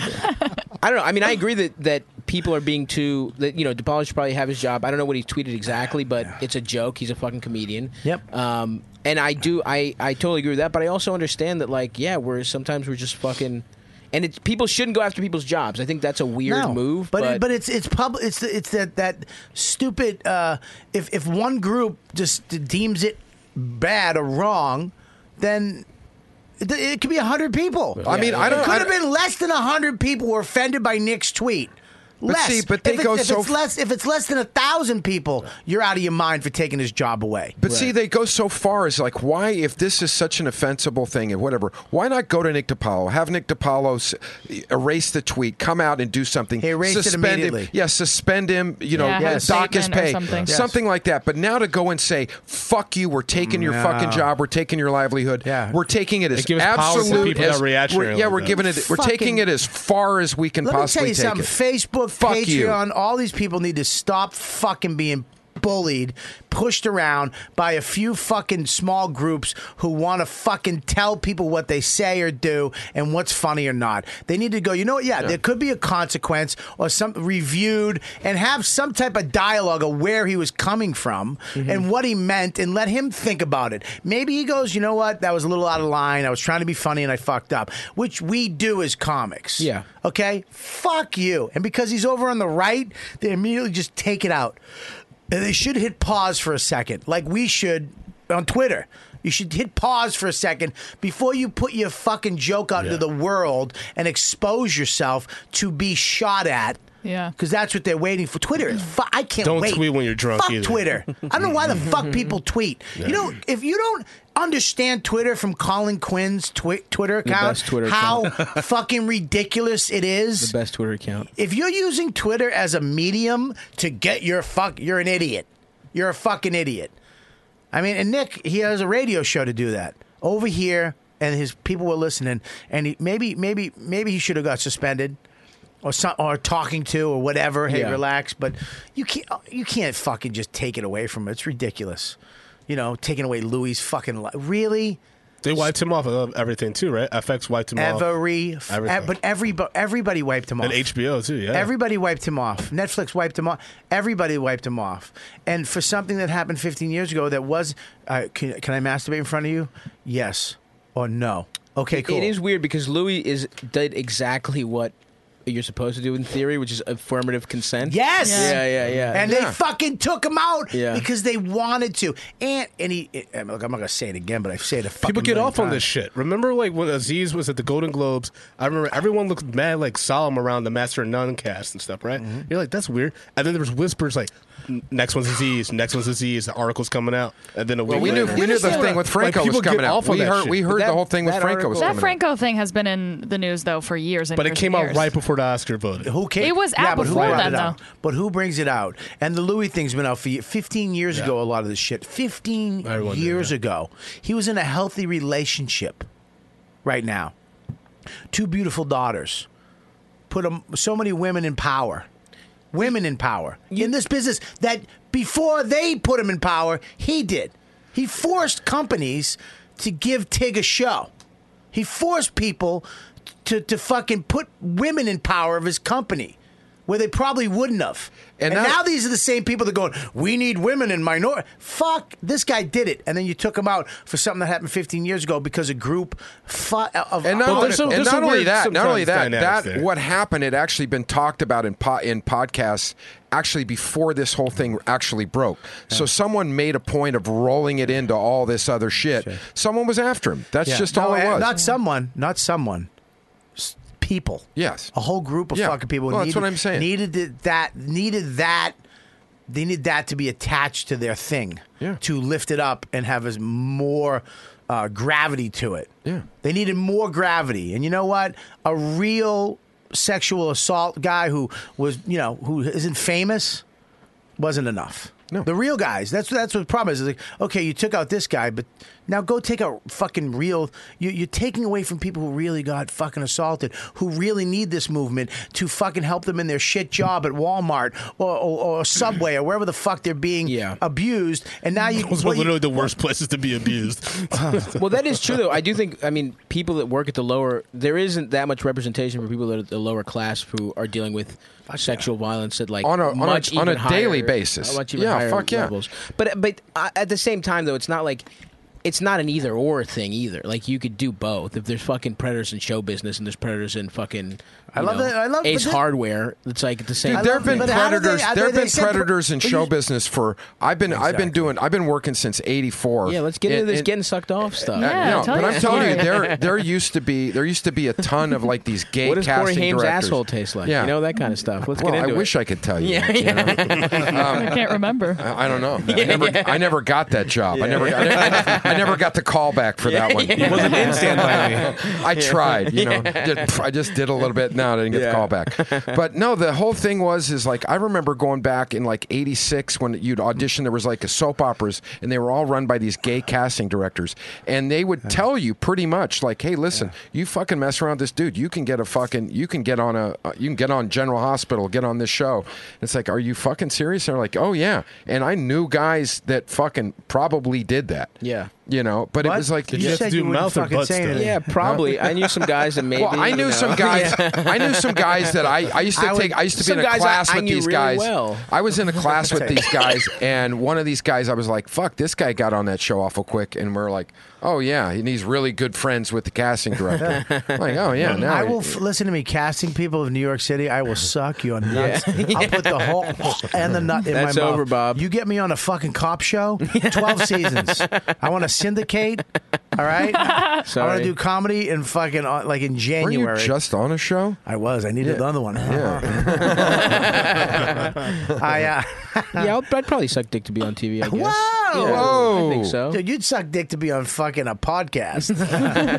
I don't know. I mean, I agree that that people are being too. That you know, DePaul should probably have his job. I don't know what he tweeted exactly, but it's a joke. He's a fucking comedian. [laughs] Yep. Um, and I do. I I totally agree with that. But I also understand that, like, yeah, we're sometimes we're just fucking. And it's people shouldn't go after people's jobs. I think that's a weird
no,
move.
But it- but it's it's pub it's the- it's that that stupid. Uh, if if one group just deems it bad or wrong, then. It, it could be hundred people.
I mean, I don't-
It could
I-
have been less than hundred people were offended by Nick's tweet.
But
Less.
see, but they
if it's,
go
if
so
it's less. If it's less than a thousand people, you're out of your mind for taking his job away.
But see, they go so far as like, why, if this is such an offensible thing and whatever, why not go to Nick DiPaolo, have Nick DiPaolo s- erase the tweet, come out and do something, he
erased it
suspend
immediately.
him, yeah, suspend him, you know,
Yeah, have a
dock his
statement or
pay,
something. Yes.
like that. But now to go and say, fuck you, we're taking your
No.
fucking job, we're taking your livelihood, yeah. we're taking it
They
as
give us power to
absolute,
people that
as-
reaction
we're- yeah,
like
we're
that.
giving it, we're
Fucking-
taking it as far as we can
Let me tell
possibly
you
take
something.
it.
Facebook,
Fuck you.
Patreon, all these people need to stop fucking being bullied, pushed around by a few fucking small groups who want to fucking tell people what they say or do and what's funny or not. They need to go, you know what? Yeah, there could be a consequence or some reviewed and have some type of dialogue of where he was coming from
Mm-hmm.
and what he meant and let him think about it. Maybe he goes, you know what? That was a little out of line. I was trying to be funny and I fucked up, which we do as comics. Yeah. Okay? Fuck you. And because he's over on the right, they immediately just take it out. And they should hit pause for a second, like we should on Twitter. You should hit pause for a second before you put your fucking joke out into the world and expose yourself to be shot at.
Yeah.
Because that's what they're waiting for. Twitter is. Fu- I can't
Don't
wait.
tweet when you're drunk
Fuck
either. [laughs]
Twitter. I don't know why the fuck people tweet.
Yeah.
You know, if you don't understand Twitter from Colin Quinn's twi- Twitter
The
account,
best Twitter
how
account. [laughs]
fucking ridiculous it is.
the best Twitter account.
If you're using Twitter as a medium to get your fuck, you're an idiot. You're a fucking idiot. I mean, and Nick, he has a radio show to do that over here, and his people were listening, and he, maybe, maybe, maybe he should have got suspended. Or, some, or talking to or whatever. Hey,
Yeah.
relax. But you can't you can't fucking just take it away from him. It's ridiculous. You know, taking away Louis' fucking life. Really?
They wiped him off of everything too, right? FX wiped him off.
Every, f- e,
Everything.
but every everybody wiped him off.
And HBO too, yeah.
Everybody wiped him off. Netflix wiped him off. Everybody wiped him off. And for something that happened 15 years ago, that was uh, can, can I masturbate in front of you? Yes or no? Okay,
It-
cool.
It is weird because Louis is did exactly what you're supposed to do in theory, which is affirmative consent.
Yes.
Yeah, yeah, yeah.
And
Yeah.
they fucking took him out
Yeah.
because they wanted to. And and he, and look, I'm not gonna say it again, but I've said it. A fucking
People get
million
off on
times.
this shit. Remember, like when Aziz was at the Golden Globes, I remember everyone looked mad, like solemn around the Master of None cast and stuff, right?
Mm-hmm.
You're like, that's weird. And then there was whispers like, "N- next one's Aziz, next one's Aziz. The article's coming out, and then a
Well,
week
we knew-
later-
we knew the thing with Franco
people
was coming
get
out.
off on
We
that
heard-
shit.
we heard But the that- whole thing with
that
Franco was
article-
That Franco thing has been in the news though for years. And
But it
years
came
and
out
years.
right before the Oscar voting.
Who cares?
It was out
but who
before
brought
then,
it out?
though.
But who brings it out? And the Louis thing's been out for ye- 15 years
Yeah.
ago. A lot of this shit. 15
Everyone did,
years ago, he was in a healthy relationship. Right now, two beautiful daughters, put um so many women in power, women in power in this business that before they put him in power, he did. He forced companies to give Tig a show. He forced people to, to fucking put women in power of his company where they probably wouldn't have. And, now, these are the same people that are going, we need women and minor. Fuck, this guy did it. And then you took him out for something that happened 15 years ago because a group fu- of.
And not,
of-
only, and not only that, not only that, that
dynamics there.
what happened had actually been talked about in po- in podcasts actually before this whole thing actually broke. So someone made a point of rolling it into all this other shit. Someone was after him. That's
Yeah.
just
No,
all it
and
was.
Not someone, not someone. S- People.
Yes.
A whole group of
Yeah.
fucking people
Well, that's
needed,
what I'm saying.
needed th- that needed that they need that to be attached to their thing. Yeah. To lift it up and have as more uh, gravity to it. Yeah. They needed more gravity. And you know what? A real sexual assault guy who was, you know, who isn't famous wasn't enough. No. The real guys. That's that's what the problem is. It's like, okay, you took out this guy, but Now go take a fucking real. You, you're taking away from people who really got fucking assaulted, who really need this movement to fucking help them in their shit job at Walmart or, or, or Subway or wherever the fuck they're being abused. And now you
Those were
what you-
literally the
[laughs]
worst places to be
[laughs]
abused.
well, that is true though. I do think. I mean, people that work at the lower, there isn't that much representation for people that are the lower class who are dealing with sexual violence at like
On a- on a-
much
on a
even higher-
daily basis.
uh, much even
Yeah,
higher
fuck yeah.
levels. But but uh, at the same time though, it's not like. It's not an either or thing either. Like you could do both. If there's fucking predators in show business and there's predators in fucking
I
you
love
know,
that- I love-
Ace
but that-
Hardware. It's like the same.
Dude, there have been predators. there have been predators in
But you-
show business for. I've been. I've been doing. I've been working since '84.
Yeah, let's get into this getting sucked off stuff.
uh, no, but I'm telling you,
[laughs]
there there used to be there used to be a ton of like these gay
What does Corey
casting
Haim's
directors.
asshole taste like?
Yeah.
You know that kind of stuff. Let's
well,
get into
I
it.
wish I could tell you.
[laughs] Yeah,
that, you
yeah.
[laughs]
know?
I can't remember.
I I don't know.
[laughs]
I, never, I never got that job. I never, I never, I never got the call back for that
[laughs]
one.
It wasn't in Stand By Me.
I tried. You know,
[laughs] Yeah.
Did- pff, I just did a little bit. No, I didn't get the call back. [laughs] But no, the whole thing was is like I remember going back in like '86 when you'd audition. There was like a soap operas, and they were all run by these gay casting directors, and they would tell you pretty much like, "Hey, listen, you fucking mess around with this dude, you can get a fucking, you can get on a, uh, you can get on General Hospital, get on this show." And it's like, "Are you fucking serious?" And they're like, "Oh yeah," and I knew guys that fucking probably did that.
Yeah.
You know, but it
What?
was like
Did you You have to said do you wouldn't mouth or fucking butt say stuff? anything. Yeah, probably. I knew some guys that
Well,
maybe,
I knew
you
some [laughs]
know.
guys.
Yeah.
I knew some guys that I, I used to
[laughs] I would-
take. I used to be
some
in a
guys I-
class
I
with
knew
these
really
guys.
well.
I
[laughs]
was in a class with these guys, and one of these guys, I was like, "Fuck, this guy got on that show awful quick," and we're like, "Oh yeah," and he's really good friends with the casting
[laughs]
director. I'm like, oh yeah, now
I
he-
will f- listen to me. Casting people of New York City, I will suck you on the nuts.
Yeah.
I'll put
[laughs]
the whole and the nut in
That's
my mouth.
over,
Bob. You get me on a fucking
[laughs]
cop show,
[laughs]
twelve seasons. I want to syndicate. All
[laughs]
right, I want
Sorry.
to do comedy in fucking uh, like in
Weren't
January.
you just on a show?
I was. I needed another one. [laughs] I, uh,
yeah, I'll- I'd probably suck dick to be on TV. I guess.
[laughs] Whoa!
Yeah, I think so.
Dude, you'd suck dick to be on fucking a
[laughs]
podcast.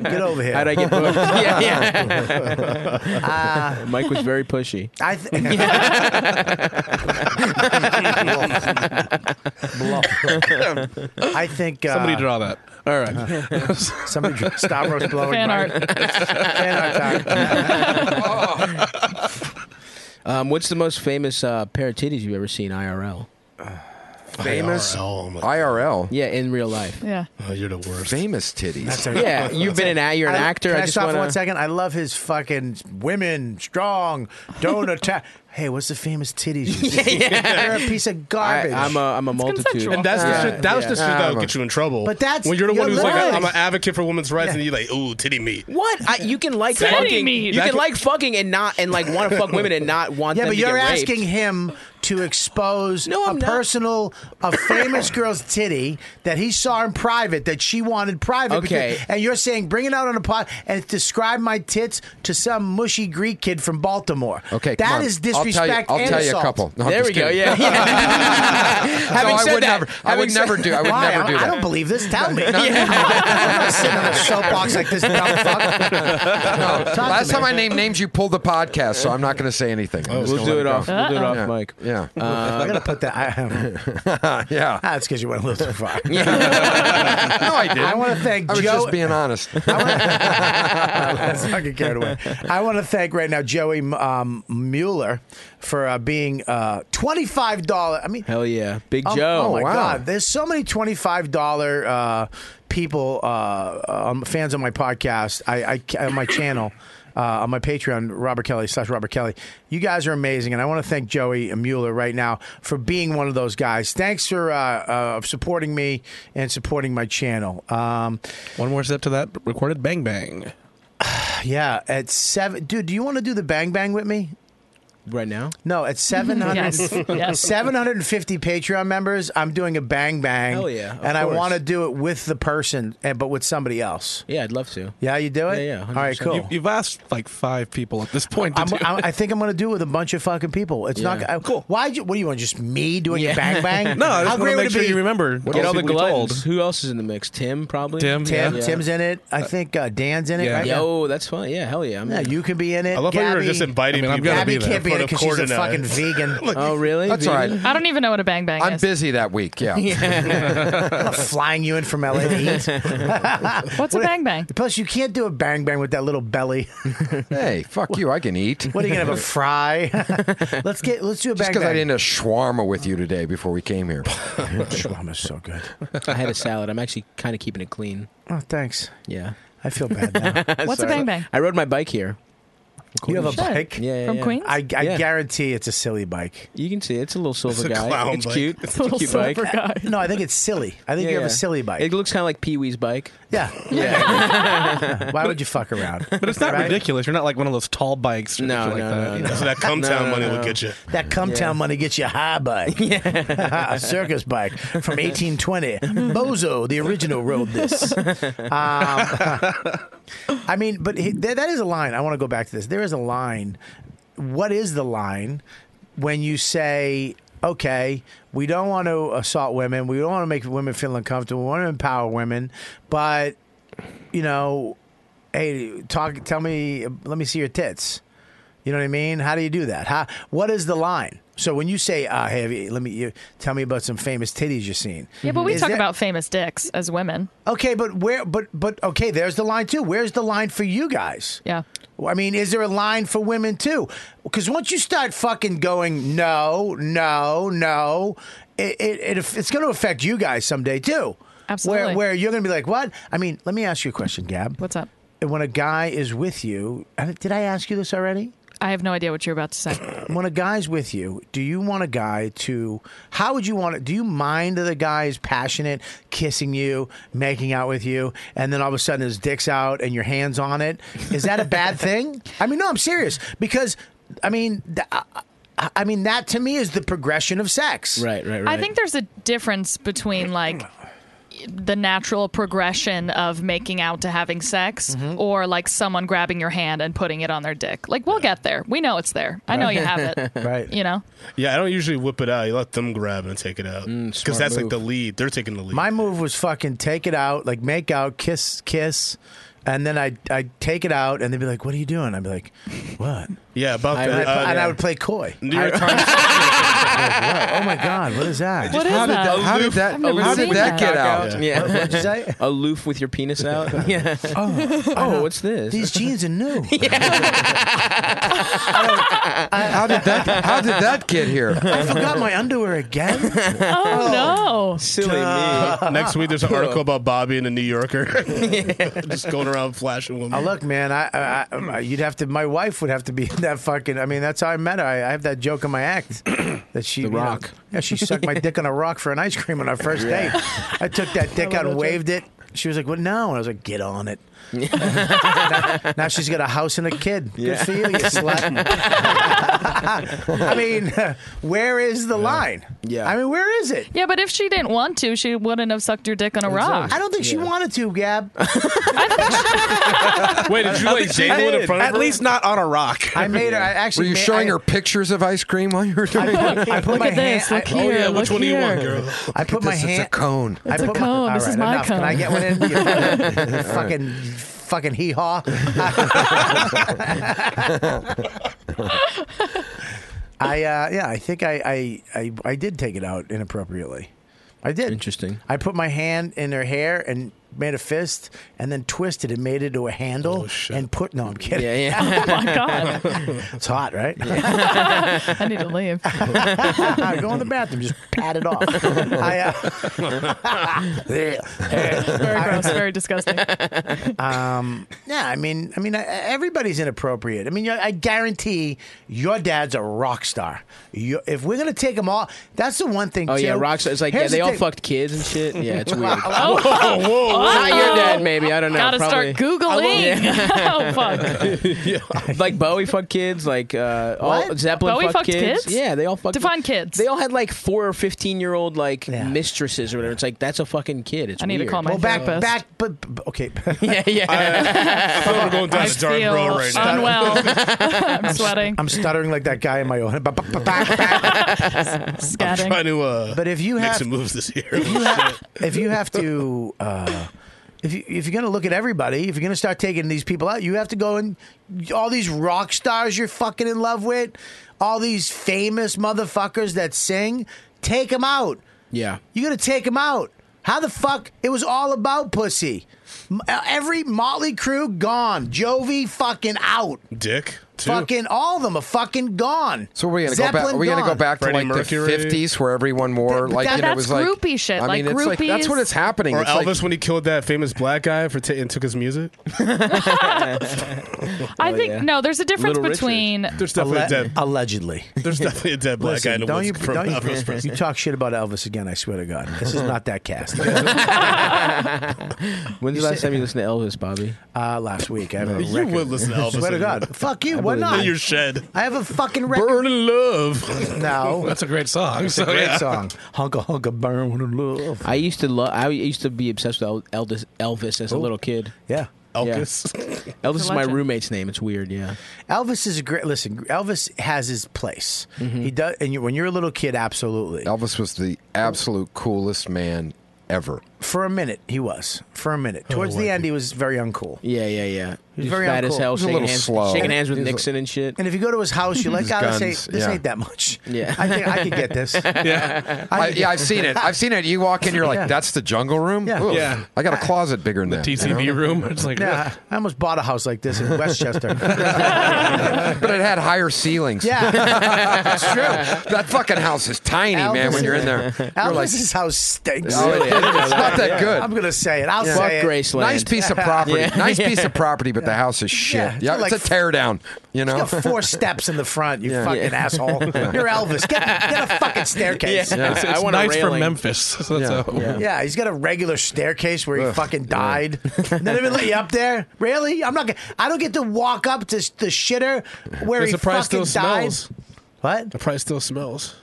get over here.
How'd I
[laughs]
get booked? yeah,
yeah. Uh,
Mike was very pushy.
[laughs]
I th- I think uh,
Somebody draw that. All right.
[laughs] Somebody draw
[laughs]
Stavros blowing
Fan
my-
art.
[laughs]
Um, what's the most famous uh, pair of titties you've ever
[sighs]
seen IRL?
Famous
IRL.
IRL.
Yeah, in real life.
Yeah.
Oh, you're the worst.
Famous titties.
[laughs]
yeah, you've been an act. You're an
I-
actor.
Can
I
I,
just
stop
wanna...
for one second? I love his fucking women strong.
[laughs]
Don't attack. Hey, what's the famous titties? You see? You're a piece of garbage.
I, am a, I'm a multitude.
And that's the
Yeah,
shit, that's the shit
yeah.
that'll get you in trouble.
But that's-
when you're the one
you're
who's like,
right.
I'm an advocate for women's rights,
Yeah.
and you're like, ooh, titty meat.
What? I, you can like
Titty
fucking.
meat.
You
That
can
could-
like fucking and not and like want to fuck women and not want.
yeah,
them
but
to
you're
get raped.
asking him to expose a personal,
[coughs]
a famous girl's titty that he saw in private that she wanted private.
Okay.
because- and you're saying bring it out on a pod and describe my tits to some mushy Greek kid from Baltimore.
Okay, come
that
on.
is
I'll tell you-
disrespect.
I'll
and
tell you a
assault.
couple. No, I'm There just we go, kidding. yeah. [laughs]
[laughs] Having
I
said
would
that,
never- I would
having said-
never do- I would
Why?
never do
I,
that.
I don't believe this. Tell
[laughs]
me.
No.
I'm not sitting on a soapbox like this dumb fuck.
No,
Talk to
last
me.
time I named names, you pulled the podcast, so I'm not going to say anything. I'm
Oh,
just
we'll
gonna
do
let
it off-
go.
we'll do it off
yeah.
mic. Uh,
Yeah.
I'm gonna put that. I, [laughs]
yeah,
that's because you went a little too far.
[laughs] no, I didn't.
I want to thank
I was
Joe.
just
[laughs]
being honest.
Let's not get carried away. [laughs] I want to thank right now Joey um, Mueller for uh, being uh, twenty five dollar. I mean,
Hell yeah, Big
um,
Joe.
Oh my God, there's so many twenty five dollar uh, people uh, um, fans on my podcast. I, I ca- on my channel. Uh, on my Patreon, Robert Kelly slash Robert Kelly. You guys are amazing, and I want to thank Joey Mueller right now for being one of those guys. Thanks for uh, uh, supporting me and supporting my channel. Um,
One more step to that recorded bang bang.
Yeah, at seven, dude. Do you want to do the bang bang with me?
Right now?
No,
[laughs]
at 700,
Yes, yes.
750 Patreon members, I'm doing a bang bang.
Hell yeah, of
And I
course.
want to do it with the person, and but with somebody else.
Yeah, I'd love to.
Yeah, you do it.
Yeah, yeah,
All right,
100%.
cool.
You-
You've asked like five people at this point. To
I'm,
do
I'm,
it.
I think I'm going to do it with a bunch of fucking people. It's not
Yeah.
I, cool. Why? You, what do you want? Just me doing a bang
[laughs]
bang?
no, I
How
just want
great
to
would
make
it
sure
be?
you remember.
Get all the
people you told.
gluttons. Who else is in the mix? Tim probably.
Tim,
Tim,
Yeah.
Tim's in it. I think uh, Dan's in it.
Yeah.
Right?
Yo, that's fun. Yeah, hell yeah. I'm
Yeah,
in.
you can be in it.
I love how you were
Gabby-
just inviting I mean, I'm people. gonna
Gabby
be there.
can't be get it because she's a fucking vegan.
[laughs]
[laughs]
oh, really?
That's all right.
I don't even know what a bang bang
I'm
is.
busy that week.
[laughs]
[laughs]
Yeah. [laughs]
I'm not flying you in from LA to [laughs] eat.
What's a bang bang?
Plus, you can't do a bang bang with that little
[laughs]
belly.
hey, fuck you! I can eat.
What are you gonna
[laughs]
have a fry? [laughs] let's get let's do a bang
Just because
bang.
I didn't a shawarma with you today before we came
[laughs]
here.
Shawarma's so good.
I had a salad. I'm actually kind of keeping it clean.
Oh, thanks.
Yeah.
I feel bad
[laughs]
now.
What's a bang bang?
I rode my bike here.
You have a
Shit.
bike
Yeah, yeah,
from
yeah.
Queens. I, I
Yeah.
guarantee it's a silly bike.
You can see it. it's a little silver
a
guy.
clown
it's
bike.
cute.
It's
It's
a
a
little
cute bike.
silver guy. [laughs] No, I think it's silly. I think you have a silly bike.
It looks kind of like Pee Wee's bike. [laughs]
Yeah.
[laughs]
[laughs]
Yeah.
Why would you fuck
[laughs]
around?
But it's not
Right?
ridiculous. You're not like one of those tall bikes. Or
No,
anything
no,
like that.
no, no. So that cum No, town no, money no. would get
[laughs]
you.
That Cumtown
Yeah.
money gets you a high
[laughs]
bike. [laughs] a circus bike from 1820. Bozo, the original, rode
[laughs]
[laughs]
this. Um, I mean, but he, th- that is a line. I want to go back to this. There is a line. What is the line when you say, okay, we don't want to assault women, we don't want to make women feel uncomfortable, we want to empower women, but, you know, hey, talk, tell me, let me see your tits. You know what I mean? How do you do that? How, what is the line? So when you say, uh, "Hey, have you- let me you, tell me about some famous titties you've seen,"
Yeah, but we
Is
talk
that-
about famous dicks as women.
Okay, but where? But but okay, there's the line too. Where's the line for you guys?
Yeah.
I mean, is there a line for women too? Because once you start fucking going, no, no, no, it, it, it it's going to affect you guys someday too.
Absolutely.
Where where you're going to be like, what? I mean, let me ask you a question, Gab.
What's up?
When a guy is with you, and did I ask you this already?
I have no idea what you're about to say.
[clears throat] when a guy's with you, do you want a guy to? How would you want it? Do you mind that the guy is passionate, kissing you, making out with you, and then all of a sudden his dick's out and your hands on it? Is that
[laughs]
a bad thing? I mean, no, I'm serious because I mean, th- I, I- I mean that to me is the progression of sex.
Right, right,
I think there's a difference between like the natural progression of making out to having sex
Mm-hmm.
or like someone grabbing your hand and putting it on their dick. Like we'll get there. We know it's there. I know you have
[laughs]
it.
[laughs] Right.
You know?
Yeah, I don't usually whip it out. You let them grab and take it out
Mm,
because
smart
that's
move.
like the lead. They're taking the lead.
My move was fucking take it out, like make out, kiss, kiss, and then I I take it out, and they'd be like, "What are you doing?" I'd be like, "What?"
[laughs] Yeah, about
and,
that.
I,
uh,
and I
yeah.
would
[laughs]
play coy.
New York
I-
Times-
Like, "Whoa, oh my god, what is that?
What is How did that? that-
how did that- how did that get out?
Yeah.
What- what'd you say?
Aloof with your penis out. yeah. [laughs]
[laughs]
Oh,
Oh, what's this?
These jeans
[laughs]
are new.
How did that? How did that get here?
I forgot my underwear again.
[laughs]
[laughs] Oh, no.
Silly
Uh, [laughs] Next week,
[laughs]
there's an article about Bobby in the New Yorker, [laughs] just going around flashing women.
Oh, look, man, I, I, um, I, you'd have to. My wife would have to be [laughs] that fucking. I mean, that's how I met her. I, I have that joke in my
[coughs]
act that she. The
rock.
yeah, she sucked my dick on a rock for an ice cream on our first
Yeah.
date. I took that dick
[laughs] I love
out and
that
waved it. She was like, "What? No!" And I was like, "Get on
[laughs]
it." now, now she's got a house and a kid.
Yeah.
Good for you,
[laughs]
you slut. [laughs]
[laughs]
I mean, [laughs] where is the line? Yeah. I mean, where is it?
Yeah, but if she didn't want to, she wouldn't have sucked your dick on a rock.
I don't think she wanted to, Gab.
Wait, did you like dangle it in front of
At
her?
least not on a rock.
I made her. I
[laughs]
actually
Were you
ma-
showing
I-
her pictures of ice cream while you were doing
I
it?
put, I put my hand, I,
oh yeah, which one do you want, girl?
I put
This
my
is
hand.
a cone.
I
It's a
put
cone.
My,
This
all
is
right,
my
enough. Can I
cone.
get one [laughs] in? You fucking- fucking, fucking hee haw. [laughs] I uh, yeah, I think I, I I I did take it out inappropriately. I did.
Interesting.
I put my hand in her hair and made a fist, and then twisted and made it to a handle and put. No, I'm kidding.
Oh, Yeah, yeah.
[laughs]
Oh my god.
It's hot, right? [laughs]
I need
[laughs]
to leave.
Go
[laughs]
in the bathroom, just pat it
[laughs]
off. I,
[laughs]
uh, [laughs]
Very gross, very disgusting.
Um, yeah, I mean, I mean, I- everybody's inappropriate. I mean, I I guarantee your dad's a rock star. You, if we're gonna take them all, that's the one thing.
Oh
too.
yeah, Rockstar. It's like yeah,
Here's
they
the
all
thing.
fucked kids and shit.
[laughs]
Yeah, it's weird.
Oh,
Whoa, whoa.
Not your dad, maybe. I don't know.
Gotta
probably.
start Googling. [laughs] oh, fuck.
like Bowie fucked kids, like uh, all
What?
Zeppelin
Bowie
fucked,
fucked
kids.
kids?
Yeah, they all fucked.
Define kids.
They all had like four or fifteen year old like mistresses or whatever. It's like that's a fucking kid.
[laughs]
It's
I need to
weird.
call my
well, back,
therapist.
back, but but- okay.
[laughs] yeah,
[laughs]
yeah.
I thought we were going down
I
the dark
feel
road right now.
unwell.
[laughs]
[laughs] I'm sweating,
I'm stuttering like that guy in my own. Back, back, back.
[laughs]
I'm
scatting.
trying to uh,
But if you
make
[laughs] have-
some moves this year.
If you have to uh, if you, if you're going to look at everybody, if you're going to start taking these people out, you have to go and all these rock stars you're fucking in love with, all these famous motherfuckers that sing, take them out.
Yeah.
You got to take them out. How the fuck? It was all about pussy. M- uh, Every Motley Crew gone. Jovi fucking out.
Dick. too.
Fucking all of them are fucking gone.
So we're gonna go back. We're gonna go back to like
Mercury.
the fifties where [laughs] everyone wore like
that-
you know,
that's
it was like
groupie shit,
I
like
mean, it's like that's
groupies.
what it's happening.
Or
it's
Elvis
like,
when he killed that famous black guy for t- and took his music.
I think no. There's a difference
Little Richard.
between
There's definitely a dead.
Allegedly,
there's definitely a dead black guy in the
don't
woods
you,
from
don't [laughs] you,
Elvis Presley.
you talk shit about Elvis again, I swear to God. This is not that cast.
When's
You
the last
say-
time you listened to Elvis, Bobby?
Uh, last week. I have a
You
record.
would listen to Elvis
Swear to
anyway.
God. Fuck you.
I
Why
believe
not?
it. In your
shed.
I have a fucking record.
Burn in love.
No.
That's a great song.
It's
so,
a great
yeah.
song. Hunka hunka burn with a love.
I used to love. I used to be obsessed with El- Elvis, Elvis as a little kid.
Oh. Yeah.
Elvis.
Elvis
It's
is
a
my
legend.
roommate's name. It's weird. Yeah.
Elvis is a great. Listen, Elvis has his place.
Mm-hmm.
He does, and you, when you're a little kid, absolutely.
Elvis was the absolute coolest man ever.
For a minute, he was. For a minute,
Oh,
towards
what?
the end, he was very uncool.
Yeah, yeah, yeah.
He was
He's
very
fat as
uncool.
hell, shaking hands, shaking hands with Nixon and shit.
And if you go to his
[laughs]
house, you're like,
His
God, this ain't,
guns,
this
yeah.
ain't that much.
Yeah.
I think I could get
[laughs]
this.
yeah,
I
I,
could
yeah,
get-
I've seen it. I've seen it. You walk in, you're like,
Yeah.
"That's the jungle room."
Yeah.
Ooh,
Yeah.
I got a closet bigger than that. you
TCB
know?
room. It's like
yeah, I almost bought a house like this in
[laughs]
[laughs]
Westchester.
but it had higher ceilings. [laughs]
Yeah.
that's true. That fucking house is tiny, man. When you're in there, you're like,
Elvis's house stinks.
Oh,
[laughs]
it is. It's not that good.
I'm gonna say it. I'll
Yeah.
say it.
Nice piece of property.
Yeah.
Nice piece of property, but the house is shit.
Yeah,
Yeah,
it's
it's,
got like
a tear down. You know,
It's got four steps in the front. You
Yeah.
fucking
Yeah.
asshole.
[laughs] Yeah.
You're Elvis. Get, get a fucking staircase.
Yeah. It's- it's I want a nice for railing. Memphis. So that's
Yeah.
how-
Yeah. he's got a regular staircase where he fucking died. They didn't even let you up there. Really? I'm not. Gonna, I don't get to walk up to s- the shitter where
The
he
surprise
fucking
still
died.
smells.
What?
The price still smells.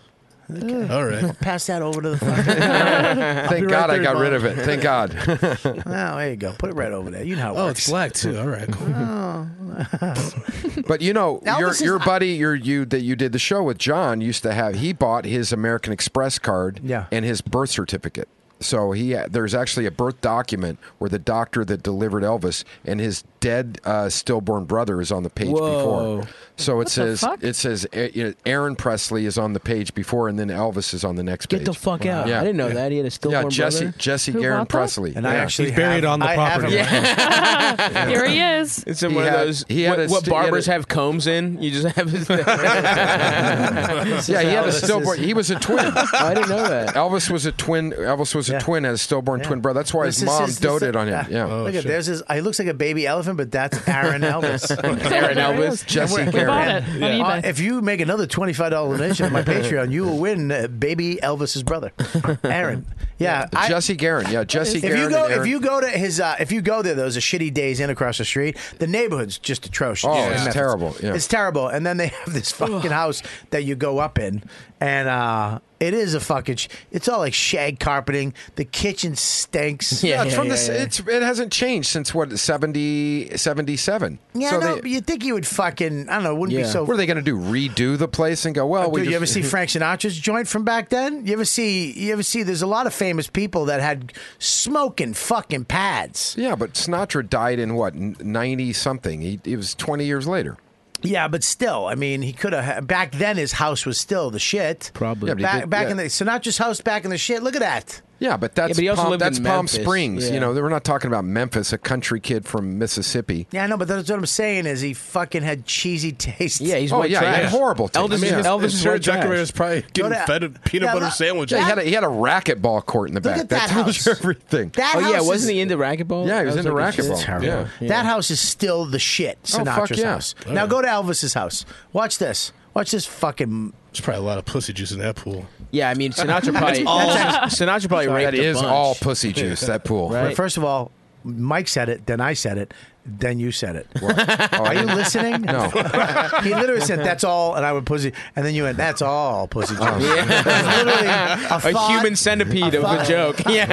Ugh.
All right.
Pass that over to the.
[laughs]
Fucking,
Thank God I got rid of it. Thank God.
[laughs] oh, there you go. Put it right over there. You know how it
Oh,
works. Oh.
it's black too. All right. Cool.
[laughs]
But you know,
Elvis
your
is-
your buddy, your you that you did the show with John used to have. He bought his American Express card
Yeah.
and his birth certificate. So he uh, there's actually a birth document where the doctor that delivered Elvis and his dead uh, stillborn brother is on the page
Whoa.
before. So it says
fuck?
it says uh, you know, Aaron Presley is on the page before, and then Elvis is on the next page.
Get the fuck out! I didn't know that he had a stillborn
Yeah, Jesse
brother.
Jesse Garen Presley,
And I
Yeah.
actually have- I have it right
[laughs]
now. [laughs]
Here he is.
It's in
He
one
had-
of those.
he had
what,
a
what
st- he had
barbers
a-
have combs in? You just have.
[laughs]
His
yeah, he had a
Elvis
stillborn.
is-
He was a twin.
[laughs]
I didn't know that.
Elvis was a twin. Elvis was a twin, had a stillborn twin brother. That's why
This
his
is
mom
his- this
doted
is-
on him. Yeah.
Look at there's his. He looks like a baby elephant, but that's
[laughs]
Aaron Elvis.
Aaron There it Elvis, is.
Jesse
And
We bought
and-
it on
uh,
eBay.
If you make another twenty five dollar
[laughs]
donation on my Patreon, you will win uh, baby Elvis's brother, Aaron. Yeah, I-
Jesse Garrett. Yeah, Jesse
if
Garrett.
you go,
and Aaron-
if you go to his, uh, if you go there, those are shitty days in across the street. The neighborhood's just atrocious.
Oh,
in
it's
Memphis.
terrible, yeah.
It's terrible. And then they have this fucking house that you go up in, and uh, it is a fucking. Sh- it's all like shag carpeting. The kitchen stinks.
yeah, it's from the. It's it hasn't changed since what 70, 77.
Yeah,
so
no,
they,
but you'd think you would fucking, I don't know, it wouldn't
yeah.
be so.
what are they going to do? Redo the place and go? Well, we
Dude,
just,
you
[laughs]
ever see Frank Sinatra's joint from back then? You ever see? You ever see? There's a lot of famous people that had smoking fucking pads.
Yeah, but Sinatra died in what ninety something. He it was twenty years later.
Yeah, but still, I mean, he could have. Back then, his house was still the shit. Probably.
Yeah, but he
back
did-
back
yeah.
in the Sinatra's house, back in the shit. Look at that.
Yeah, but that's
but he also
Palm,
lived
that's
in
Palm
Memphis.
Springs.
Yeah.
You know, we're not talking about Memphis, a country kid from Mississippi.
Yeah, I know, but that's what I'm saying is he fucking had cheesy taste. Yeah,
he's Oh, white yeah, he had trash. horrible taste. Elvis is- Elvis is
Sure,
white trash.
Decorator was probably getting
to-
fed a peanut
Yeah,
butter
look-
sandwich.
Yeah, he had a, he had a racquetball court in the
Look
back.
at that
tells you everything.
That
oh yeah,
house
wasn't
is-
he into racquetball?
Yeah, he was
That
into
like a-
racquetball.
terrible.
Yeah.
That house is still the shit.
Oh,
Sinatra's
fuck yeah.
house. Now go to Elvis's house. Watch this. Watch this fucking.
There's probably a lot of pussy juice in that pool.
Yeah, I mean Sinatra probably. Sinatra probably raped
that is
a bunch.
all pussy juice. That pool.
But First of all, Mike said it, then I said it, then you said it.
Oh,
[laughs] Are you
yeah.
listening?
No.
[laughs] he literally said, "That's all," and I would pussy, and then you went, "That's all pussy." juice." It's literally a,
Oh. [laughs] a
thought
human centipede of a
thought- [laughs]
joke.
of
Yeah.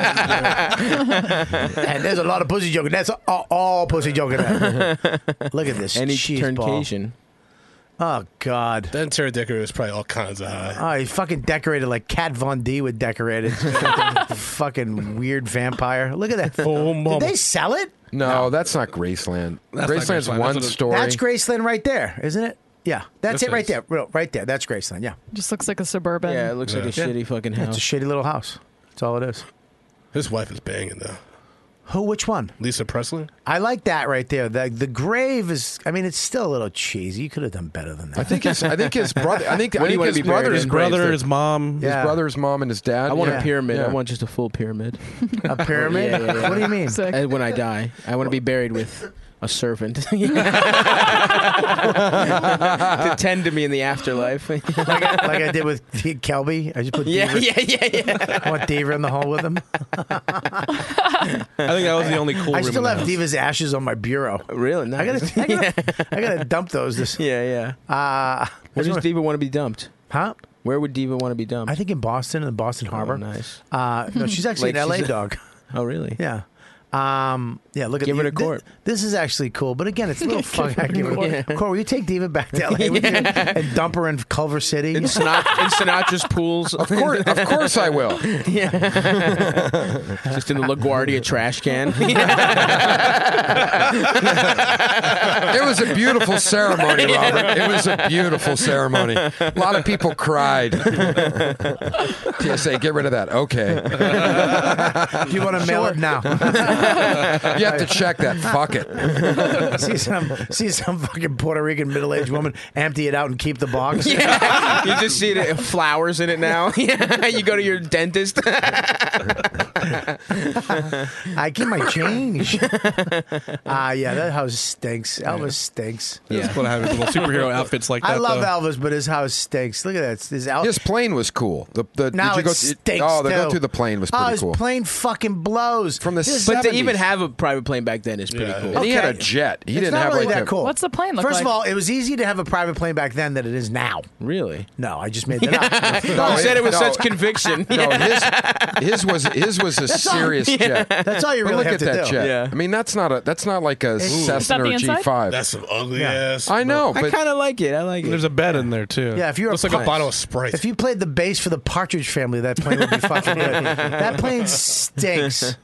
[laughs]
[laughs] shitty joke. and there's a lot of pussy joking. That's all, all pussy joking. Look at this.
And he
cheese
turned
ball.
Cajun.
Oh God!
The interior decorator was probably all kinds of high.
Oh, he fucking decorated like Kat Von D would decorate it. fucking weird vampire. Look at that.
Oh,
Did they sell it?
No, that's not Graceland.
That's not
Graceland's
Graceland.
one
That's what it-
story.
That's Graceland right there, isn't it? Yeah, that's
This
it right
is.
there. Real- Right there. That's Graceland. Yeah.
Just looks like a suburban.
Yeah, it looks like a
Yeah.
shitty fucking
Yeah,
house.
It's a shitty little house. That's all it is.
His wife is banging though.
Who? Which one?
Lisa Presley.
I like that right there. The the grave is. I mean, it's still a little cheesy. You could have done better than that.
I think his I think his brother I think, I think his brother is
brother is
mom.
His
Yeah.
brother, his mom, and his dad.
I want
Yeah.
a pyramid.
Yeah.
I want just a full pyramid.
A
[laughs]
pyramid? What do you mean? Sick.
when I die, I want to be buried with a
[laughs]
servant [laughs] to
[laughs]
[laughs] tend to me in the afterlife.
like, I, like I did with Kelby. I just put
Yeah,
Deaver.
yeah, yeah, yeah.
I want Deaver in the hall
[laughs]
with him.
I think that was the only cool.
I
room
still
in the
have
house.
Diva's ashes on my bureau.
Really? Nice.
I gotta, I gotta, I gotta dump those. This.
Yeah, yeah.
Uh,
Where does Diva want to be dumped?
Huh?
Where would Diva want to be dumped? Oh,
I think in Boston, in the Boston Harbor.
nice.
Uh, no, she's actually
Like,
an LA
she's a-
dog.
[laughs] Oh, really?
Yeah. Um, yeah. Look
Give
at
her to
thi-
court.
This, is actually cool, but again,
[laughs]
it's a little fuck.
her to
Give her
court.
court.
Yeah.
Court, will you take Diva back to LA with you
[laughs] Yeah.
and dump her in Culver City? [laughs]
In, Sinat- in Sinatra's pools. Of
course, of course I
[laughs]
will.
Yeah. Just in the LaGuardia
[laughs]
trash can. [laughs]
it was a beautiful ceremony, Robert. It was a beautiful ceremony. A lot of people cried. TSA, get rid of that. Okay.
Do you want to mail it now? [laughs]
You have to check that. Fuck it.
[laughs] see some see some fucking Puerto Rican middle aged woman empty it out and keep the box.
[laughs] Yeah. You just see the flowers in
[laughs]
it now. Yeah. [laughs] You go to your dentist.
[laughs] I keep my
[laughs]
change. Ah, yeah, that house stinks. Elvis stinks.
It's cool to have his little superhero outfits like that.
I love
though.
Elvis, but his house stinks. Look at that. His, Elvis.
His plane was cool. The, the, did
now
you
it
go
stinks.
oh, the go
too.
through the plane was
oh,
pretty
his
cool.
plane fucking blows from
the
his
But
70s.
to even have a private plane back then is pretty cool.
And he had a jet. He
It's
didn't
not
have
really
like
that
a-
cool.
What's the plane look
First
like?
of all, it was easier to have a private plane back then than it is now.
Really?
[laughs]
Oh,
No, I just
[laughs]
made that
You
up. No,
said it with
no.
such conviction.
No, his his was his was a
That's all-
serious jet.
That's all you
But
really
look at
have to
that
do.
jet.
Yeah.
I mean, that's not a that's not like a
Is that
Cessna
the
or G
inside?
five.
That's some ugly
Yeah.
ass.
I know,
I
but
kind of like it. I like it.
There's a bed in there too.
Yeah, if you're
Looks
a
like a
pop-
bottle of Sprite.
If you played the bass for the Partridge Family, that plane would be
[laughs]
fucking good. That plane [laughs] stinks.
[laughs]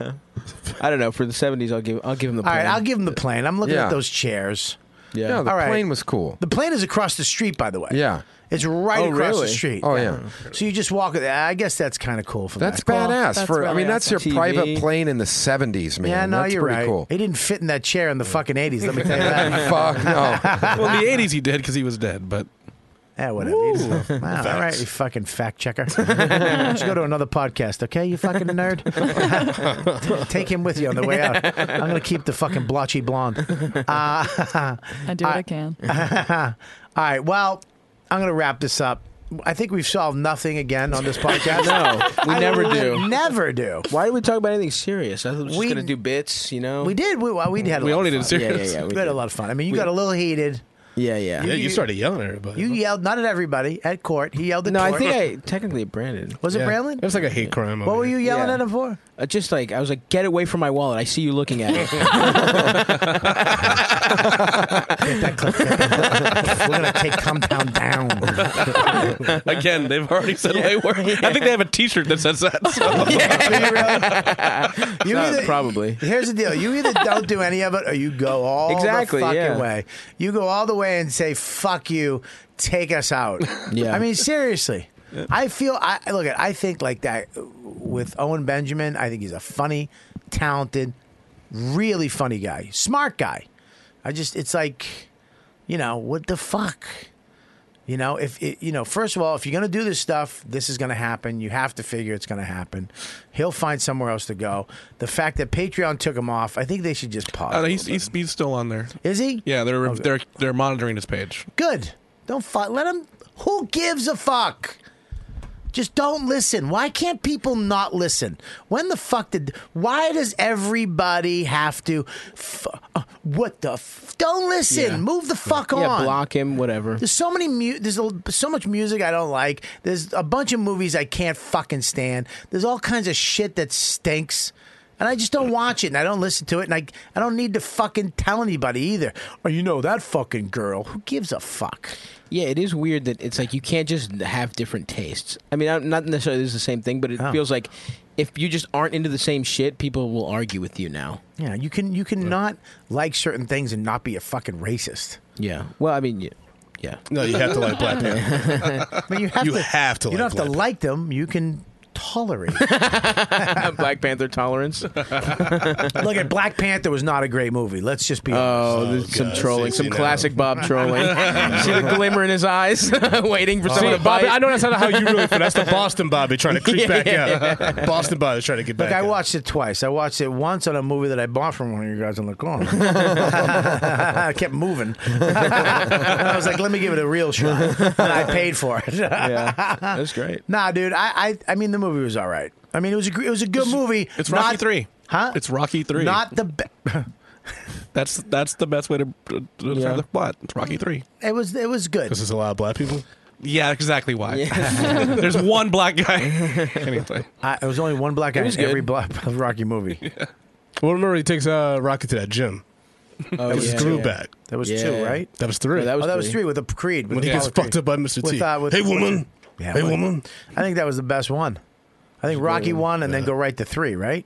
I don't know. For the seventies, I'll give I'll give him the.
All
Plane.
right, I'll give him the plane. I'm looking
Yeah.
at those chairs.
Yeah.
no, the
All right.
plane was cool.
The plane is across the street, by the way.
Yeah.
It's right
Oh,
across the
really?
street.
Oh, yeah.
So you just walk. I guess that's kind of cool for
That's
that.
badass.
That's
for I
really
mean, that's your
awesome.
private
TV.
plane in the seventies, man.
yeah, no,
that's
you're
pretty
right.
cool.
He didn't fit in that chair in the fucking 80s. Let
[laughs]
me tell you that.
Fuck no.
[laughs]
well, in the '80s he did because he was dead, but
Yeah, whatever. Wow, all right, you fucking fact checker. [laughs] Let's go to another podcast, okay? You fucking
[laughs]
nerd. [laughs] Take him with you on the way out. I'm gonna keep the fucking blotchy blonde. Uh, I
do what I can.
[laughs] all right. Well, I'm gonna wrap this up. I think we've solved nothing again on this podcast.
[laughs] No, we
I
never
will
do.
Never do.
Why did we talk about anything serious? I thought we were just
We-
gonna do bits, you know.
We did. We, well, we had. A
We
lot
only
of
did
fun.
serious. Yeah, yeah, yeah,
we,
we
had a
did.
lot of fun. I mean, you
We-
got a little heated.
Yeah, yeah.
Yeah, you you- started
yelling at everybody.
You yelled not at everybody at court. He yelled at
No, I
court.
[laughs]
think I technically it branded.
Was it Yeah. Brandon? It
was like a hate crime.
What were you yelling at him for?
Uh, just like I was like, get away from my wallet! I see you looking at it.
We're gonna take come down down.
[laughs] again, they've already said they were. I think they have a T-shirt that says that. So.
You
Uh, probably.
Here's the deal: you either don't do any of it, or you go all
Exactly,
the fucking
yeah.
way. You go all the way and say "fuck you," take us out.
Yeah.
I mean, seriously. I feel. I I- look at. I think like that with Owen Benjamin. I think he's a funny, talented, really funny guy, smart guy. I just, it's like, you know, what the fuck. You know, if it, you know, first of all, if you're going to do this stuff, this is going to happen. You have to figure it's going to happen. He'll find somewhere else to go. The fact that Patreon took him off, I think they should just pause.
Oh, no, he's, he's he's still on there.
Is he?
Yeah, they're they're they're monitoring his page.
Good. Don't fuck. Let him. Who gives a fuck? Just don't listen. Why can't people not listen? When the fuck did? Why does everybody have to? F- uh, what the? F- don't listen.
Yeah.
Move the [laughs] fuck
yeah,
on.
block him, whatever.
There's so many mu- there's a, so much music I don't like. There's a bunch of movies I can't fucking stand. There's all kinds of shit that stinks. and I just don't watch it, and I don't listen to it, and I I don't need to fucking tell anybody either. Or you know that fucking girl who gives a fuck.
Yeah, it is weird that it's like you can't just have different tastes. I mean, I'm not necessarily this is the same thing, but it
Oh.
feels like if you just aren't into the same shit, people will argue with you now.
Yeah, you can you can not like certain things and not be a fucking racist.
Yeah. Well, I mean, yeah. yeah.
No, you have to like Black Panther.
[laughs] but you have
You
to.
have to like
You don't have to
Black
like them. You can
[laughs]
tolerate.
[laughs] Black
[laughs]
Panther tolerance.
Look at Black Panther was not a great movie. Let's just be honest.
Oh, there's some trolling, some classic
[laughs]
Bob trolling. [laughs] See the glimmer in his eyes, [laughs] waiting for
See,
someone to
Bobby,
bite.
I know that's not how you really feel. That's the
[laughs]
Boston Bobby trying to
[laughs]
creep back
Yeah.
out. Boston Bobby's trying to get
Look,
back.
I watched it twice. I watched it once on a movie that I bought from one of you guys on the corner. I kept moving. I was like, let me give it a real shot. And I paid for it.
Yeah. That's great.
[laughs] Nah, dude. I, I I mean, the movie was all right. I mean, it was a gr- it was a good movie.
It's Rocky
Not-
Three, huh? It's Rocky Three.
Not the be-
that's that's the best way to to describe the plot. It's Rocky Three.
It was it was good.
This is a lot of black people.
Yeah, exactly why. [laughs] There's one black [laughs] guy. anyway,
I, it was only one black guy
It was
in every
good.
[laughs] black Rocky movie.
Well, remember he takes uh, Rocket to that gym.
Oh,
that was
yeah.
his groove
Yeah.
back.
That was two, right?
That was three.
Oh, that was three with a Creed. with
When he
the
gets
Apollo
fucked
Creed.
up by Mr. T.
With, uh, with-
hey, woman.
Yeah,
hey,
with-
woman.
I think that was the best one. I think Rocky
one.
one, and then go right to three, right?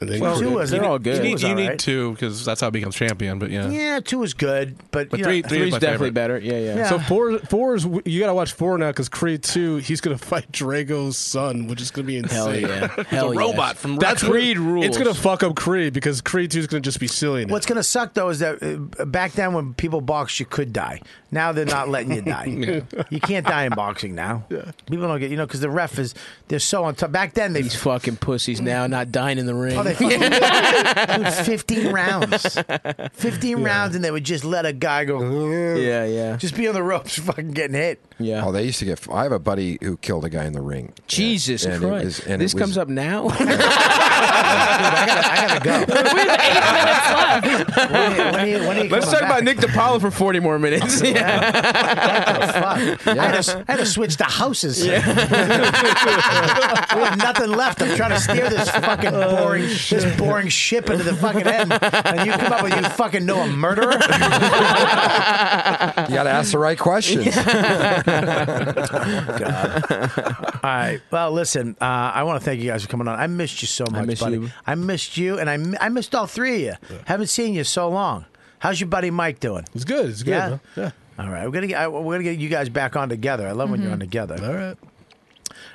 two was
you
they're
need-
all good.
You
Two
need,
was
you
all
need
right.
two because that's how it becomes champion. But yeah,
Yeah, two was good, but,
But
you
three-
know,
three is Three's my definitely
favorite. better. Yeah,
yeah.
So
Yeah.
four, four is you gotta watch four now because Creed two, he's gonna [laughs] fight Drago's son, which is gonna be insane.
Hell
[laughs]
yeah. Hell yes.
that's what-
Creed rules.
It's gonna fuck up Creed because Creed two is gonna just be silly. Now.
What's going to suck though is that uh, back then when people boxed, you could die. Now they're not letting you die. You can't die in boxing now. People don't get you know because the ref is they're so on top. Back then they
These fucking pussies now not dying in the ring.
Oh, they fucking Dude,
[laughs]
15 rounds. 15
Yeah.
rounds, and they would just let a guy go.
Yeah, yeah.
Just be on the ropes, [laughs] fucking getting hit.
Yeah.
Oh, they used to get. I have a buddy who killed a guy in the ring.
Jesus
And it
Christ!
was- and it
this
was-
comes up [laughs] now.
[laughs] When he- when he
Let's
coming
talk
back?
about Nick DiPaolo for 40 more
[laughs]
minutes. [laughs] Yeah.
I, had to, I had to switch to houses. we have nothing left. [laughs] I'm trying to steer this fucking
Uh,
boring, this boring ship into the fucking end, and you come up with you fucking know a
[laughs]
murderer.
You got to ask the right
[laughs]
questions.
All right. Well, listen. Uh, I want to thank you guys for coming on. I missed you so much,
miss
buddy.
you.
I missed you, and I, mi- I missed all three of you. Haven't seen you so long. How's your buddy Mike doing?
It's good. It's good.
Yeah?
man. Yeah.
All right. We're gonna get I, we're gonna get you guys back on together. I love when you're on together. All
right.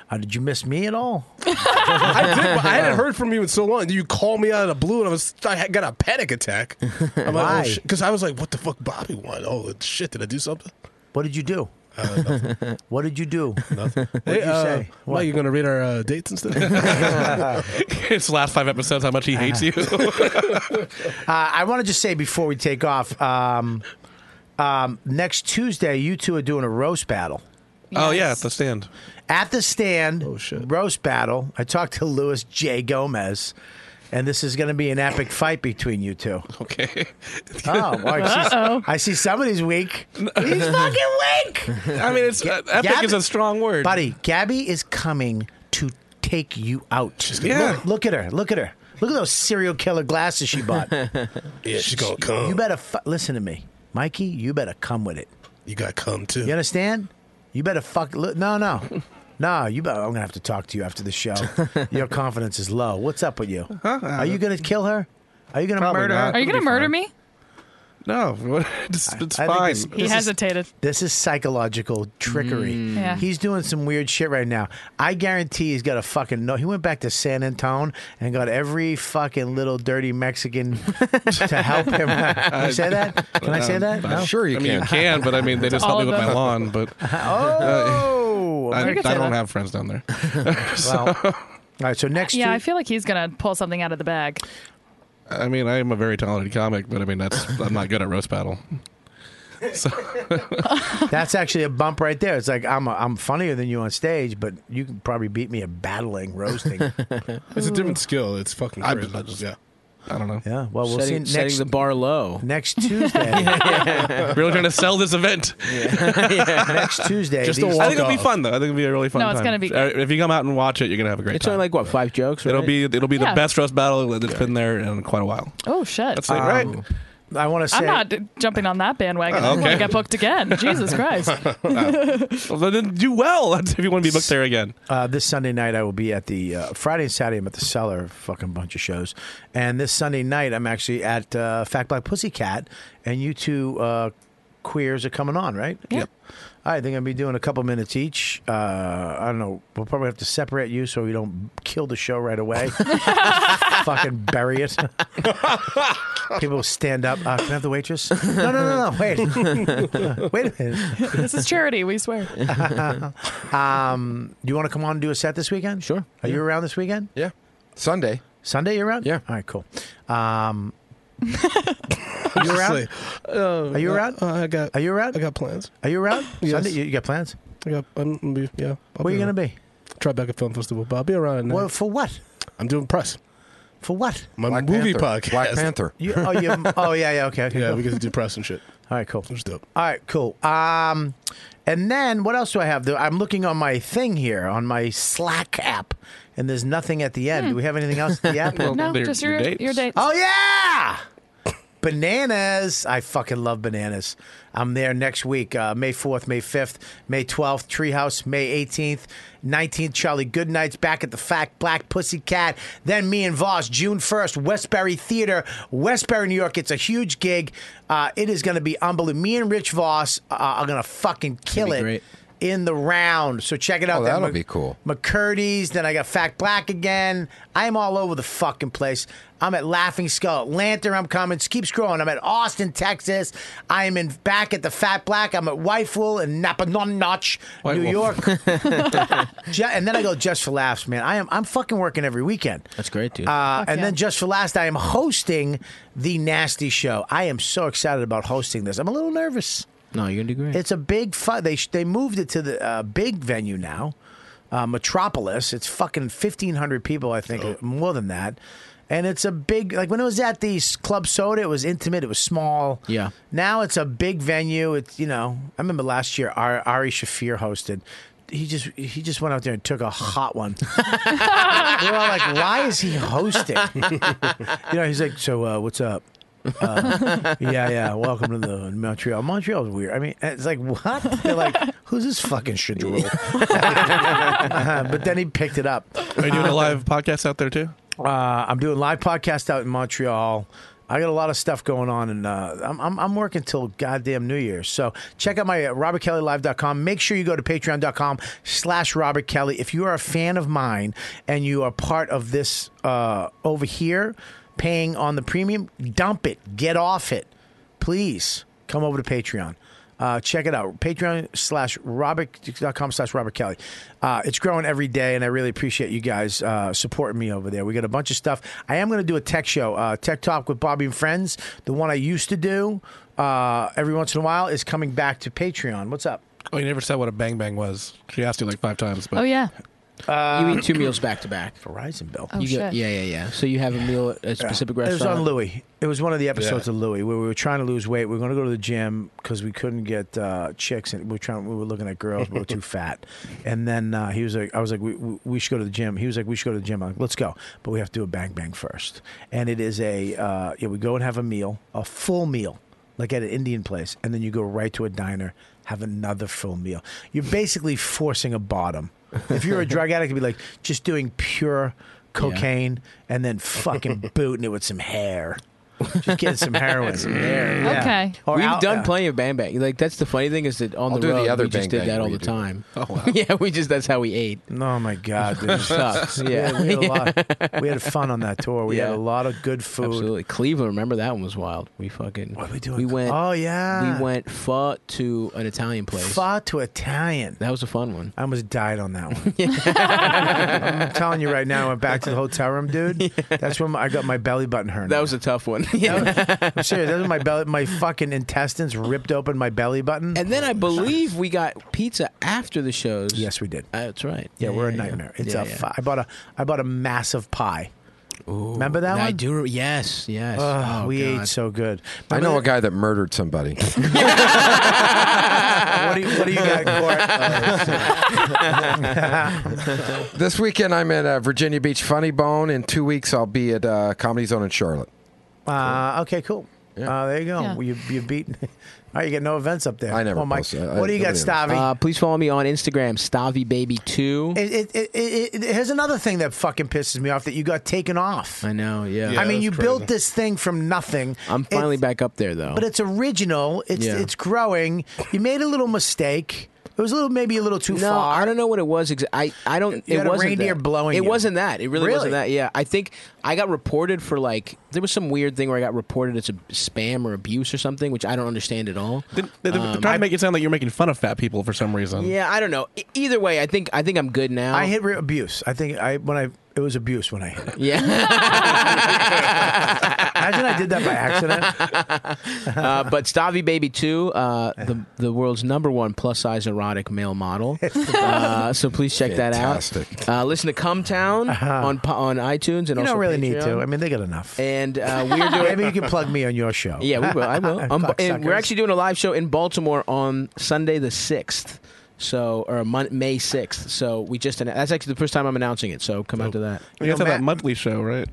Uh, did you miss me at all?
I did. But I
[laughs]
hadn't heard from you in so long. You called me out of the blue, and I was I had- got a panic
[laughs]
attack. I'm
Why?
like, because I was like, what the fuck, Bobby won? Oh shit, did I do something?
What did you do? [laughs] what did you do?
Nothing. What
did you say?
Why you gonna read our uh, dates and
[laughs]
stuff?
[laughs] it's the last five episodes. How much he hates [laughs] you.
Uh, I want to just say before we take off, um, um, next Tuesday you two are doing a roast battle.
Oh yeah, at the stand.
At the stand, roast battle. I talked to Louis J. Gomez, and this is going to be an epic fight between you two.
Okay.
Oh, well,
[laughs]
I, see, I see somebody's weak. He's fucking weak.
I mean, it's uh, epic
Gabby-
is a strong word.
Buddy, Gabby is coming to take you out.
Yeah.
Look, look at her. Look at her. Look at those serial killer glasses she bought.
yeah, she's gonna come.
You better fu- listen to me, Mikey. You better come with it.
You gotta come too.
You understand? You better fuck. Look,
[laughs]
no, no, no. You better. I'm gonna have to talk to you after the show. Your confidence is low. What's up with you? Are you gonna kill her? Are you gonna
Probably
murder her?
not.
Are you gonna murder me?
No, [laughs] it's, it's
I think
fine.
this-
He
this is-
hesitated. Mm.
This is psychological trickery.
Yeah.
He's doing some weird shit right now. I guarantee he's got a fucking no. He went back to San Antone and got every fucking little dirty Mexican [laughs] to help him. Can I say that? Can I say
[laughs]
that? No.
Sure, you
I mean,
can.
you can, but I mean, they just help
All of
me with my
them.
lawn. [laughs] But Uh, [laughs]
Oh,
I, I
America.
don't have friends down [laughs] there.
Well, all right. So next,
Yeah,
Tu-
I feel like he's gonna pull something out of the bag.
I mean, I am a very talented comic, but I mean, that's I'm not good at roast [laughs] battle. So
[laughs] That's actually a bump right there. It's like I'm a, I'm funnier than you on stage, but you
[laughs]
can probably beat me at battling roasting.
It's a different skill. It's fucking
I-
crazy.
I just-
yeah. I don't know.
Yeah. Well,
we'll
setting,
see
setting
next-
the bar low.
Next Tuesday.
really trying to sell this event. [laughs]
Next Tuesday,
Just
these-
I think it'll be
walk-off.
fun though. I think it'll be a really fun.
No, it's
time.
gonna be-
Uh, If you come out and watch it, you're gonna have a great
It's
time.
only like what five jokes.
It'll
right?
be it'll be
Yeah.
the best roast battle that's been there in quite a while.
Oh shit!
That's it,
Um,
right?
I want
I'm not d- jumping on that bandwagon.
Oh,
I want
okay.
to get booked again. Jesus
[laughs]
Christ! [laughs]
Well, then do well [laughs] if you want to be booked there again.
Uh, this Sunday night, I will be at the uh, Friday and Saturday. I'm at the Cellar, fucking bunch of shows. And this Sunday night, I'm actually at uh, Fat Black Pussycat, and you two uh, queers are coming on, right? Yep. I think I'll be doing a couple minutes each. Uh, I don't know. We'll probably have to separate you so we don't kill the show right away. fucking bury it. People stand up. Uh, can I have the waitress? No, no, no, no. Wait. Wait a minute.
this is charity. We swear.
[laughs] um, do you want to come on and do a set this weekend? Sure. Are you around this weekend?
Yeah. Sunday.
Sunday, you're around? Yeah. All right, cool. Um, are you around?
[laughs]
Are you around?
Uh, I got.
Are you around? I
got plans.
Are you around?
Oh, Yes.
Sunday, you, you got plans?
I got. I'm gonna be. Yeah.
Where you gonna be?
Tribeca Film Festival. But I'll be around. at night.
Well, for what?
I'm doing press.
For what?
My movie
Panther.
podcast.
Black Panther.
You, oh, you, oh, yeah, yeah, okay,
[laughs]
okay.
yeah,
cool.
we get to do press and shit.
All right, cool.
Which is dope.
All right, cool. Um, and then what else do I have? The- I'm looking on my thing here on my Slack app, and there's nothing at the end. Do we have anything else at the app?
Hmm. [laughs] no, just your your dates.
Oh yeah, bananas! I fucking love bananas. I'm there next week, uh, May fourth, May fifth, May twelfth, Treehouse, May eighteenth, nineteenth. Charlie Goodnight's back at the Fact Black Pussycat. Then me and Voss, June first, Westbury Theater, Westbury, New York. It's a huge gig. Uh, it is going to be unbelievable. Me and Rich Voss uh, are going to fucking kill
be
it.
great.
In the round, so check it out.
Oh,
Then
that'll
Mc-
be cool.
McCurdy's. Then I got Fact Black again. I'm all over the fucking place. I'm at Laughing Skull, Atlanta. I'm coming. Keep scrolling. I'm at Austin, Texas. I am in back at the Fat Black. I'm at Whiteful and Napa Notch,
White
New
[laughs] Wolf.
York. Ju- and then I go just for laughs, man. I am I'm fucking working every weekend.
That's great, dude.
Uh, and then just for last, I am hosting the Nasty Show. I am so excited about hosting this. I'm a little nervous.
no, you're gonna do great.
It's a big fu- they sh- they moved it to the uh, big venue now, uh, Metropolis. It's fucking fifteen hundred people, I think, more than that. And it's a big like when it was at the s- Club Soda, it was intimate, it was small.
Yeah.
Now it's a big venue. It's you know I remember last year Ar- Ari Shafir hosted. He just he just went out there and took a hot one. [laughs] We're all like, why is he hosting? [laughs] you know, he's like, so uh, what's up? Uh, [laughs] yeah, yeah. Welcome to the Montreal. Montreal's weird. I mean, it's like what? They're like, who's this fucking schedule? [laughs] but then he picked it up.
Are you doing a live podcast out there too?
Uh, I'm doing live podcast out in Montreal. I got a lot of stuff going on, and uh, I'm, I'm, I'm working till goddamn New Year's. So check out my uh, robertkellylive.com. Make sure you go to patreon.com slash Robert Kelly. If you are a fan of mine and you are part of this uh, over here paying on the premium, dump it. Get off it. Please come over to Patreon. Uh, check it out. Patreon slash Robert.com slash Robert Kelly. Uh, it's growing every day, and I really appreciate you guys uh, supporting me over there. We got a bunch of stuff. I am going to do a tech show, uh, Tech Talk with Bobby and Friends. The one I used to do uh, every once in a while is coming back to Patreon. What's up?
Oh, you never said what a bang bang was. She asked you like five times.
Oh,
But
Uh,
Oh, you eat two meals back to back.
Verizon bill.
you go- yeah, yeah, yeah. So you have a meal at a specific
Oh, It was
restaurant.
on Louis. It was one of the episodes
Yeah.
of Louis where we were trying to lose weight. We were going to go to the gym because we couldn't get uh, chicks, and we were trying. We were looking at girls, but we were too fat. And then uh, he was like, "I was like, we, we, we should go to the gym." He was like, "We should go to the gym." I'm like, "Let's go," but we have to do a bang bang first. And it is a uh, yeah. We go and have a meal, a full meal, like at an Indian place, and then you go right to a diner, have another full meal. You're basically forcing a bottom. If you're a drug addict, it'd be like just doing pure cocaine and then fucking booting it with some hair. Just getting some
[laughs]
heroin.
Some hair.
Yeah. Or
We've
out-
done
uh,
plenty of bang bang. Like that's the funny thing is that on
I'll
the
do the
road
other
we just
Bang
did
Bang
that all
we
the
do.
time.
[laughs] Oh, wow.
[laughs] yeah, we just that's how we ate.
Oh my
[laughs]
god, dude.
It sucks.
We
Yeah.
had- we, had, a lot. We had fun on that tour. We had
Yeah.
a lot of good food.
Absolutely, Cleveland. Remember that one was wild. We fucking. What we doing? We went.
Oh, yeah.
We went pho to an Italian place.
Pho to Italian.
That was a fun one.
I almost died on that one. [laughs]
[laughs]
I'm telling you right now, I went back to the hotel room, dude. That's when I got my belly button hurt.
That was a tough one. [laughs]
I'm serious. That was my belly, my fucking intestines ripped open my belly button.
And then I believe we got pizza after the shows.
Yes, we did.
that's right.
Yeah, we're a nightmare. It's
Yeah,
a.
yeah.
fu- I bought a. I bought a massive pie. Remember that
I
one?
do. re- Yes, yes.
Ugh,
Oh,
we
God.
ate so good.
I know a
Remember
guy that murdered
[laughs]
somebody.
that- What do you, what do you got, [laughs] Court?
this weekend, I'm at uh, Virginia Beach Funny Bone. In two weeks, I'll be at uh, Comedy Zone in Charlotte.
uh, okay, cool. Uh, there you go. You you beat. [laughs] All right, you got no events up there. I never. Oh, Mike, what do you got, Stavi?
Uh, please follow me on Instagram, Stavi Baby Two.
It, it, it, it, it- here's another thing that fucking pisses me off that you got taken off.
I know. Yeah.
I mean, you built this thing from nothing.
I'm finally
It's-
back up there though.
but it's original. It's
Yeah.
it's growing. You made a little mistake. It was a little maybe a little too
no,
far.
I don't know what it was. Exa- I I don't.
You
it
had a
wasn't
reindeer
that.
blowing
It
you.
wasn't that. It really,
Really?
wasn't that. Yeah, I think I got reported for like there was some weird thing where I got reported as a spam or abuse or something, which I don't understand at all.
They- They're
Um,
trying to make it sound like you're making fun of fat people for some reason.
yeah, I don't know. E- Either way, I think I think I'm good now.
I hit re- abuse. I think I when I it was abuse when I hit it.
Yeah.
[laughs] Imagine I did that by accident.
[laughs] uh, but Stavi Baby 2, uh, the, the world's number one plus size erotic
[laughs]
male model. Uh, so please check that out. Uh, listen to Cumtown on po- on iTunes and
Uh-huh. You
also
don't really
Patreon.
need to. I mean, they got enough.
and uh,
[laughs]
we're doing
[laughs] Maybe you can plug me on your show.
Yeah, we will.
[laughs]
I will. Um, and we're
Cocksuckers.
actually doing a live show in Baltimore on Sunday the sixth. So or Mon- May sixth. So we just annou- that's actually the first time I'm announcing it. So come out to that.
You guys have that monthly show, right?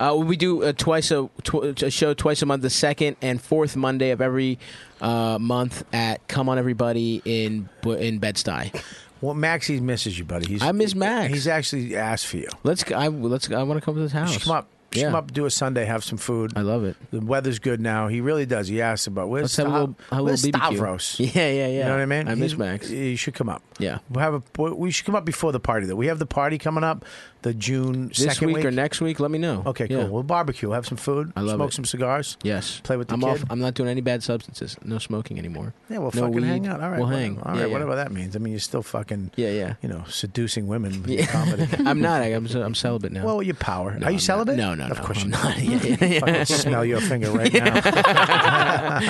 Uh, we do a twice a, tw- a show twice a month, the second and fourth Monday of every uh, month at Come On Everybody in Bu- in Bed Stuy.
Well, Maxie misses you, buddy. He's,
I miss Max.
He's actually asked for you.
Let's go- I let's go- I want to come to his house.
Shmup.
Yeah.
Shmup, do a Sunday, have some food. I
love it.
The weather's good now. He really does. He asks about where's,
Let's have a
Stav-
little- have a
where's
little BBQ.
Stavros.
[laughs] Yeah, yeah, yeah.
You know what I mean?
I miss
He's-
Max.
You should come up.
Yeah.
We have a. We should come up before the party though. We have the party coming up the June
This
second
week or next week, let me know.
Okay, cool.
Yeah.
We'll barbecue, have some food,
I love
smoke
it.
some cigars.
Yes.
Play with the
I'm
kid.
off. I'm not doing any bad substances. No smoking anymore.
Yeah, we'll
no
fucking
weed.
hang out. All right,
We'll
whatever.
hang.
All right,
Yeah, yeah.
whatever that means. I mean, you're still fucking
Yeah, yeah.
you know seducing women with your comedy.
[laughs] I'm not. I'm, I'm celibate now.
Well, your power. Are
No,
you
I'm not.
celibate?
No, no,
Of
no,
course
I'm
you're
not. [laughs] Yeah, yeah, yeah.
Fucking smell your finger
[laughs]
right
[laughs]
now.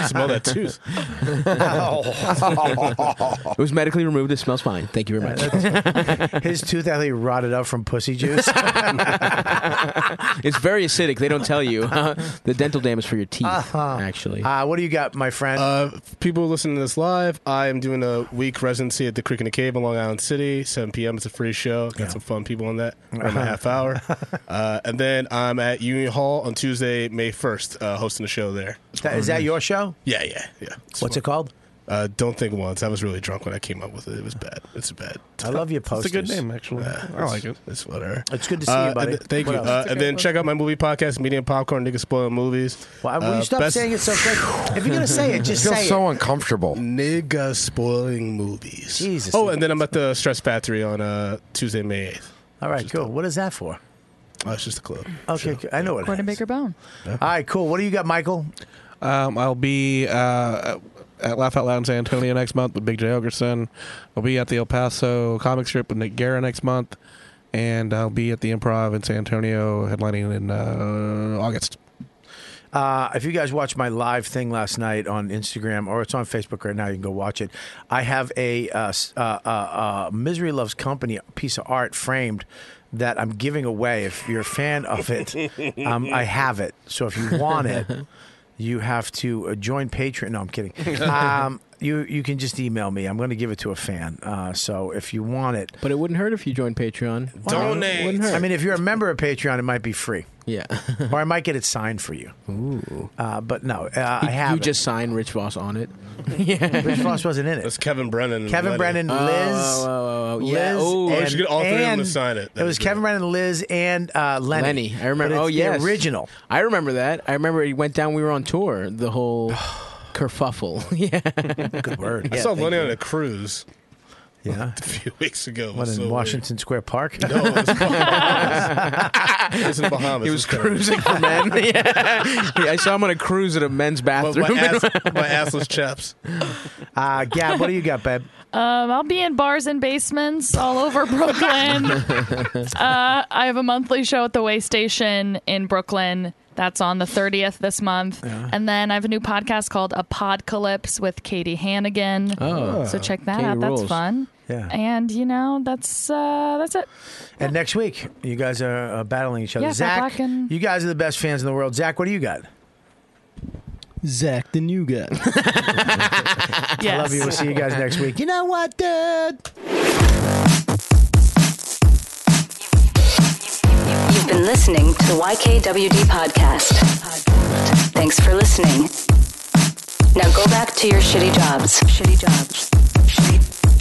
Smell that
[laughs]
tooth.
Ow.
it was medically removed. It smells fine. Thank you very much.
His tooth actually rotted up from pussy juice.
it's very acidic. They don't tell you.
[laughs]
the dental dam is for your teeth,
Ah.
actually.
Uh, what do you got, my friend?
Uh, people listening to this live, I am doing a week residency at the Creek in the Cave in Long Island City. 7 p.m. It's a free show. Got some fun people on that. Around
Uh-huh.
a half
[laughs]
hour. Uh, and then I'm at Union Hall on Tuesday, May 1st, uh, hosting a show there.
Is that- is that your show?
Yeah, yeah, yeah.
What's it called?
Uh, don't think once. I was really drunk when I came up with it. It was bad. It's bad.
I love your
It's
posters.
a good name, actually. I like it.
It's whatever.
It's good to see
Uh,
you, buddy.
and th- thank
What
you.
else?
Uh, and then check out my movie podcast, Medium Popcorn, Nigga Spoiling Movies. Uh,
Why, Uh, will you stop saying it so quick? If you're gonna say it,
[laughs]
just
I feel
say
so
it.
uncomfortable.
Nigga spoiling movies.
Jesus.
Oh, and then I'm at the Stress Factory on uh, Tuesday, May 8th.
All right, cool. What is that for?
Oh, it's just a club.
Okay, cool. I know what. it
Gordon
is.
Baker Bone.
All right, cool. What do you got, Michael?
Um, I'll be uh, at Laugh Out Loud in San Antonio next month with Big J. Ogerson. I'll be at the El Paso comic strip with Nick Guerra next month. And I'll be at the Improv in San Antonio headlining in uh, August.
Uh, if you guys watched my live thing last night on Instagram or it's on Facebook right now, you can go watch it. I have a uh, s- uh, uh, uh, Misery Loves Company piece of art framed that I'm giving away. If you're a fan of it, um,
[laughs]
I have [laughs] it. So if you want it, you have to uh, join Patreon. No, I'm kidding. Um, you you can just email me. I'm going to give it to a fan. Uh, so if you want it,
But it wouldn't hurt if you joined Patreon.
Donate.
Wouldn't hurt.
I mean, if you're a member of Patreon, it might be free.
yeah.
[laughs] or I might get it signed for you. Ooh. Uh, but no, uh, I have.
you
it.
just signed Rich Voss
[laughs]
on it.
Rich Voss wasn't in it.
That's Kevin Brennan.
Kevin Brennan,
Oh,
Liz,
oh, oh, oh, yeah.
Liz,
Oh,
I
and,
should get all three of them to
and-
sign it.
It
That'd
was
be
Kevin Brennan, Liz, and uh, Lenny.
Lenny. I remember.
But it's
oh, yes.
the original.
I remember that. I remember he went down. We were on tour. The whole [sighs] kerfuffle. [laughs] yeah.
Good word.
I
Yeah,
saw
thank
Lenny
you.
on a cruise
Yeah.
[laughs] a few weeks ago. It
What
was so
in
weird.
Washington Square Park?
No, it was Bahamas. it was in the Bahamas.
He
It
was
kinda-
cruising
[laughs]
for men. yeah. I saw him on a cruise at a men's
Well,
bathroom.
my, ass, my assless chaps.
Uh, Gab, what do you got, babe?
Um, I'll be in bars and basements all
[laughs]
over Brooklyn. uh, I have a monthly show at the Way Station in Brooklyn. That's on the 30th this month. And then I have a new podcast called A Podcalypse with Katie Hannigan.
Oh.
so check that
Katie
out. That's
rules.
fun.
Yeah.
And you know, that's uh, that's it.
And next week, you guys are uh, battling each other.
Yeah, Fat
Zach,
Black and-
you guys are the best fans in the world. Zach, what do you got? Zach, the new guy. I love you. We'll see you guys next week. You know what, dude?
You've been listening to the YKWD podcast. Thanks for listening. Now go back to your shitty jobs. Shitty jobs. Shitty,